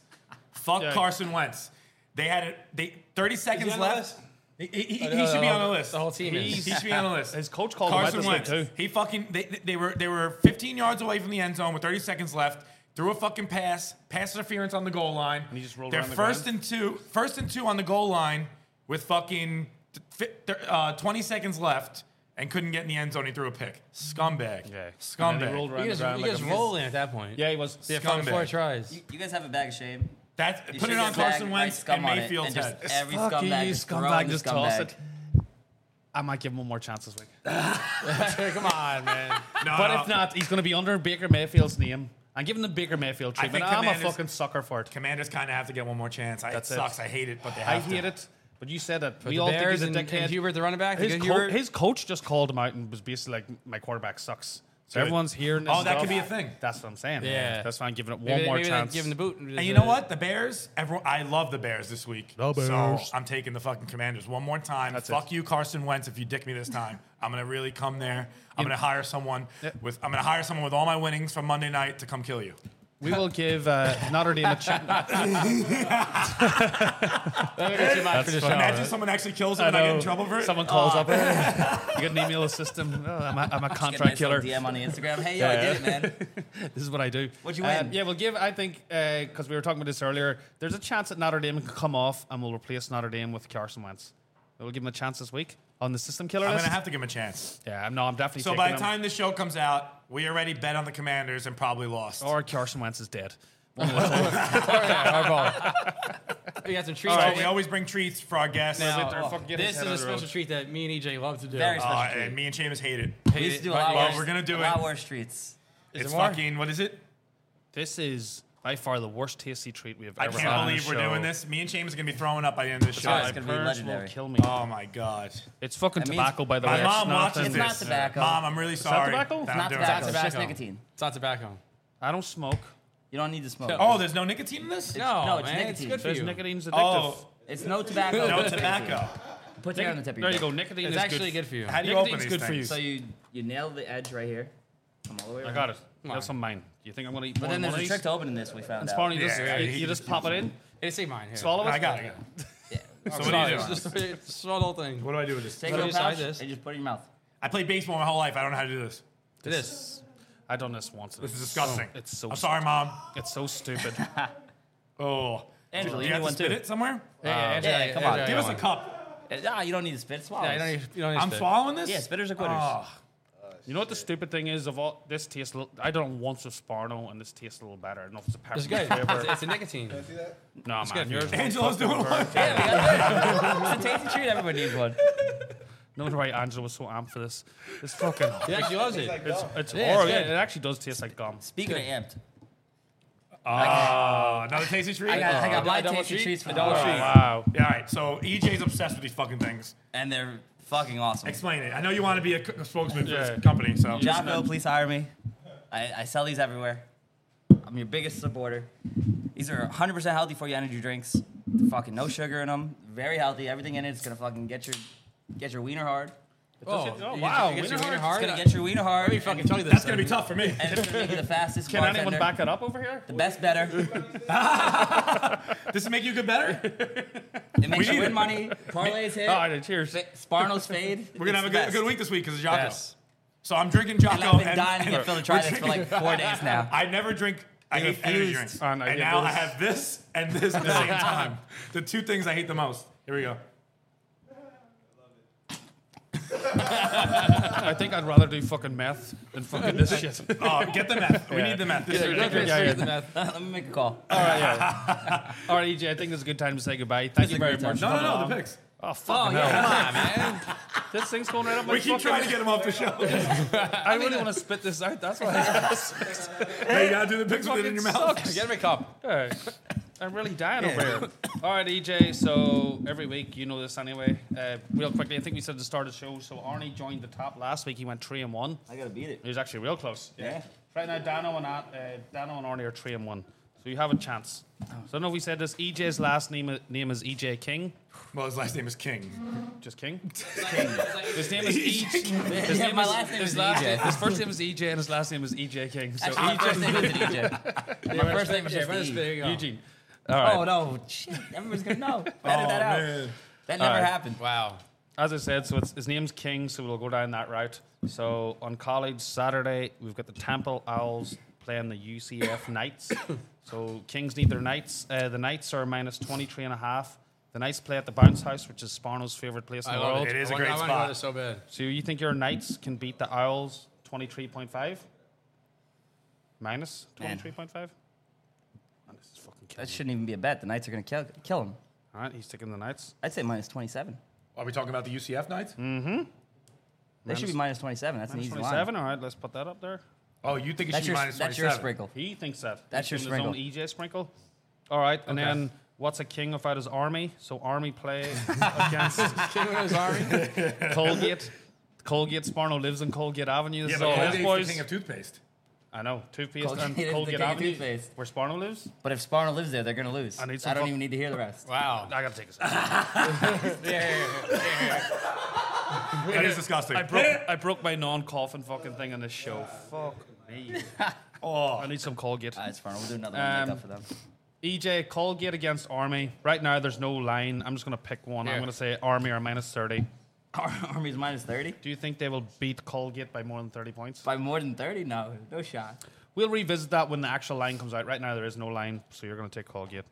Speaker 1: fuck
Speaker 2: Yeah.
Speaker 1: Carson Wentz. They had it. They 30 seconds
Speaker 3: on the
Speaker 1: left.
Speaker 3: list?
Speaker 1: He, he- he-
Speaker 3: Oh,
Speaker 1: he
Speaker 3: no,
Speaker 1: should
Speaker 3: no,
Speaker 1: be
Speaker 3: no.
Speaker 1: on the list.
Speaker 3: The whole team is.
Speaker 1: He should be on the list.
Speaker 2: His coach called him out
Speaker 1: Carson
Speaker 2: this week,
Speaker 1: Wentz.
Speaker 2: too.
Speaker 1: He fucking they, they- they were they were 15 yards away from the end zone with 30 seconds left. Threw a fucking pass, pass interference on the goal line. And
Speaker 2: he just rolled
Speaker 1: They're
Speaker 2: around the
Speaker 1: first
Speaker 2: ground?
Speaker 1: and two, first and two on the goal line with fucking th- fi- th- uh, 20 seconds left and couldn't get in the end zone. He threw a pick. Scumbag.
Speaker 2: Yeah. And then
Speaker 1: Scumbag.
Speaker 2: he rolled around
Speaker 3: You
Speaker 2: the
Speaker 3: guys,
Speaker 2: ground
Speaker 3: you
Speaker 2: like
Speaker 3: guys
Speaker 2: a-
Speaker 3: rolling at that point.
Speaker 2: Yeah, he was.
Speaker 3: Yeah, fucking
Speaker 1: Scumbag.
Speaker 3: four tries.
Speaker 4: You, you guys have a bag of shame.
Speaker 1: That's
Speaker 4: You
Speaker 1: put it
Speaker 4: should
Speaker 1: on
Speaker 4: just bag,
Speaker 1: Carson
Speaker 4: like,
Speaker 1: Wentz
Speaker 4: scum
Speaker 1: and
Speaker 4: on it
Speaker 1: Mayfield's
Speaker 4: just
Speaker 1: head.
Speaker 4: Every
Speaker 2: Fuck you,
Speaker 4: scumbag,
Speaker 2: you
Speaker 4: just throw
Speaker 2: scumbag.
Speaker 4: the
Speaker 2: Just toss
Speaker 4: scumbag.
Speaker 2: it. I might give him one more chance this week.
Speaker 3: Come on, man.
Speaker 1: No,
Speaker 2: But
Speaker 1: no.
Speaker 2: if not, he's going to be under Baker Mayfield's name. I'm giving the Baker Mayfield
Speaker 1: I think
Speaker 2: treatment. I'm a
Speaker 1: Commanders-
Speaker 2: fucking sucker for it.
Speaker 1: Commanders kind of have to get one more chance. I, it
Speaker 2: That's it.
Speaker 1: sucks. I hate it, but they
Speaker 2: I
Speaker 1: have to.
Speaker 2: hate it. But you said that we
Speaker 3: the
Speaker 2: all think
Speaker 3: Bears
Speaker 2: he's a
Speaker 3: and,
Speaker 2: dickhead.
Speaker 3: and Hubert, the running back. the
Speaker 2: his,
Speaker 3: good
Speaker 2: co-
Speaker 3: Hubert.
Speaker 2: his coach just called him out and was basically like, "My quarterback sucks." So
Speaker 1: Dude.
Speaker 2: everyone's hearing. This
Speaker 1: Oh, that
Speaker 2: stuff.
Speaker 1: could be a thing.
Speaker 2: That's what I'm saying.
Speaker 3: Yeah.
Speaker 2: that's why I'm giving it one
Speaker 3: Maybe they-
Speaker 2: more
Speaker 3: maybe they
Speaker 2: chance.
Speaker 3: Give him the boot. And,
Speaker 1: And you know what? The Bears, everyone, I love the Bears this week.
Speaker 2: The
Speaker 1: So
Speaker 2: Bears.
Speaker 1: I'm taking the fucking Commanders one more time.
Speaker 2: That's
Speaker 1: Fuck
Speaker 2: it.
Speaker 1: you, Carson Wentz, if you dick me this time. I'm gonna really come there. I'm gonna hire someone with I'm gonna hire someone with all my winnings from Monday night to come kill you.
Speaker 2: we will give uh, Notre Dame a chance.
Speaker 3: That's too much for the show.
Speaker 1: Imagine someone actually kills him and I get in trouble for it.
Speaker 2: Someone calls up. you get an email system. Oh, I'm, a, I'm a
Speaker 4: Get
Speaker 2: contract
Speaker 4: nice
Speaker 2: killer.
Speaker 4: little DM on the Instagram. Hey, yo, I did it, man.
Speaker 2: This is what I do.
Speaker 4: What'd you
Speaker 2: Uh,
Speaker 4: win?
Speaker 2: yeah, we'll give. I think because we were talking about this earlier. There's a chance that Notre Dame can come off, and we'll replace Notre Dame with Carson Wentz. We'll give him a chance this week on the system killer
Speaker 1: I'm
Speaker 2: list.
Speaker 1: gonna have to give him a chance.
Speaker 2: yeah, I'm no, I'm definitely.
Speaker 1: So
Speaker 2: taking
Speaker 1: by the
Speaker 2: him.
Speaker 1: time this show comes out, we already bet on the Commanders and probably lost.
Speaker 2: or Carson Wentz is dead.
Speaker 3: We got some treats.
Speaker 1: So
Speaker 3: right?
Speaker 1: we always bring treats for our guests.
Speaker 3: Now,
Speaker 2: there, fucking get his
Speaker 3: this
Speaker 2: head
Speaker 3: is
Speaker 2: out
Speaker 3: a
Speaker 2: of the road.
Speaker 3: special treat that me and EJ love to do.
Speaker 4: Very special
Speaker 1: Uh,
Speaker 4: treat.
Speaker 1: and me and Seamus hate it.
Speaker 4: We used to do a lot
Speaker 1: Well,
Speaker 4: worse.
Speaker 1: we're gonna do
Speaker 4: a
Speaker 1: it.
Speaker 4: lot worse treats.
Speaker 1: It's
Speaker 3: there more?
Speaker 1: fucking what is it?
Speaker 2: This is by far the worst tasty treat we have
Speaker 1: I
Speaker 2: ever had.
Speaker 1: can't
Speaker 2: on
Speaker 1: believe
Speaker 2: the
Speaker 1: we're
Speaker 2: show.
Speaker 1: doing this. Me and James are gonna be throwing up by the end of this show.
Speaker 4: right.
Speaker 2: My
Speaker 4: It's gonna be
Speaker 2: parents will
Speaker 4: legendary.
Speaker 2: kill me.
Speaker 1: Oh my god.
Speaker 2: it's fucking
Speaker 4: That means-
Speaker 2: tobacco, by the
Speaker 1: My
Speaker 2: way.
Speaker 1: mom
Speaker 2: it's
Speaker 1: watches
Speaker 2: nothing.
Speaker 1: this.
Speaker 4: It's not tobacco.
Speaker 1: Mom, I'm really sorry.
Speaker 2: tobacco? It's
Speaker 1: that I'm
Speaker 4: Not
Speaker 1: doing
Speaker 4: tobacco.
Speaker 1: this.
Speaker 4: It's just
Speaker 3: tobacco.
Speaker 4: nicotine.
Speaker 3: It's not tobacco.
Speaker 2: I don't smoke.
Speaker 4: You don't need to smoke.
Speaker 1: Oh, there's no nicotine in this?
Speaker 3: No,
Speaker 4: no, it's
Speaker 3: man,
Speaker 4: nicotine.
Speaker 3: It's
Speaker 2: So
Speaker 3: good
Speaker 2: is
Speaker 3: for you.
Speaker 2: nicotine's addictive.
Speaker 1: Oh,
Speaker 4: It's no tobacco.
Speaker 1: no
Speaker 4: it's
Speaker 1: tobacco.
Speaker 4: nicotine. Put your hand on the tip of your
Speaker 2: there you
Speaker 4: dick.
Speaker 2: go. Nicotine
Speaker 3: It's
Speaker 2: is
Speaker 3: actually
Speaker 2: good.
Speaker 3: good for you.
Speaker 1: How do you open
Speaker 2: Nicotine's
Speaker 1: these
Speaker 2: good
Speaker 1: things?
Speaker 2: for you.
Speaker 4: So you you nail the edge right here. Come all the way
Speaker 2: I
Speaker 4: around.
Speaker 2: got it.
Speaker 3: on.
Speaker 2: That's on mine. You think I'm gonna eat
Speaker 4: But
Speaker 2: more
Speaker 4: then
Speaker 2: than
Speaker 4: there's
Speaker 2: one
Speaker 4: a
Speaker 2: of
Speaker 4: trick
Speaker 2: these?
Speaker 4: to opening this. We found
Speaker 2: It's
Speaker 4: out.
Speaker 2: probably just
Speaker 1: Yeah,
Speaker 2: you,
Speaker 1: he
Speaker 2: you just pop it in,
Speaker 3: It's ain't mine. Here.
Speaker 2: swallow it.
Speaker 1: I got it.
Speaker 4: Yeah.
Speaker 1: So what do you do?
Speaker 3: Just swallow the whole thing.
Speaker 1: What do I do with this?
Speaker 4: Take
Speaker 3: So
Speaker 4: a
Speaker 3: you decide
Speaker 4: pouch
Speaker 3: this.
Speaker 4: and just put it in your mouth.
Speaker 1: I played baseball my whole life. I don't know how to do this.
Speaker 3: It is.
Speaker 2: I done this once.
Speaker 1: This is disgusting.
Speaker 2: it's so
Speaker 1: I'm sorry, mom.
Speaker 2: It's so stupid.
Speaker 1: Oh.
Speaker 4: Angela,
Speaker 1: do you
Speaker 4: you need
Speaker 1: have to
Speaker 4: one
Speaker 1: spit
Speaker 4: too.
Speaker 1: it somewhere?
Speaker 3: Yeah,
Speaker 4: yeah, come on.
Speaker 1: Give us a cup.
Speaker 4: Ah, you don't need to spit. It's
Speaker 3: Yeah, you don't
Speaker 4: swallows.
Speaker 3: need- you don't need
Speaker 1: I'm
Speaker 3: spit.
Speaker 1: swallowing this?
Speaker 4: Yeah, spitters are quitters.
Speaker 1: Oh.
Speaker 2: you know what the stupid thing is? Of all this tastes, a little, I done once with Sparno, and this tastes a little better. I don't know if it's a
Speaker 3: It's
Speaker 2: peppermint
Speaker 3: good.
Speaker 2: flavor.
Speaker 3: It's- It's a nicotine.
Speaker 2: nah,
Speaker 3: good
Speaker 2: man,
Speaker 3: for
Speaker 2: yours.
Speaker 3: you.
Speaker 2: was
Speaker 1: Angela's doing one.
Speaker 4: It's a tasty treat. Everybody needs one.
Speaker 2: No wonder why Angela was so amped for this. It's fucking.
Speaker 3: He actually loves it.
Speaker 2: It's it's
Speaker 3: Yeah, it's
Speaker 2: oral. Yeah,
Speaker 3: good.
Speaker 2: it actually does taste like gum.
Speaker 4: Speaking of amped,
Speaker 1: Oh, another tasty treat?
Speaker 4: I got, I got
Speaker 3: a
Speaker 4: my
Speaker 3: double
Speaker 4: tasty
Speaker 3: treat?
Speaker 4: treats for
Speaker 3: A
Speaker 4: the
Speaker 3: double
Speaker 4: world.
Speaker 3: treat.
Speaker 2: Oh, Wow.
Speaker 1: Yeah, all right. So EJ's obsessed with these fucking things.
Speaker 4: and they're fucking awesome.
Speaker 1: Explain it. I know you want to be a, c- a spokesman for
Speaker 2: Yeah.
Speaker 1: this company, so.
Speaker 4: Jocko, please hire me. I, I sell these everywhere. I'm your biggest supporter. These are 100% healthy for you energy drinks. Fucking no sugar in them. Very healthy. Everything in it's gonna fucking get your get your wiener hard.
Speaker 3: Oh,
Speaker 2: oh,
Speaker 3: you-
Speaker 2: wow,
Speaker 3: you get your
Speaker 2: wiener
Speaker 3: wiener
Speaker 4: It's
Speaker 3: hard.
Speaker 4: gonna get your wiener hard.
Speaker 3: Let me fucking tell you this.
Speaker 1: That's going to be tough for me.
Speaker 4: and it's gonna make you the fastest
Speaker 2: Can
Speaker 4: bartender.
Speaker 2: anyone back it up over here?
Speaker 4: the best better.
Speaker 1: Does it make you good better?
Speaker 4: It makes
Speaker 1: need
Speaker 4: you
Speaker 1: it.
Speaker 4: win money. Parlays hit.
Speaker 2: All right, Oh, cheers.
Speaker 4: Fa- Sparno's fade.
Speaker 1: We're going to have a good, a good week this week because of Jocko.
Speaker 3: Yes.
Speaker 1: So I'm drinking Jocko.
Speaker 4: I've been
Speaker 1: and-
Speaker 4: dying to get Phil to try
Speaker 1: we're
Speaker 4: this for
Speaker 1: drinking-
Speaker 4: like four days now.
Speaker 1: I never drink. I hate energy
Speaker 3: refused.
Speaker 1: drinks.
Speaker 2: Oh, no,
Speaker 1: and
Speaker 2: you
Speaker 1: now
Speaker 2: do
Speaker 1: I
Speaker 2: this.
Speaker 1: have this and this at the same time. The two things I hate the most. Here we go.
Speaker 2: I think I'd rather do fucking meth than fucking this shit.
Speaker 1: Oh, get the meth. We need the meth. This is ridiculous.
Speaker 2: yeah, yeah.
Speaker 4: Let me make a call.
Speaker 2: All right, yeah. All right, EJ, I think this is a good time to say goodbye. Thank you very much.
Speaker 1: No, no, no,
Speaker 2: Um,
Speaker 1: the picks.
Speaker 2: Oh, fucking hell. This thing's going right up my
Speaker 1: We keep
Speaker 2: fucking-
Speaker 1: trying to get him off the show. Hey,
Speaker 2: I really want to spit this out. That's why I
Speaker 1: you gotta do the picks with it in your mouth.
Speaker 2: sucks.
Speaker 3: Get him a cup.
Speaker 2: Yeah. I'm really dying over here. All right, EJ. So every week, you know this anyway. Uh, real quickly, I think we said at the start of the show. So Arnie joined the top last week. He went three and one.
Speaker 4: I gotta beat it.
Speaker 2: He was actually real close.
Speaker 4: Yeah.
Speaker 2: Right now, Dano and Ar- uh, Dano and Arnie are three and one. So you have a chance. So I don't know if we said this. EJ's last name uh, name is EJ King.
Speaker 1: Well, his last name is King.
Speaker 2: Just King. E His name is EJ.
Speaker 4: His
Speaker 2: name
Speaker 4: my
Speaker 2: is-
Speaker 4: last name
Speaker 2: His,
Speaker 4: is
Speaker 2: last,
Speaker 4: EJ.
Speaker 2: his first name is EJ and his last name is EJ King. So
Speaker 4: Actually, my first name is EJ. My first name is
Speaker 3: Yeah, brother,
Speaker 4: just
Speaker 3: there
Speaker 4: E.
Speaker 3: you go.
Speaker 2: Eugene. All right. Oh,
Speaker 4: Oh no, shit! Everyone's gonna know. Edit
Speaker 1: Oh,
Speaker 4: that out. That never
Speaker 2: Alright.
Speaker 4: happened.
Speaker 3: Wow.
Speaker 2: as I said, so it's, his name's King, so we'll go down that route. So on college Saturday, we've got the Temple Owls playing the UCF Knights. so Kings need their Knights. Uh, the Knights are minus 23 and a half. The Knights play at the Bounce House, which is Sparno's favorite place in
Speaker 3: I
Speaker 2: the
Speaker 3: love
Speaker 2: world.
Speaker 3: it.
Speaker 1: It is a
Speaker 3: I want-
Speaker 1: great
Speaker 3: I want to
Speaker 1: spot.
Speaker 3: go there so bad.
Speaker 2: So you think your Knights can beat the Owls 23.5? Minus
Speaker 4: Man.
Speaker 2: 23.5? Man, this is fucking killing
Speaker 4: That
Speaker 2: me.
Speaker 4: shouldn't even be a bet. The Knights are gonna kill kill him.
Speaker 2: All right, he's taking the Knights.
Speaker 4: I'd say minus twenty seven.
Speaker 1: Are we talking about the UCF nights?
Speaker 4: They should be minus twenty seven. That's
Speaker 2: Minus
Speaker 4: an easy line.
Speaker 2: 27, all right, let's put that up there.
Speaker 1: Oh, you think it should
Speaker 4: That's
Speaker 1: be
Speaker 4: your
Speaker 1: minus
Speaker 4: that's your
Speaker 1: 27?
Speaker 4: sprinkle.
Speaker 2: He thinks that.
Speaker 4: That's
Speaker 2: He's
Speaker 4: your
Speaker 2: doing
Speaker 4: sprinkle.
Speaker 2: His own EJ sprinkle. All right, and
Speaker 1: Okay.
Speaker 2: then what's a king without his army? So army play against
Speaker 3: King of his army.
Speaker 2: Colgate. Colgate Sparno lives in Colgate Avenue. This
Speaker 1: Yeah,
Speaker 2: is
Speaker 1: but
Speaker 2: all
Speaker 1: Colgate's
Speaker 2: his
Speaker 1: the
Speaker 2: boys.
Speaker 1: king of toothpaste.
Speaker 2: I know. Toothpaste
Speaker 4: Colgate is
Speaker 2: and
Speaker 4: the
Speaker 2: Colgate
Speaker 4: king of
Speaker 2: Avenue,
Speaker 4: toothpaste.
Speaker 2: where Sparno lives.
Speaker 4: But if Sparno lives there, they're gonna lose.
Speaker 2: I
Speaker 4: I,
Speaker 2: need some
Speaker 4: don't
Speaker 2: fuck-
Speaker 4: even need to hear the rest.
Speaker 3: Wow.
Speaker 2: I gotta take a second.
Speaker 1: It is disgusting.
Speaker 2: I broke, I broke my non-coffin fucking thing on this show. Fuck me.
Speaker 1: Oh,
Speaker 2: I need some Colgate.
Speaker 4: All right, Sparno, we'll do another one. to
Speaker 2: Um,
Speaker 4: Make up for them.
Speaker 2: EJ Colgate against Army. Right now, there's no line. I'm just gonna pick one. I'm
Speaker 3: Here.
Speaker 2: gonna say Army are minus thirty.
Speaker 4: Our Army's minus thirty
Speaker 2: Do you think they will beat Colgate by more than thirty points?
Speaker 4: by more than thirty. No, no shot.
Speaker 2: We'll revisit that when the actual line comes out. Right now, there is no line, so you're going to take Colgate.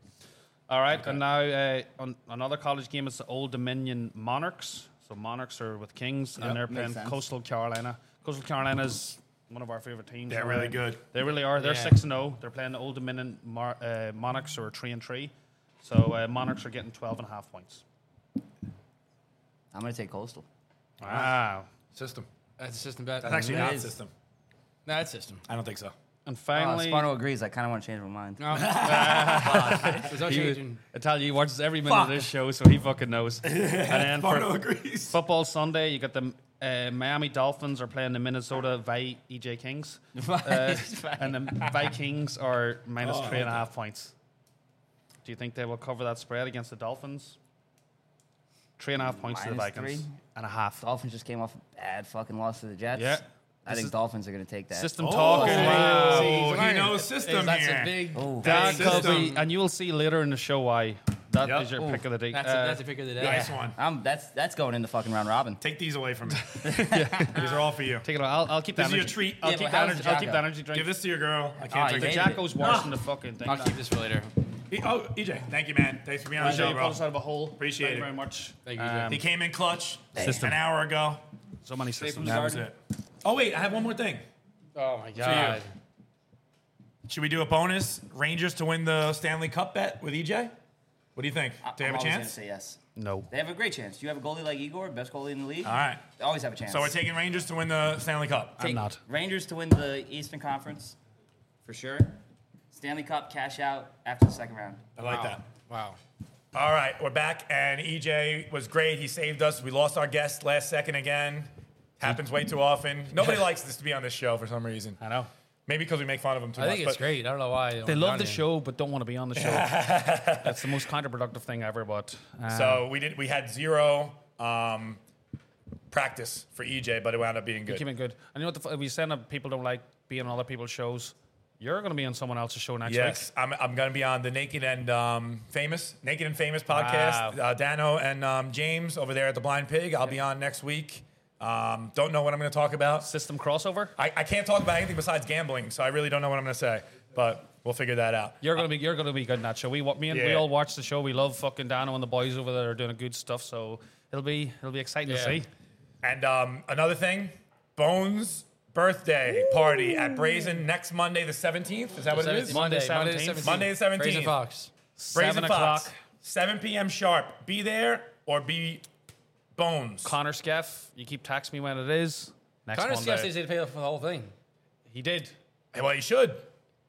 Speaker 2: All right, and now uh, on another college game is the Old Dominion Monarchs. So Monarchs are with Kings, and they're
Speaker 4: makes
Speaker 2: playing
Speaker 4: sense.
Speaker 2: Coastal Carolina. Coastal Carolina is one of our favorite teams. Um,
Speaker 1: They're really good.
Speaker 2: They really are. They're
Speaker 3: Yeah.
Speaker 2: six and zero. They're playing the Old Dominion Mar- uh, Monarchs, or three and three. So uh, Monarchs are getting 12 and a half points.
Speaker 4: I'm gonna take Coastal.
Speaker 2: Wow.
Speaker 1: system.
Speaker 3: That's a system bet.
Speaker 1: That's actually
Speaker 4: It
Speaker 1: not
Speaker 4: is.
Speaker 1: system.
Speaker 3: No, that's system.
Speaker 1: I don't think so.
Speaker 2: And
Speaker 4: Oh,
Speaker 2: finally,
Speaker 4: Sparno agrees. I kind of want to change my mind.
Speaker 3: No. Oh. There's no
Speaker 2: He,
Speaker 3: changing.
Speaker 2: I tell you, he watches every minute of this show, so he fucking knows. and then for
Speaker 1: Barno agrees.
Speaker 2: football Sunday, you got the uh, Miami Dolphins are playing the Minnesota Vi EJ Kings, Uh, and the Vikings are minus three and a half points. Do you think they will cover that spread against the Dolphins? Three and a half points to the
Speaker 4: Minus
Speaker 2: Vikings
Speaker 4: three?
Speaker 2: and a half.
Speaker 4: Dolphins just came off a bad fucking loss to the Jets.
Speaker 2: Yeah.
Speaker 4: I
Speaker 2: This
Speaker 4: think
Speaker 2: is-
Speaker 4: Dolphins are gonna take that.
Speaker 2: System
Speaker 1: Oh,
Speaker 2: talking.
Speaker 1: Wow.
Speaker 3: He's
Speaker 1: He
Speaker 3: learning.
Speaker 1: knows system
Speaker 3: That's
Speaker 1: here.
Speaker 3: a big.
Speaker 4: Oh,
Speaker 2: That
Speaker 1: System.
Speaker 2: Colby, and you will see later in the show why that
Speaker 1: Yep.
Speaker 2: is your
Speaker 4: Ooh,
Speaker 2: pick of the day.
Speaker 3: That's,
Speaker 2: Uh,
Speaker 3: a, that's a pick of the day.
Speaker 1: Nice one.
Speaker 4: I'm, that's that's going in the fucking round robin.
Speaker 1: Take these away from me. These are all for you.
Speaker 2: Take it. I'll, I'll keep
Speaker 1: This
Speaker 2: that.
Speaker 1: is your
Speaker 2: energy-
Speaker 1: treat.
Speaker 2: I'll
Speaker 4: Yeah,
Speaker 2: keep
Speaker 4: but
Speaker 2: that
Speaker 4: how's
Speaker 2: energy.
Speaker 4: the
Speaker 2: I'll keep
Speaker 4: Jacko?
Speaker 2: that energy drink.
Speaker 1: Give this to your girl. I
Speaker 4: Oh,
Speaker 1: can't drink
Speaker 4: you
Speaker 1: it.
Speaker 4: hate
Speaker 2: Jacko's worse than the fucking thing.
Speaker 3: I'll keep this for later.
Speaker 1: E- Oh, EJ, thank you, man. Thanks for being on the
Speaker 4: E
Speaker 2: Appreciate
Speaker 1: show,
Speaker 2: you pulled
Speaker 1: bro.
Speaker 2: us out of a hole.
Speaker 1: Appreciate
Speaker 2: Thank
Speaker 1: it.
Speaker 2: you very much.
Speaker 3: Thank you,
Speaker 1: He came in clutch
Speaker 2: System.
Speaker 1: an hour ago.
Speaker 2: so many systems.
Speaker 1: That was it. Oh wait, I have one more thing.
Speaker 3: Oh my god.
Speaker 1: Should we do a bonus Rangers to win the Stanley Cup bet with EJ? What do you think? Do you have
Speaker 4: I'm
Speaker 1: a
Speaker 4: always gonna
Speaker 1: chance?
Speaker 4: say yes.
Speaker 2: No.
Speaker 4: They have a great chance. You have a goalie like Igor, best goalie in the league.
Speaker 1: All right.
Speaker 4: They always have a chance.
Speaker 1: So we're taking Rangers to win the Stanley Cup.
Speaker 4: Take
Speaker 2: not.
Speaker 4: Rangers to win the Eastern Conference for sure. Stanley Cup cash out after the second round.
Speaker 1: I like
Speaker 3: Wow.
Speaker 1: that.
Speaker 3: Wow.
Speaker 1: All right, we're back, and EJ was great. He saved us. We lost our guest last second again. Happens way too often. Nobody likes this to be on this show for some reason.
Speaker 2: I know.
Speaker 1: Maybe because we make fun of him too
Speaker 3: I
Speaker 1: much.
Speaker 3: think it's
Speaker 1: but
Speaker 3: great. I don't know why.
Speaker 2: They love the show, but don't want to be on the show. That's the most counterproductive thing ever. But uh,
Speaker 1: So we did. We had zero um, practice for EJ, but it wound up being good.
Speaker 2: keep it good. And you know what? The, f- we said that people don't like being on other people's shows. You're going to be on someone else's show next
Speaker 1: Yes, I'm, I'm going to be on the Naked and um, Famous, Naked and Famous podcast. Uh, Dano and um, James over there at the Blind Pig. I'll be on next week. Um, don't know what I'm going to talk about.
Speaker 2: week. System crossover.
Speaker 1: I, I can't talk about anything besides gambling, so I really don't know what I'm going to say. But we'll figure that out.
Speaker 2: You're gonna be you're gonna be good in that show. We wa- me and we
Speaker 1: Yeah.
Speaker 2: all watch the show. We love fucking Dano and the boys over there are doing good stuff. So it'll be it'll be exciting
Speaker 3: Yeah.
Speaker 2: to see.
Speaker 1: And um, another thing, Bones' birthday party at Brazen next Monday, the 17th. Is that what it is?
Speaker 3: Monday,
Speaker 2: Monday
Speaker 3: Monday,
Speaker 2: 17th.
Speaker 3: the 17th.
Speaker 1: Monday the 17th.
Speaker 3: Brazen Fox.
Speaker 1: Brazen
Speaker 2: Seven
Speaker 1: Fox,
Speaker 2: o'clock.
Speaker 1: 7 p.m. sharp. Be there or be Bones.
Speaker 2: Connor Skeff, you keep texting me when it is. Next
Speaker 3: Connor
Speaker 2: Monday.
Speaker 3: Skeff says he'd pay for the whole thing.
Speaker 2: he did.
Speaker 1: Hey, well, you should.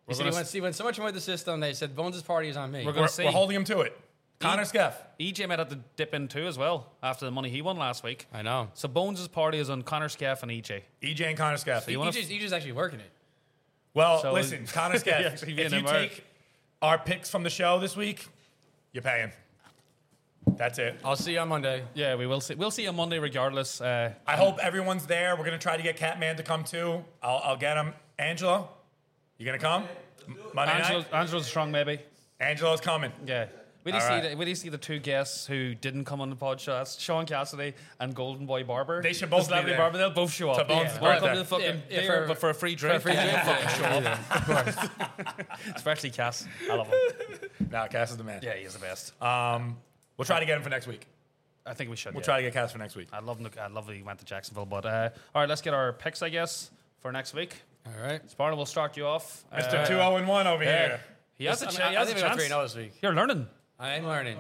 Speaker 3: He said he
Speaker 2: gonna
Speaker 3: went, he went so much more with the system. They said Bones' party is on me.
Speaker 2: We're
Speaker 1: We're,
Speaker 2: gonna see.
Speaker 1: we're holding him to
Speaker 2: E-
Speaker 1: it. Connor Skeff.
Speaker 2: EJ might have to dip in too as well after the money he won last week.
Speaker 3: I know.
Speaker 2: So Bones' party is on Connor Skeff and E EJ.
Speaker 1: EJ E and Connor Skeff.
Speaker 2: you wanna-
Speaker 3: EJ's, EJ's actually working it.
Speaker 1: Well,
Speaker 2: So-
Speaker 1: listen, Connor Skeff,
Speaker 2: Yeah, actually
Speaker 1: if
Speaker 2: being
Speaker 1: you
Speaker 2: a mark.
Speaker 1: take our picks from the show this week, you're paying. That's it.
Speaker 3: I'll see you on Monday.
Speaker 2: Yeah, we will see. We'll see on Monday regardless. Uh,
Speaker 1: I hope everyone's there. We're going to try to get Catman to come too. I'll, I'll get him. Angelo, you going to come? M- Monday
Speaker 2: Angelo's,
Speaker 1: night?
Speaker 2: Angelo's strong maybe.
Speaker 1: Angelo's coming.
Speaker 2: Yeah. We did
Speaker 1: All
Speaker 2: see
Speaker 1: right.
Speaker 2: the, we did see the two guests who didn't come on the pod show. That's Sean Cassidy and Golden Boy Barber.
Speaker 1: They should both
Speaker 2: The celebrity
Speaker 1: be there.
Speaker 2: barber. They'll both show up.
Speaker 1: To Bones'
Speaker 2: Welcome
Speaker 1: birthday.
Speaker 2: to the fucking
Speaker 3: Yeah, yeah,
Speaker 2: beer,
Speaker 3: for-
Speaker 2: but for a free drink. Especially Cass. I love him.
Speaker 1: Nah, Cass is the man.
Speaker 2: Yeah, he's the best.
Speaker 1: Um, we'll try to get him for next week.
Speaker 2: I think we should.
Speaker 1: We'll
Speaker 2: yeah.
Speaker 1: try to get Cass for next week.
Speaker 2: I love Nick- I love that he went to Jacksonville, but uh, all right, let's get our picks, I guess, for next week.
Speaker 3: All right.
Speaker 2: Sparta will start you off. uh,
Speaker 1: Mr. 2 0 1 oh over here.
Speaker 2: He has a,
Speaker 3: I
Speaker 2: ch-
Speaker 3: mean,
Speaker 2: he
Speaker 3: I
Speaker 2: has a
Speaker 3: think we got oh.
Speaker 2: chance.
Speaker 3: 3 0 this week.
Speaker 2: You're learning.
Speaker 3: I am learning.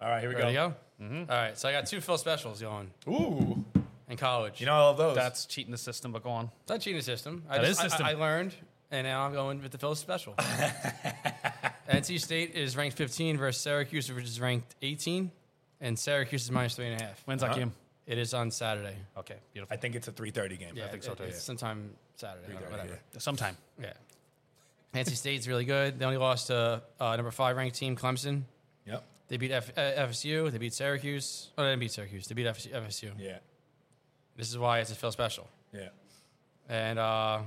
Speaker 1: All right, here we
Speaker 3: Ready to
Speaker 1: go.
Speaker 3: go? Mm-hmm. right. So I got two Phil specials going
Speaker 1: Ooh.
Speaker 3: in college.
Speaker 1: You know, I love those.
Speaker 2: That's cheating the system, but go on.
Speaker 3: It's not cheating the system. I
Speaker 2: That
Speaker 3: just,
Speaker 2: is
Speaker 3: I-
Speaker 2: system.
Speaker 3: I, I learned, and now I'm going with the Phillies special. NC State is ranked 15 versus Syracuse, which is ranked 18, and Syracuse is minus three and a half.
Speaker 2: When's that
Speaker 1: Uh-huh.
Speaker 2: game?
Speaker 3: It is on Saturday.
Speaker 2: Okay, beautiful.
Speaker 1: I think it's a 3.30 game.
Speaker 3: Yeah,
Speaker 2: think so,
Speaker 3: it-
Speaker 2: too.
Speaker 3: It's sometime Saturday.
Speaker 1: Yeah,
Speaker 3: Whatever.
Speaker 1: yeah.
Speaker 2: Sometime.
Speaker 3: Yeah. NC State's really good. They only lost to uh, number five ranked team Clemson.
Speaker 1: Yep.
Speaker 3: They beat F- uh, FSU. They beat Syracuse. Oh, they didn't beat Syracuse. They beat FSU. FSU.
Speaker 1: Yeah.
Speaker 3: This is why it's a Phil special.
Speaker 1: Yeah.
Speaker 3: And uh,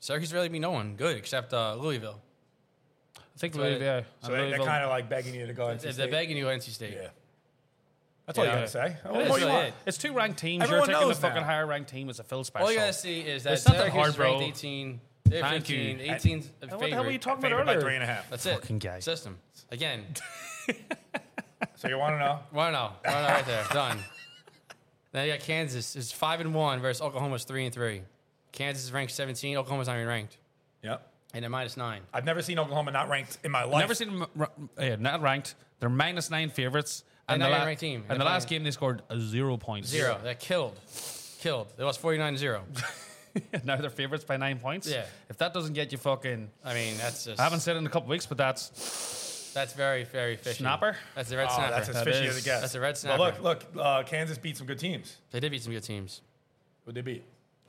Speaker 3: Syracuse really beat no one good except uh, Louisville.
Speaker 2: I think
Speaker 3: So- uh,
Speaker 2: Louisville. yeah.
Speaker 1: So they, are kind of like begging you to go into
Speaker 3: If they're begging you, NC State.
Speaker 1: Yeah. That's all
Speaker 2: Yeah.
Speaker 1: you got to say.
Speaker 3: It
Speaker 1: What
Speaker 3: is
Speaker 1: more you
Speaker 3: really
Speaker 1: want?
Speaker 3: it.
Speaker 2: It's two ranked teams.
Speaker 1: Everyone
Speaker 2: You're taking the
Speaker 1: knows now.
Speaker 2: fucking higher ranked team as a Phil special.
Speaker 3: All you gotta see is that
Speaker 2: It's not that
Speaker 3: Syracuse
Speaker 2: hard,
Speaker 3: is ranked
Speaker 2: bro.
Speaker 3: 18. They're
Speaker 2: Thank
Speaker 3: 15.
Speaker 2: you.
Speaker 3: 18
Speaker 2: Hey,
Speaker 3: favorite.
Speaker 2: what the hell were you talking
Speaker 1: Favored
Speaker 2: about
Speaker 1: by
Speaker 2: earlier?
Speaker 1: three and a half.
Speaker 3: That's it.
Speaker 2: Fucking guy.
Speaker 3: System. Again.
Speaker 1: So you want to know?
Speaker 3: Why no? Why not right there? Done. Then you got Kansas is five and one versus Oklahoma's three and three. Kansas is ranked 17. Oklahoma's not even ranked,
Speaker 1: Yep.
Speaker 3: and they're minus nine.
Speaker 1: I've never seen Oklahoma not ranked in my life.
Speaker 2: Never seen them ra- yeah, not ranked. They're minus nine favorites.
Speaker 3: They're
Speaker 2: the
Speaker 3: not even ranked team.
Speaker 2: And
Speaker 3: They're
Speaker 2: the last
Speaker 3: playing-
Speaker 2: game they scored a zero points.
Speaker 3: Zero. They're killed. Killed. They lost 49 0.
Speaker 2: now they're favorites by nine points.
Speaker 3: Yeah.
Speaker 2: If that doesn't get you fucking,
Speaker 3: I mean, that's just.
Speaker 2: I haven't said it in a couple weeks, but that's
Speaker 3: That's very, very fishy.
Speaker 2: snapper.
Speaker 3: That's the red
Speaker 1: Oh,
Speaker 3: snapper.
Speaker 1: that's as
Speaker 2: That
Speaker 1: fishy
Speaker 2: is-
Speaker 1: as it gets.
Speaker 3: that's a red
Speaker 1: Well,
Speaker 3: snapper.
Speaker 1: look, look. Uh, Kansas beat some good teams.
Speaker 3: they did beat some good teams.
Speaker 1: Who they beat?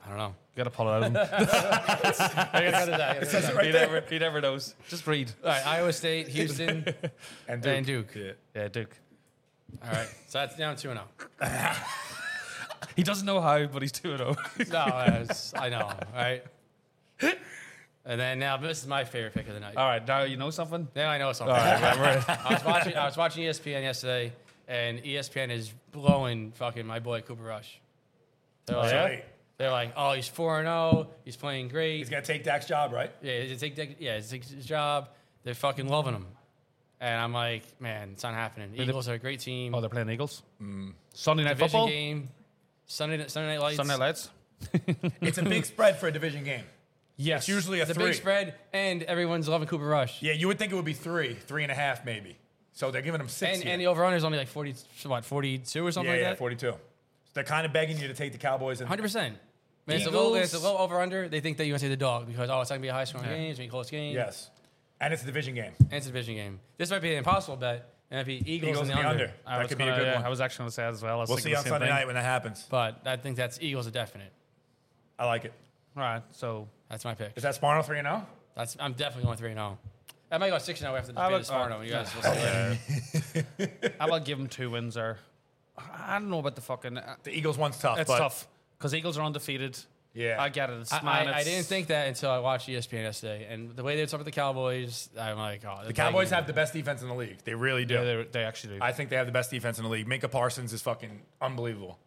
Speaker 3: I don't know.
Speaker 2: Got to pull it out of him.
Speaker 1: It says it
Speaker 2: he,
Speaker 1: right there.
Speaker 2: never, he never knows. Just read.
Speaker 3: All right, Iowa State, Houston,
Speaker 1: And
Speaker 3: and Duke.
Speaker 1: Yeah.
Speaker 2: Yeah, Duke.
Speaker 3: All right, so that's down two and oh. zero.
Speaker 2: He doesn't know how, but he's two and oh. zero.
Speaker 3: No, uh, it's- I know. All right. And then now this is my favorite pick of the night.
Speaker 2: All right, now you know something.
Speaker 3: Now I know something. I was watching. I was watching E ESPN yesterday, and E ESPN is blowing fucking my boy Cooper Rush. They're like,
Speaker 1: So, wait,
Speaker 3: they're like, oh, he's four and zero. He's playing great.
Speaker 1: he's gonna take Dak's job, right?
Speaker 3: yeah, it's take, take, yeah, it's take his job. They're fucking loving him. And I'm like, man, it's not happening. Eagles are a great team.
Speaker 2: Oh, they're playing Eagles. Sunday night
Speaker 3: Hmm. Division
Speaker 2: football.
Speaker 3: game. Sunday, Sunday night lights.
Speaker 2: Sunday night lights.
Speaker 1: It's a big spread for a division game.
Speaker 2: Yes.
Speaker 1: It's usually a
Speaker 3: It's a
Speaker 1: three.
Speaker 3: big spread, and everyone's loving Cooper Rush.
Speaker 1: Yeah, you would think it would be three, three and a half, maybe. So they're giving him six.
Speaker 3: And,
Speaker 1: here.
Speaker 3: and the over-under is only like 40, what, 42 or something
Speaker 1: yeah,
Speaker 3: like
Speaker 1: yeah,
Speaker 3: that?
Speaker 1: forty-two. So they're kind of begging you to take the Cowboys and
Speaker 3: 100%. I mean, it's, a low,
Speaker 2: Eagles.
Speaker 3: it's a low over-under. They think that you want to take the dog because, oh, it's not going to be a high-scoring game. It's going to be a close game.
Speaker 1: yes, and it's a division game.
Speaker 3: And it's a division game. This might be an impossible bet. And it'd be Eagles,
Speaker 1: Eagles
Speaker 3: and
Speaker 1: in
Speaker 3: the under.
Speaker 2: I
Speaker 1: That
Speaker 2: was
Speaker 1: could be a
Speaker 2: gonna-
Speaker 1: good
Speaker 2: yeah, I
Speaker 1: one.
Speaker 2: was actually going to say that as well. I was
Speaker 1: We'll
Speaker 2: thinking
Speaker 1: see
Speaker 2: the
Speaker 1: on
Speaker 2: same
Speaker 1: Sunday
Speaker 2: thing.
Speaker 1: night when that happens.
Speaker 3: But I think that's Eagles are definite.
Speaker 1: I like it.
Speaker 2: All right, so
Speaker 3: That's my pick.
Speaker 1: Is that Sparno three and oh? zero?
Speaker 3: That's I'm definitely going 3 0. I might go 6 0 after the
Speaker 2: I
Speaker 3: debate
Speaker 2: would-
Speaker 3: this morning.
Speaker 2: uh,
Speaker 3: you guys will see later.
Speaker 2: I will give them two wins. Or I don't know about the fucking. uh,
Speaker 1: The Eagles one's tough.
Speaker 2: It's
Speaker 1: but
Speaker 2: tough because Eagles are undefeated.
Speaker 1: Yeah.
Speaker 2: I get it. It's
Speaker 3: I,
Speaker 2: man,
Speaker 3: I- I
Speaker 2: it's-
Speaker 3: didn't think that until I watched E ESPN yesterday. And the way they were talking about the Cowboys, I'm like, oh,
Speaker 1: The Cowboys have the best defense in the league. They really do.
Speaker 2: Yeah, they, they actually do.
Speaker 1: I think they have the best defense in the league. Minka Parsons is fucking unbelievable.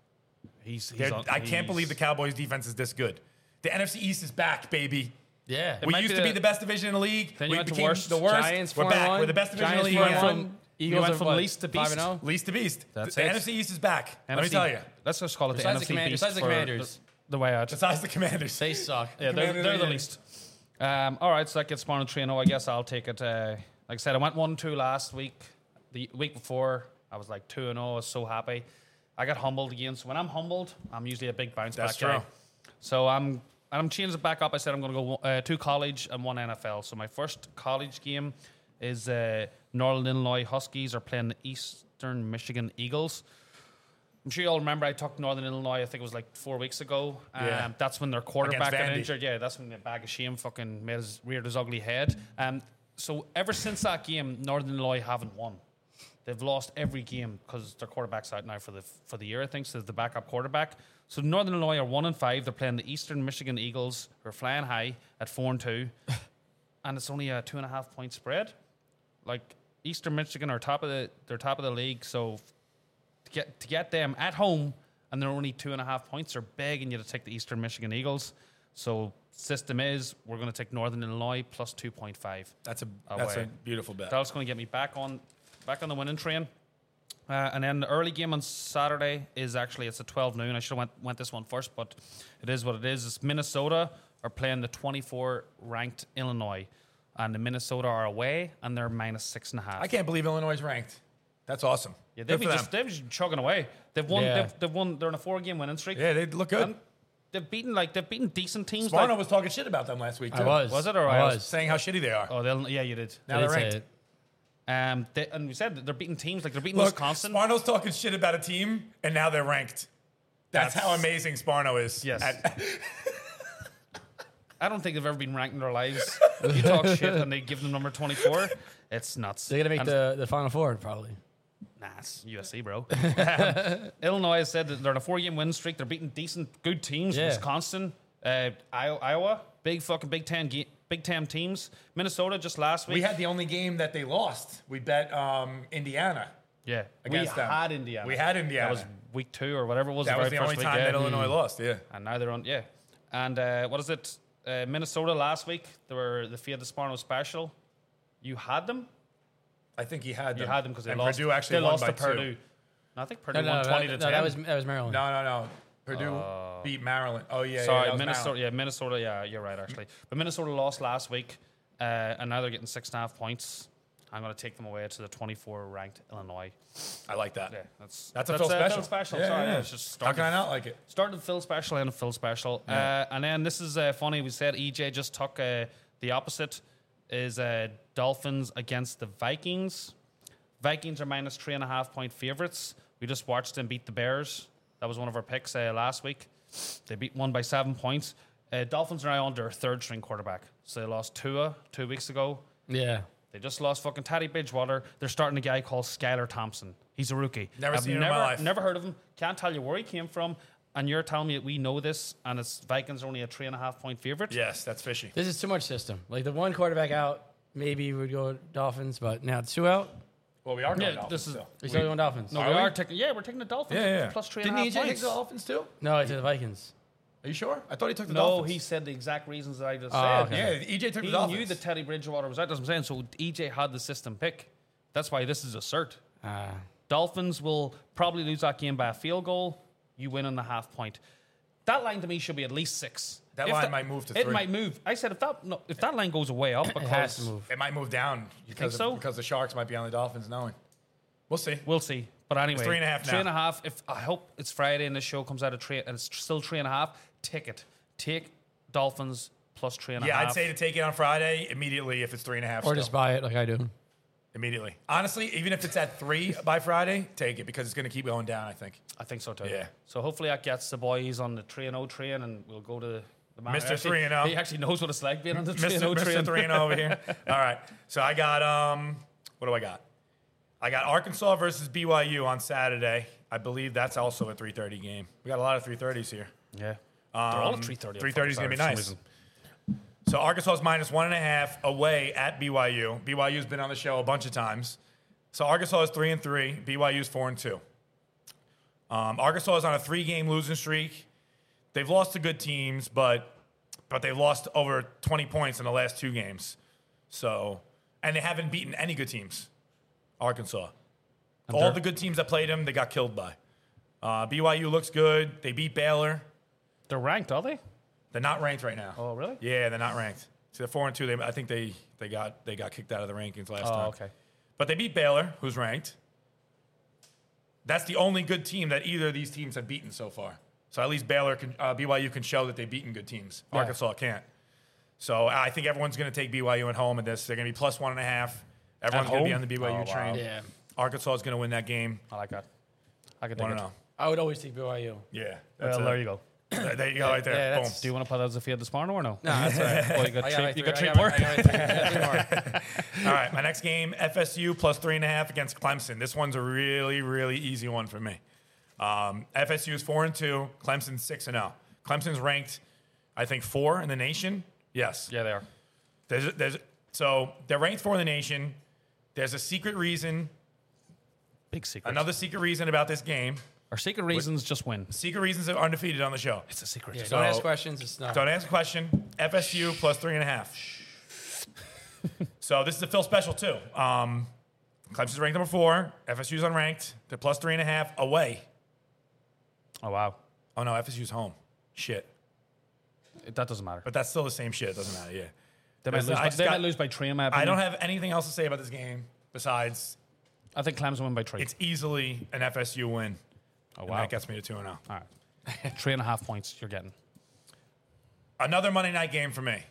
Speaker 2: he's, he's
Speaker 1: They're-
Speaker 2: on-
Speaker 1: I can't believe the
Speaker 2: he's-
Speaker 1: Cowboys defense is this good. The NFC East is back, baby.
Speaker 3: Yeah.
Speaker 1: we
Speaker 2: might
Speaker 1: used
Speaker 2: be
Speaker 1: to be
Speaker 2: the-
Speaker 1: the best division in the league.
Speaker 2: Then you
Speaker 1: we
Speaker 2: went to
Speaker 1: became
Speaker 2: worst.
Speaker 1: the worst.
Speaker 3: Giants
Speaker 1: We're
Speaker 3: 4-1.
Speaker 1: back. We're the best division in the
Speaker 3: Giants
Speaker 1: league.
Speaker 2: Went
Speaker 1: now.
Speaker 2: from, We
Speaker 3: Eagles
Speaker 2: went
Speaker 3: are
Speaker 2: from
Speaker 3: what,
Speaker 2: least to
Speaker 3: five
Speaker 2: beast.
Speaker 3: and oh?
Speaker 1: Least to beast.
Speaker 2: That's
Speaker 1: the
Speaker 2: it.
Speaker 1: NFC East is back. Let me
Speaker 2: NFC
Speaker 1: tell you.
Speaker 2: Let's just call it
Speaker 3: Besides the
Speaker 2: the NFC
Speaker 3: command-
Speaker 2: Beast
Speaker 3: besides the
Speaker 2: for
Speaker 3: Commanders.
Speaker 2: The, the way out.
Speaker 1: Besides the Commanders.
Speaker 3: They suck.
Speaker 2: Yeah, they're,
Speaker 1: Commander
Speaker 2: they're the
Speaker 1: Lee.
Speaker 2: least. Um, all right, so that gets spawned at 3 0. oh, I guess I'll take it. Uh, like I said, I went 1 2 last week. The week before, I was like 2 0. I was so happy. I got humbled again. So when I'm humbled, I'm usually a big bounce
Speaker 1: That's
Speaker 2: back guy.
Speaker 1: true.
Speaker 2: So I'm I'm changing it back up. I said I'm going to go uh, two college and one NFL. So my first college game is uh, Northern Illinois Huskies are playing the Eastern Michigan Eagles. I'm sure you all remember I took Northern Illinois. I think it was like four weeks ago. Um,
Speaker 1: Yeah.
Speaker 2: That's when their quarterback got
Speaker 1: Vandy.
Speaker 2: injured. Yeah, that's when the bag of shame fucking made his reared his ugly head. Um, so ever since that game, Northern Illinois haven't won. They've lost every game because their quarterback's out now for the for the year. I think so. The backup quarterback. So Northern Illinois are one and five. They're playing the Eastern Michigan Eagles, who are flying high at four and two, and it's only a two and a half point spread. Like Eastern Michigan are top of the they're top of the league. So to get to get them at home and they're only two and a half points, they're begging you to take the Eastern Michigan Eagles. So system is we're going to take Northern Illinois plus two point five.
Speaker 1: That's a that's a
Speaker 2: Away.
Speaker 1: beautiful bet.
Speaker 2: That's going to get me back on back on the winning train. Uh, and then the early game on Saturday is actually it's at twelve noon. I should have went, went this one first, but it is what it is. It's Minnesota are playing the twenty four ranked Illinois, and the Minnesota are away and they're minus six and a half.
Speaker 1: I can't believe Illinois is ranked. That's awesome.
Speaker 2: Yeah,
Speaker 1: Good
Speaker 2: they've
Speaker 1: for
Speaker 2: been just
Speaker 1: them.
Speaker 2: they've been chugging away. They've won.
Speaker 3: Yeah.
Speaker 2: They've, they've won. They're on a four game winning streak.
Speaker 1: yeah, they look good.
Speaker 2: Um, They've beaten like they've beaten decent teams.
Speaker 1: Sparno
Speaker 2: Like,
Speaker 1: was talking shit about them last week. Too.
Speaker 3: I was.
Speaker 2: Was it or
Speaker 3: I
Speaker 2: I was?
Speaker 3: was?
Speaker 1: saying how shitty they are.
Speaker 2: oh, they'll, yeah, you did.
Speaker 1: now
Speaker 3: I
Speaker 1: they're
Speaker 3: did say
Speaker 1: ranked.
Speaker 3: it.
Speaker 2: Um, they, and we said that they're beating teams like they're beating
Speaker 1: Look,
Speaker 2: Wisconsin.
Speaker 1: Sparno's talking shit about a team, and now they're ranked. That's,
Speaker 2: That's-
Speaker 1: how amazing Sparno is.
Speaker 2: Yes.
Speaker 1: At-
Speaker 2: I don't think they've ever been ranked in their lives. you talk shit and they give them number twenty four. It's nuts.
Speaker 3: They're gonna make
Speaker 2: And-
Speaker 3: the, the final four probably.
Speaker 2: Nah, it's USC, bro. Um, Illinois has said that they're on a four-game win streak. They're beating decent, good teams.
Speaker 3: Yeah.
Speaker 2: Wisconsin, uh, I- Iowa, big fucking Big Ten, ge- Big Ten teams. Minnesota just last week.
Speaker 1: we had the only game that they lost. We bet um, Indiana.
Speaker 2: yeah,
Speaker 1: against
Speaker 2: we
Speaker 1: them.
Speaker 2: had Indiana.
Speaker 1: We had Indiana.
Speaker 2: That was week two or whatever it was.
Speaker 1: That was
Speaker 2: very
Speaker 1: the only
Speaker 2: first
Speaker 1: time
Speaker 2: week,
Speaker 1: that
Speaker 2: yeah.
Speaker 1: Illinois lost. Yeah.
Speaker 2: And now they're on, yeah. And uh, what is it? Uh, Minnesota last week, they were the Fiat Sparno special. You had them?
Speaker 1: I think he had
Speaker 2: You
Speaker 1: them.
Speaker 2: had them because they
Speaker 1: and
Speaker 2: lost.
Speaker 1: Purdue actually
Speaker 2: they
Speaker 1: won
Speaker 2: lost
Speaker 1: by
Speaker 2: to Purdue.
Speaker 1: Two.
Speaker 2: No, I think Purdue
Speaker 3: No, no,
Speaker 2: won
Speaker 3: no,
Speaker 2: 20
Speaker 3: that,
Speaker 2: to 10.
Speaker 3: no, that was that was Maryland.
Speaker 1: No, no, no. Purdue beat Maryland. Oh yeah. yeah,
Speaker 2: Uh, Sorry,
Speaker 1: that was
Speaker 2: Minnesota.
Speaker 1: Maryland.
Speaker 2: Yeah, Minnesota. Yeah, you're right, actually. But Minnesota lost last week, uh, and now they're getting six and a half points. I'm going to take them away to the 24 ranked Illinois.
Speaker 1: I like that.
Speaker 2: Yeah, that's
Speaker 1: That's a Phil
Speaker 2: uh,
Speaker 1: special. Yeah,
Speaker 2: Sorry,
Speaker 1: yeah,
Speaker 2: yeah,
Speaker 1: yeah.
Speaker 2: it's just
Speaker 1: How
Speaker 2: started.
Speaker 1: can I not like it?
Speaker 2: Started Phil special and Phil special, uh, and then this is uh, funny. We said EJ just took uh, the opposite. Is uh, Dolphins against the Vikings? Vikings are minus three and a half point favorites. We just watched them beat the Bears. That was one of our picks uh, last week. They beat one by seven points. Uh, Dolphins are now under third string quarterback. So they lost Tua two weeks ago.
Speaker 3: Yeah.
Speaker 2: They just lost fucking Teddy Bridgewater. They're starting a guy called Skylar Thompson. He's a rookie.
Speaker 1: Never
Speaker 2: I've
Speaker 1: seen him in
Speaker 2: never,
Speaker 1: my life.
Speaker 2: Never heard of him. Can't tell you where he came from. And you're telling me that we know this, and it's Vikings are only a three and a half point favorite.
Speaker 1: Yes, that's fishy.
Speaker 3: This is too much system. Like the one quarterback out, maybe we'd go Dolphins, but now two out,
Speaker 1: Well, we are going
Speaker 2: Yeah,
Speaker 1: Dolphins,
Speaker 2: this is-
Speaker 1: so.
Speaker 3: we still going Dolphins.
Speaker 2: No,
Speaker 3: No,
Speaker 2: we
Speaker 1: we?
Speaker 2: are taking. Yeah, we're taking the Dolphins.
Speaker 1: Yeah, yeah.
Speaker 2: Plus three and
Speaker 1: Didn't
Speaker 2: a half
Speaker 1: EJ take
Speaker 2: points.
Speaker 1: the Dolphins too?
Speaker 3: no I said the Vikings.
Speaker 1: Are you sure? I thought he took the
Speaker 2: no,
Speaker 1: Dolphins.
Speaker 2: he said the exact reasons that I just
Speaker 3: Oh,
Speaker 2: said.
Speaker 3: okay.
Speaker 1: Yeah, EJ took
Speaker 2: He
Speaker 1: the Dolphins.
Speaker 2: knew that Teddy Bridgewater was out. That's what I'm saying. So EJ had the system pick. That's why this is a cert.
Speaker 3: Uh,
Speaker 2: Dolphins will probably lose that game by a field goal. You win on the half point. That line to me should be at least six.
Speaker 1: That line might move to
Speaker 2: it
Speaker 1: three.
Speaker 2: might move. I said if that no, if that line goes away up
Speaker 3: it has to
Speaker 2: because
Speaker 3: move.
Speaker 1: It might move down because of-
Speaker 2: so?
Speaker 1: because the Sharks might be on the Dolphins knowing. We'll see.
Speaker 2: we'll see. But anyway,
Speaker 1: three and a half
Speaker 2: Three
Speaker 1: now.
Speaker 2: and a half. If I hope it's Friday and this show comes out at three and it's still three and a half, take it. Take Dolphins plus three and a half.
Speaker 1: Yeah, I'd say to take it on Friday immediately if it's three and a half.
Speaker 3: Or
Speaker 1: still.
Speaker 3: just buy it like I do.
Speaker 1: immediately. Honestly, even if it's at three by Friday, take it because it's going to keep going down. I think.
Speaker 2: I think so too.
Speaker 1: Yeah.
Speaker 2: So hopefully that gets the boys on the three and O train, and we'll go to the man. who
Speaker 1: Mr.
Speaker 2: actually-
Speaker 1: 3-0.
Speaker 2: He actually knows what it's like being on the three and O
Speaker 1: Mr.
Speaker 2: train.
Speaker 1: Mr. oh. Three and oh over here. All right. So I got um, what do I got? I got Arkansas versus BYU on Saturday. I believe that's also a three thirty game. We got a lot of three thirties here.
Speaker 2: Yeah. They're all
Speaker 1: Um,
Speaker 2: at three thirty.
Speaker 1: 3:30 is gonna be nice. So Arkansas is minus one and a half away at BYU. BYU's been on the show a bunch of times. So Arkansas is three and three. BYU's four and two. Um, Arkansas is on a three-game losing streak. They've lost to good teams, but but they've lost over 20 points in the last two games. So and they haven't beaten any good teams. Arkansas. All the good teams that played them, they got killed by. Uh, BYU looks good. They beat Baylor.
Speaker 2: They're ranked, are they?
Speaker 1: They're not ranked right now.
Speaker 2: Oh, really?
Speaker 1: Yeah, they're not ranked. So they're four and two. They, I think they, they got they got kicked out of the rankings last time.
Speaker 2: Oh, okay.
Speaker 1: But they beat Baylor, who's ranked. That's the only good team that either of these teams have beaten so far. So at least Baylor can, uh, BYU can show that they've beaten good teams.
Speaker 2: Yeah.
Speaker 1: Arkansas can't. So I think everyone's going to take BYU at home in this. They're going to be plus one and a half. Everyone's going to be
Speaker 2: home?
Speaker 1: on the BYU
Speaker 2: Oh, wow.
Speaker 1: train.
Speaker 3: Yeah.
Speaker 1: Arkansas is going to win that game.
Speaker 2: I like that. I can
Speaker 1: One
Speaker 2: take
Speaker 1: and
Speaker 2: it.
Speaker 1: zero.
Speaker 3: I would always take BYU.
Speaker 1: Yeah.
Speaker 2: Well, there you go.
Speaker 1: go. There you go. Right there.
Speaker 3: Yeah,
Speaker 1: Boom.
Speaker 3: that's-
Speaker 2: Do you want to put out the field this morning or no?
Speaker 3: No, that's all right.
Speaker 2: Oh, you got
Speaker 3: I got
Speaker 2: three,
Speaker 3: like
Speaker 2: you
Speaker 3: three-
Speaker 2: got
Speaker 3: I
Speaker 2: three
Speaker 3: got-
Speaker 2: more.
Speaker 3: I got like three- I got three more.
Speaker 1: All right, my next game, FSU plus three and a half against Clemson. This one's a really, really easy one for me. Um, FSU is four and two. Clemson's six and zero. Clemson's ranked, I think, four in the nation. Yes.
Speaker 2: Yeah, they are.
Speaker 1: There's, there's, so they're ranked four in the nation. There's a secret reason,
Speaker 2: Big secret.
Speaker 1: another secret reason about this game.
Speaker 2: Our secret reasons just win.
Speaker 1: Secret reasons are undefeated on the show.
Speaker 2: It's a secret.
Speaker 3: Yeah,
Speaker 1: So-
Speaker 3: don't ask questions. It's not.
Speaker 1: Don't ask a question. FSU plus three and a half. so this is a Phil special too. Um, Clemson's ranked number four. FSU's unranked. They're plus three and a half away.
Speaker 2: Oh wow,
Speaker 1: Oh no, FSU's home. Shit.
Speaker 2: It- that doesn't matter.
Speaker 1: But that's still the same shit. It doesn't matter. Yeah.
Speaker 2: They might
Speaker 1: Listen,
Speaker 2: lose.
Speaker 1: I
Speaker 2: By,
Speaker 1: just
Speaker 2: they
Speaker 1: got-
Speaker 2: might lose by three. In my opinion.
Speaker 1: I don't have anything else to say about this game besides
Speaker 2: I think Clemson win by three.
Speaker 1: it's easily an FSU win.
Speaker 2: oh
Speaker 1: And
Speaker 2: wow.
Speaker 1: that gets me to two and oh. zero.
Speaker 2: All right. three and a half points you're getting.
Speaker 1: Another Monday night game for me.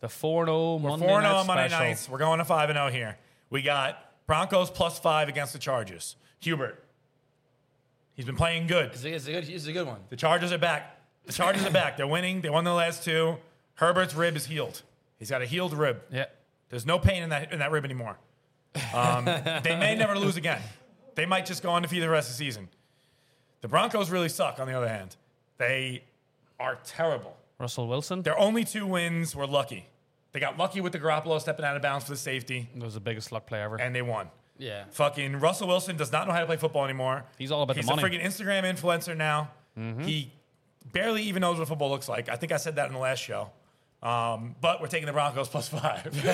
Speaker 2: The four and oh Monday
Speaker 1: Four and
Speaker 2: night
Speaker 1: zero on Monday
Speaker 2: special.
Speaker 1: nights. We're going to five and zero here. We got Broncos plus five against the Chargers. Hubert. He's been playing good.
Speaker 3: It's a, it's, a good, it's a good one.
Speaker 1: The Chargers are back. The Chargers are back. They're winning. They won the last two. Herbert's rib is healed. He's got a healed rib.
Speaker 2: Yeah.
Speaker 1: There's no pain in that in that rib anymore. Um, they may never lose again. They might just go undefeated the rest of the season. The Broncos really suck. On the other hand, they are terrible.
Speaker 2: Russell Wilson.
Speaker 1: Their only two wins were lucky. They got lucky with the Garoppolo stepping out of bounds for the safety,
Speaker 2: was the biggest luck play ever.
Speaker 1: and they won.
Speaker 3: Yeah.
Speaker 1: Fucking Russell Wilson does not know how to play football anymore.
Speaker 2: He's all about the
Speaker 1: He's
Speaker 2: money. Mm-hmm.
Speaker 1: a freaking Instagram influencer now. He barely even knows what football looks like. I think I said that in the last show. Um, but we're taking the Broncos plus five.
Speaker 2: Do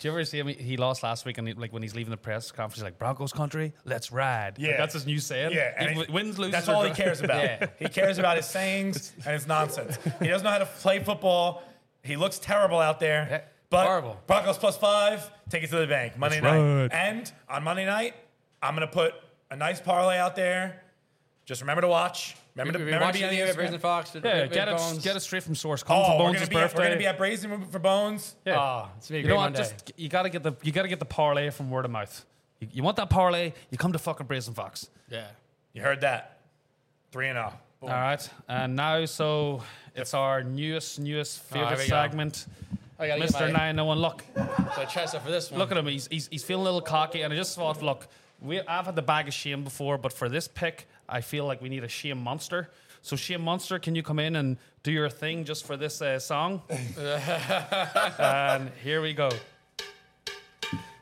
Speaker 2: you ever see him? He- He lost last week, and he, like when he's leaving the press conference, he's like Broncos country, let's ride. Like,
Speaker 1: Yeah.
Speaker 2: that's his new saying.
Speaker 1: yeah,
Speaker 2: He
Speaker 1: and
Speaker 2: w-
Speaker 1: it-
Speaker 2: wins, loses.
Speaker 1: That's
Speaker 2: or
Speaker 1: all he
Speaker 2: draws.
Speaker 1: cares about. He cares about his sayings and his nonsense. He doesn't know how to play football. He looks terrible out there.
Speaker 3: Yeah,
Speaker 1: but
Speaker 3: horrible.
Speaker 1: Broncos plus five, take it to the bank Monday
Speaker 2: That's
Speaker 1: night.
Speaker 2: right.
Speaker 1: And on Monday night, I'm gonna put a nice parlay out there. Just remember to watch. Remember to
Speaker 3: We've been
Speaker 1: remember to
Speaker 3: watching
Speaker 1: be on
Speaker 3: the
Speaker 1: the
Speaker 3: game at
Speaker 1: Instagram.
Speaker 3: Brazen Fox.
Speaker 2: Yeah, get it, get it straight from source. Come
Speaker 1: Oh,
Speaker 2: for
Speaker 1: we're
Speaker 2: Bones'
Speaker 1: gonna, be at,
Speaker 2: birthday.
Speaker 1: we're gonna be at Brazen for Bones.
Speaker 2: Yeah.
Speaker 3: Oh, it's me.
Speaker 2: you know what? Just you gotta get the you gotta get the parlay from word of mouth. You, you want that parlay? You come to fucking Brazen Fox.
Speaker 3: yeah.
Speaker 1: You heard that. Three and oh. zero. Boom.
Speaker 2: All right, and now so it's our newest newest
Speaker 1: Ah,
Speaker 3: here
Speaker 2: favorite
Speaker 3: we go.
Speaker 2: segment,
Speaker 3: I gotta
Speaker 2: Mister
Speaker 3: get my,
Speaker 2: Nine No One. Look,
Speaker 3: my chest up for this one.
Speaker 2: look at him. He's, he's he's feeling a little cocky, and I just thought, look, we I've had the bag of shame before, but for this pick, I feel like we need a shame monster. So shame monster, can you come in and do your thing just for this uh, song? and here we go.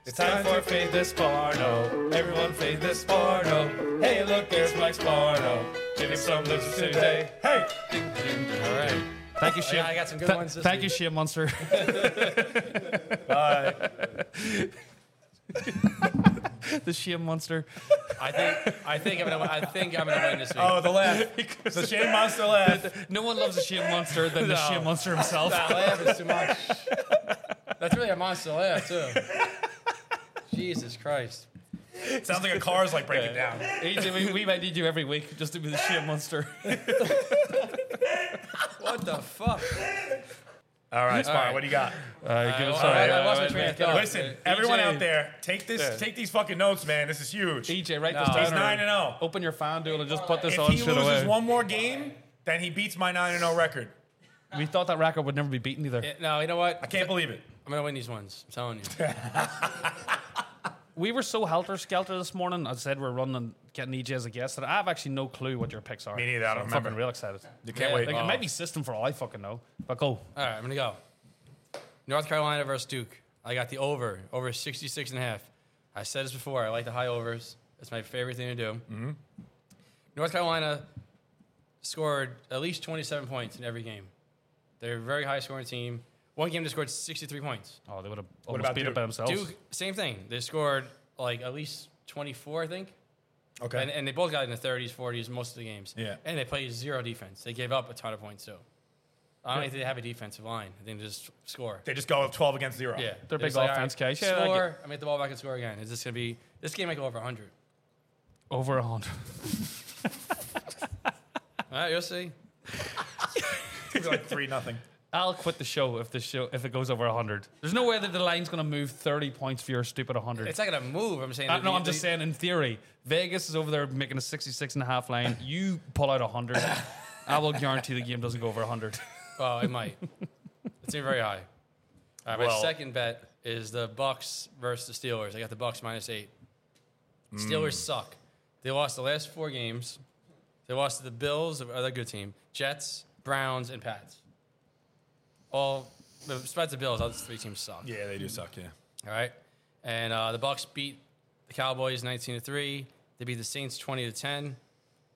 Speaker 2: It's time for Fade This Barno. Everyone Fade This Barno. Hey, look, there's Mike Sparno. Give him some looks today.
Speaker 1: Hey,
Speaker 3: All right.
Speaker 2: Thank you, Shea.
Speaker 3: Oh, I got some good
Speaker 2: Th-
Speaker 3: ones this
Speaker 2: Thank you,
Speaker 3: week.
Speaker 2: Shea Monster. the Shea Monster.
Speaker 3: I think I think I'm gonna I think I'm gonna win this week.
Speaker 1: oh the laugh. the Shane Monster laugh.
Speaker 2: No one loves the Shea Monster than the
Speaker 3: No.
Speaker 2: Shea Monster himself.
Speaker 3: That laugh is too much. That's really a monster laugh too. Jesus Christ.
Speaker 1: Sounds like a car's like breaking down.
Speaker 2: AJ, we, we might need you every week just to be the Shea Monster.
Speaker 3: What the fuck?
Speaker 1: All right, Spar,
Speaker 3: right.
Speaker 1: what do you got?
Speaker 2: give us
Speaker 3: I, Oh, I
Speaker 1: wait,
Speaker 3: lost my
Speaker 2: wait,
Speaker 3: train of
Speaker 2: wait.
Speaker 3: thought.
Speaker 1: Listen, everyone
Speaker 2: EJ.
Speaker 1: out there, take this, take these fucking notes, man. This is huge.
Speaker 2: AJ, write
Speaker 3: No.
Speaker 2: this down.
Speaker 1: He's
Speaker 2: or
Speaker 1: nine and zero.
Speaker 2: Open your fan duel and just put this
Speaker 1: If
Speaker 2: on
Speaker 1: he
Speaker 2: straight
Speaker 1: loses
Speaker 2: away.
Speaker 1: one more game, then he beats my nine and zero record.
Speaker 2: We thought that record would never be beaten either.
Speaker 3: Yeah, No, you know what?
Speaker 1: I can't believe it.
Speaker 3: I'm gonna win these ones. I'm telling you.
Speaker 2: We were so helter skelter this morning. I said we're running, getting EJ as a guest, that I have actually no clue what your picks are.
Speaker 1: Me neither, I
Speaker 2: So
Speaker 1: don't
Speaker 2: I'm
Speaker 1: remember.
Speaker 2: fucking real excited.
Speaker 1: You can't
Speaker 3: Yeah,
Speaker 1: wait.
Speaker 2: Like,
Speaker 3: Oh.
Speaker 2: It might be system for all I fucking know. But go.
Speaker 3: All right, I'm gonna go. North Carolina versus Duke. I got the over, over 66 and a half. I said this before. I like the high overs. It's my favorite thing to do. Mm-hmm. North Carolina scored at least 27 points in every game. They're a very high scoring team. One game they scored 63 points.
Speaker 2: Oh, they would have
Speaker 1: about
Speaker 2: almost beat
Speaker 1: Duke?
Speaker 2: it by themselves.
Speaker 3: Duke, same thing. They scored like at least 24, I think.
Speaker 1: Okay.
Speaker 3: And, and they both got in the 30s, 40s most of the games.
Speaker 1: Yeah.
Speaker 3: And they played zero defense. They gave up a ton of points too. I don't think they have a defensive line. I think they just score.
Speaker 1: they just go up 12 against 0.
Speaker 3: Yeah,
Speaker 2: They're big
Speaker 3: just like,
Speaker 2: offense
Speaker 3: all
Speaker 2: guys. Yeah, I get-
Speaker 3: score. I, make the ball back and score again. Is this gonna be this game? Might go over 100.
Speaker 2: Over a hundred.
Speaker 3: All right, you'll see.
Speaker 1: It's like 3 nothing.
Speaker 2: I'll quit the show if the show if it goes over hundred. There's no way that the line's going to move thirty points for your stupid hundred.
Speaker 3: It's not gonna move. I'm saying.
Speaker 2: Uh,
Speaker 3: that
Speaker 2: no,
Speaker 3: the-
Speaker 2: I'm just
Speaker 3: the-
Speaker 2: saying, in theory, Vegas is over there making a 66 and a half line. You pull out 100. I will guarantee the game doesn't go over 100.
Speaker 3: Well, it might. it's even very high. All right, my
Speaker 1: Well-
Speaker 3: second bet is the Bucks versus the Steelers. I got the Bucks minus eight. Steelers
Speaker 1: Mm.
Speaker 3: suck. They lost the last four games. They lost to the Bills, another good team, Jets, Browns, and Pats. All, besides the Bills, all these three teams suck.
Speaker 1: Yeah, they do suck, yeah.
Speaker 3: All right. And uh, the Bucks beat the Cowboys 19 to 3. They beat the Saints 20 to 10.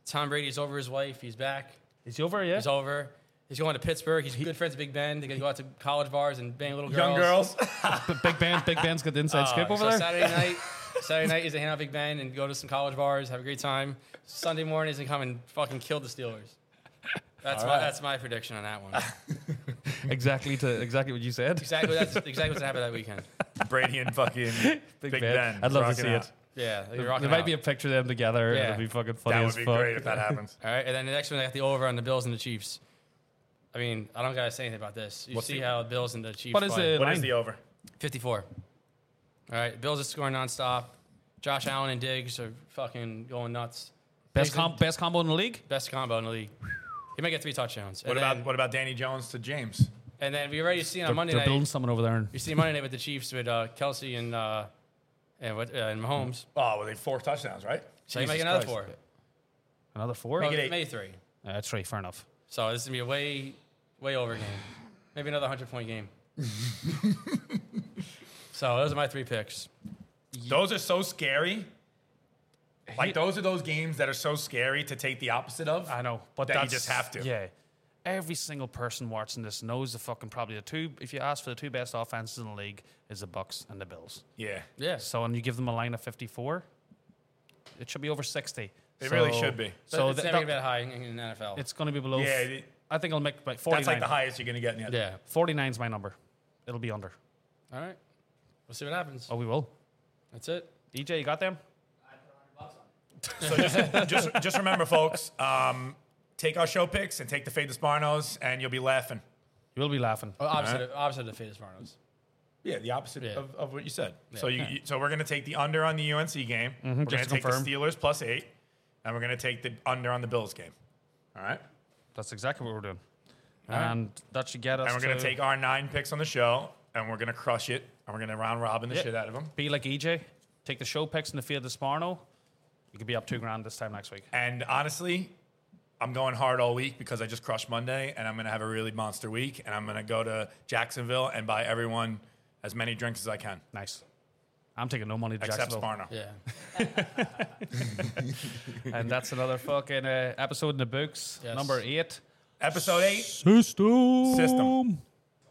Speaker 3: Tom Brady's over his wife. He's back.
Speaker 2: Is he over yet?
Speaker 3: He's over. He's going to Pittsburgh. He's good friends with Big Ben. They're going to go out to college bars and bang little girls.
Speaker 1: Young girls.
Speaker 2: But Big Ben, Big Ben's got the inside
Speaker 3: Uh,
Speaker 2: scoop
Speaker 3: so
Speaker 2: over there.
Speaker 3: Saturday night, Saturday night is to hang out with Big Ben and go to some college bars, have a great time. Sunday morning is to come and fucking kill the Steelers. That's my that's my prediction on that one.
Speaker 2: Exactly to exactly what you said.
Speaker 3: Exactly that's exactly what's happened that weekend.
Speaker 1: Brady and fucking Big, Ben.
Speaker 2: I'd love to
Speaker 1: rocking
Speaker 2: see
Speaker 1: out.
Speaker 2: it.
Speaker 3: Yeah, they're
Speaker 2: There
Speaker 3: rocking
Speaker 2: might
Speaker 3: out.
Speaker 2: be a picture of them together.
Speaker 3: Yeah.
Speaker 2: It'll be fucking funny
Speaker 1: That would
Speaker 2: as
Speaker 1: be
Speaker 2: fuck.
Speaker 1: great if that happens.
Speaker 3: All right, and then the next one, I got the over on the Bills and the Chiefs. I mean, I don't gotta say anything about this. You
Speaker 1: What's
Speaker 3: see
Speaker 1: the-
Speaker 3: how the Bills and the Chiefs.
Speaker 2: What is
Speaker 3: play.
Speaker 2: it?
Speaker 1: What is
Speaker 2: Line.
Speaker 1: the over?
Speaker 3: Fifty-four. All right, Bills are scoring nonstop. Josh Allen and Diggs are fucking going nuts.
Speaker 2: Best, com- best combo in the league?
Speaker 3: Best combo in the league. He might get three touchdowns.
Speaker 1: What
Speaker 3: and
Speaker 1: about
Speaker 3: Then,
Speaker 1: what about Danny Jones to James?
Speaker 3: and then we already seen on
Speaker 2: They're,
Speaker 3: Monday
Speaker 2: they're building
Speaker 3: night.
Speaker 2: someone over there. And
Speaker 3: You see Monday night with the Chiefs with uh, Kelsey and uh, and what uh, and Mahomes.
Speaker 1: Oh, well, they four touchdowns, right?
Speaker 3: So he might
Speaker 1: Jesus
Speaker 3: get another
Speaker 1: Christ.
Speaker 3: four.
Speaker 2: another four?
Speaker 1: Make
Speaker 2: Uh,
Speaker 1: it eight.
Speaker 3: Maybe three.
Speaker 2: That's right. Fair enough.
Speaker 3: So this is gonna be a way, way over game. Maybe another hundred point game. so those are my three picks.
Speaker 1: Those are so scary. Like those are those games that are so scary to take the opposite of.
Speaker 2: I know, but
Speaker 1: That you
Speaker 2: that's,
Speaker 1: just have to.
Speaker 2: Yeah, every single person watching this knows the fucking probably the two. If you ask for the two best offenses in the league, is the Bucks and the Bills.
Speaker 1: Yeah,
Speaker 3: Yeah.
Speaker 2: So and you give them a line of fifty-four, it should be over sixty.
Speaker 1: It really should be.
Speaker 3: So
Speaker 2: So
Speaker 3: it's
Speaker 2: that-
Speaker 3: never gonna
Speaker 2: that-
Speaker 3: be that high in, in the NFL.
Speaker 2: it's going to be below.
Speaker 1: Yeah,
Speaker 2: f-
Speaker 1: it-
Speaker 2: I think I'll make like forty-nine.
Speaker 1: that's like the highest you're gonna get in the
Speaker 3: yeah.
Speaker 2: 49 is my number. It'll be under.
Speaker 3: All right. We'll see what happens.
Speaker 2: Oh, we will.
Speaker 3: That's it.
Speaker 2: DJ, you got them?
Speaker 1: So just, just, just remember, folks, um, take our show picks and take the fade to Sparnos, and you'll be laughing.
Speaker 2: You will be laughing.
Speaker 3: Oh, opposite, of, opposite of the Fetus Marnos.
Speaker 1: Yeah, the opposite
Speaker 3: Yeah.
Speaker 1: of, of what you said. So you, you- so we're gonna take the under on the UNC game. we're gonna
Speaker 2: Mm-hmm. just to
Speaker 1: take
Speaker 2: confirm.
Speaker 1: the Steelers plus eight, and we're gonna take the under on the Bills game. All right.
Speaker 2: That's exactly what we're doing. And that should get us.
Speaker 1: And we're gonna
Speaker 2: to
Speaker 1: take our nine picks on the show, and we're gonna crush it, and we're gonna round robin the
Speaker 2: Yeah.
Speaker 1: shit out of them.
Speaker 2: Be like EJ. Take the show picks in the field this morning. You could be up two grand this time next week.
Speaker 1: And honestly, I'm going hard all week because I just crushed Monday, and I'm gonna have a really monster week, and I'm gonna go to Jacksonville and buy everyone as many drinks as I can,
Speaker 2: Nice. I'm taking no money to
Speaker 1: except Sparno.
Speaker 2: Jacksonville.
Speaker 3: Yeah.
Speaker 2: And that's another fucking uh, episode in the books,
Speaker 3: Yes.
Speaker 2: number eight.
Speaker 1: Episode eight.
Speaker 2: System.
Speaker 1: System.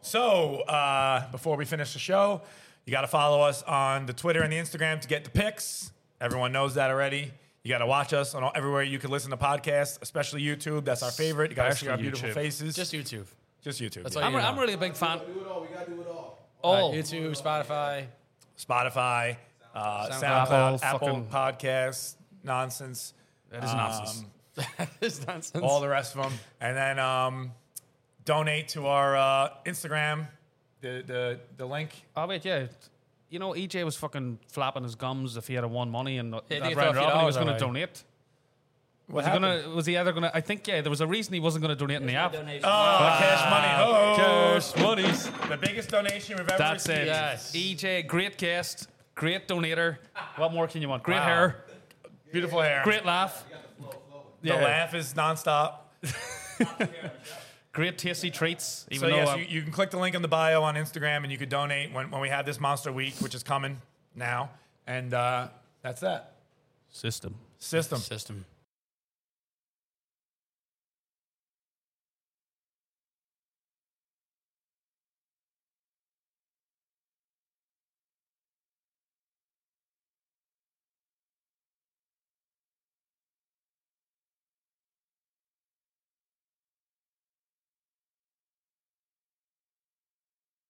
Speaker 1: So uh, before we finish the show, you got to follow us on the Twitter and the Instagram to get the picks. Everyone knows that already. You got to watch us on all, everywhere you can listen to podcasts, especially YouTube. That's our favorite. You got to see our
Speaker 2: Especially
Speaker 1: beautiful
Speaker 2: YouTube.
Speaker 1: faces.
Speaker 3: Just YouTube.
Speaker 1: Just YouTube.
Speaker 3: That's
Speaker 1: yeah.
Speaker 3: all
Speaker 2: I'm,
Speaker 3: you
Speaker 2: re-
Speaker 3: know.
Speaker 2: I'm really a big fan.
Speaker 5: do it all. We gotta do it all.
Speaker 2: Oh,
Speaker 3: YouTube, Spotify.
Speaker 1: Spotify, uh,
Speaker 3: SoundCloud.
Speaker 1: SoundCloud,
Speaker 2: Apple,
Speaker 1: Apple
Speaker 2: fucking-
Speaker 1: Podcasts, nonsense, Um,
Speaker 2: that is nonsense.
Speaker 3: it's nonsense.
Speaker 1: all the rest of them. And then um, donate to our uh, Instagram. The, the, the link.
Speaker 2: Oh, wait, yeah. You know, EJ was fucking flapping his gums if he had a won money and
Speaker 3: Yeah, I think he
Speaker 2: that
Speaker 3: threw a
Speaker 2: round
Speaker 3: few
Speaker 2: robin, he was
Speaker 3: dollars
Speaker 2: going to
Speaker 3: away.
Speaker 2: donate.
Speaker 1: What
Speaker 2: Was he, gonna, was he either going to? I think, yeah, there was a reason he wasn't going to donate in the app.
Speaker 4: Donation.
Speaker 1: Oh,
Speaker 2: Uh,
Speaker 1: cash money. Oh.
Speaker 2: Cash monies.
Speaker 1: The biggest donation we've ever
Speaker 2: uh, That's it.
Speaker 1: received.
Speaker 3: Yes.
Speaker 2: EJ, great guest, great donator. What more can you want? Great
Speaker 3: Wow.
Speaker 2: hair,
Speaker 1: Beautiful hair.
Speaker 2: great laugh.
Speaker 1: The laugh is nonstop.
Speaker 2: Great tasty treats.
Speaker 1: So
Speaker 2: Even though
Speaker 1: yes,
Speaker 2: I'm-
Speaker 1: you, you can click the link in the bio on Instagram and you can donate when, when we have this Monster Week, which is coming now. And uh, that's that.
Speaker 2: system.
Speaker 1: System.
Speaker 3: System.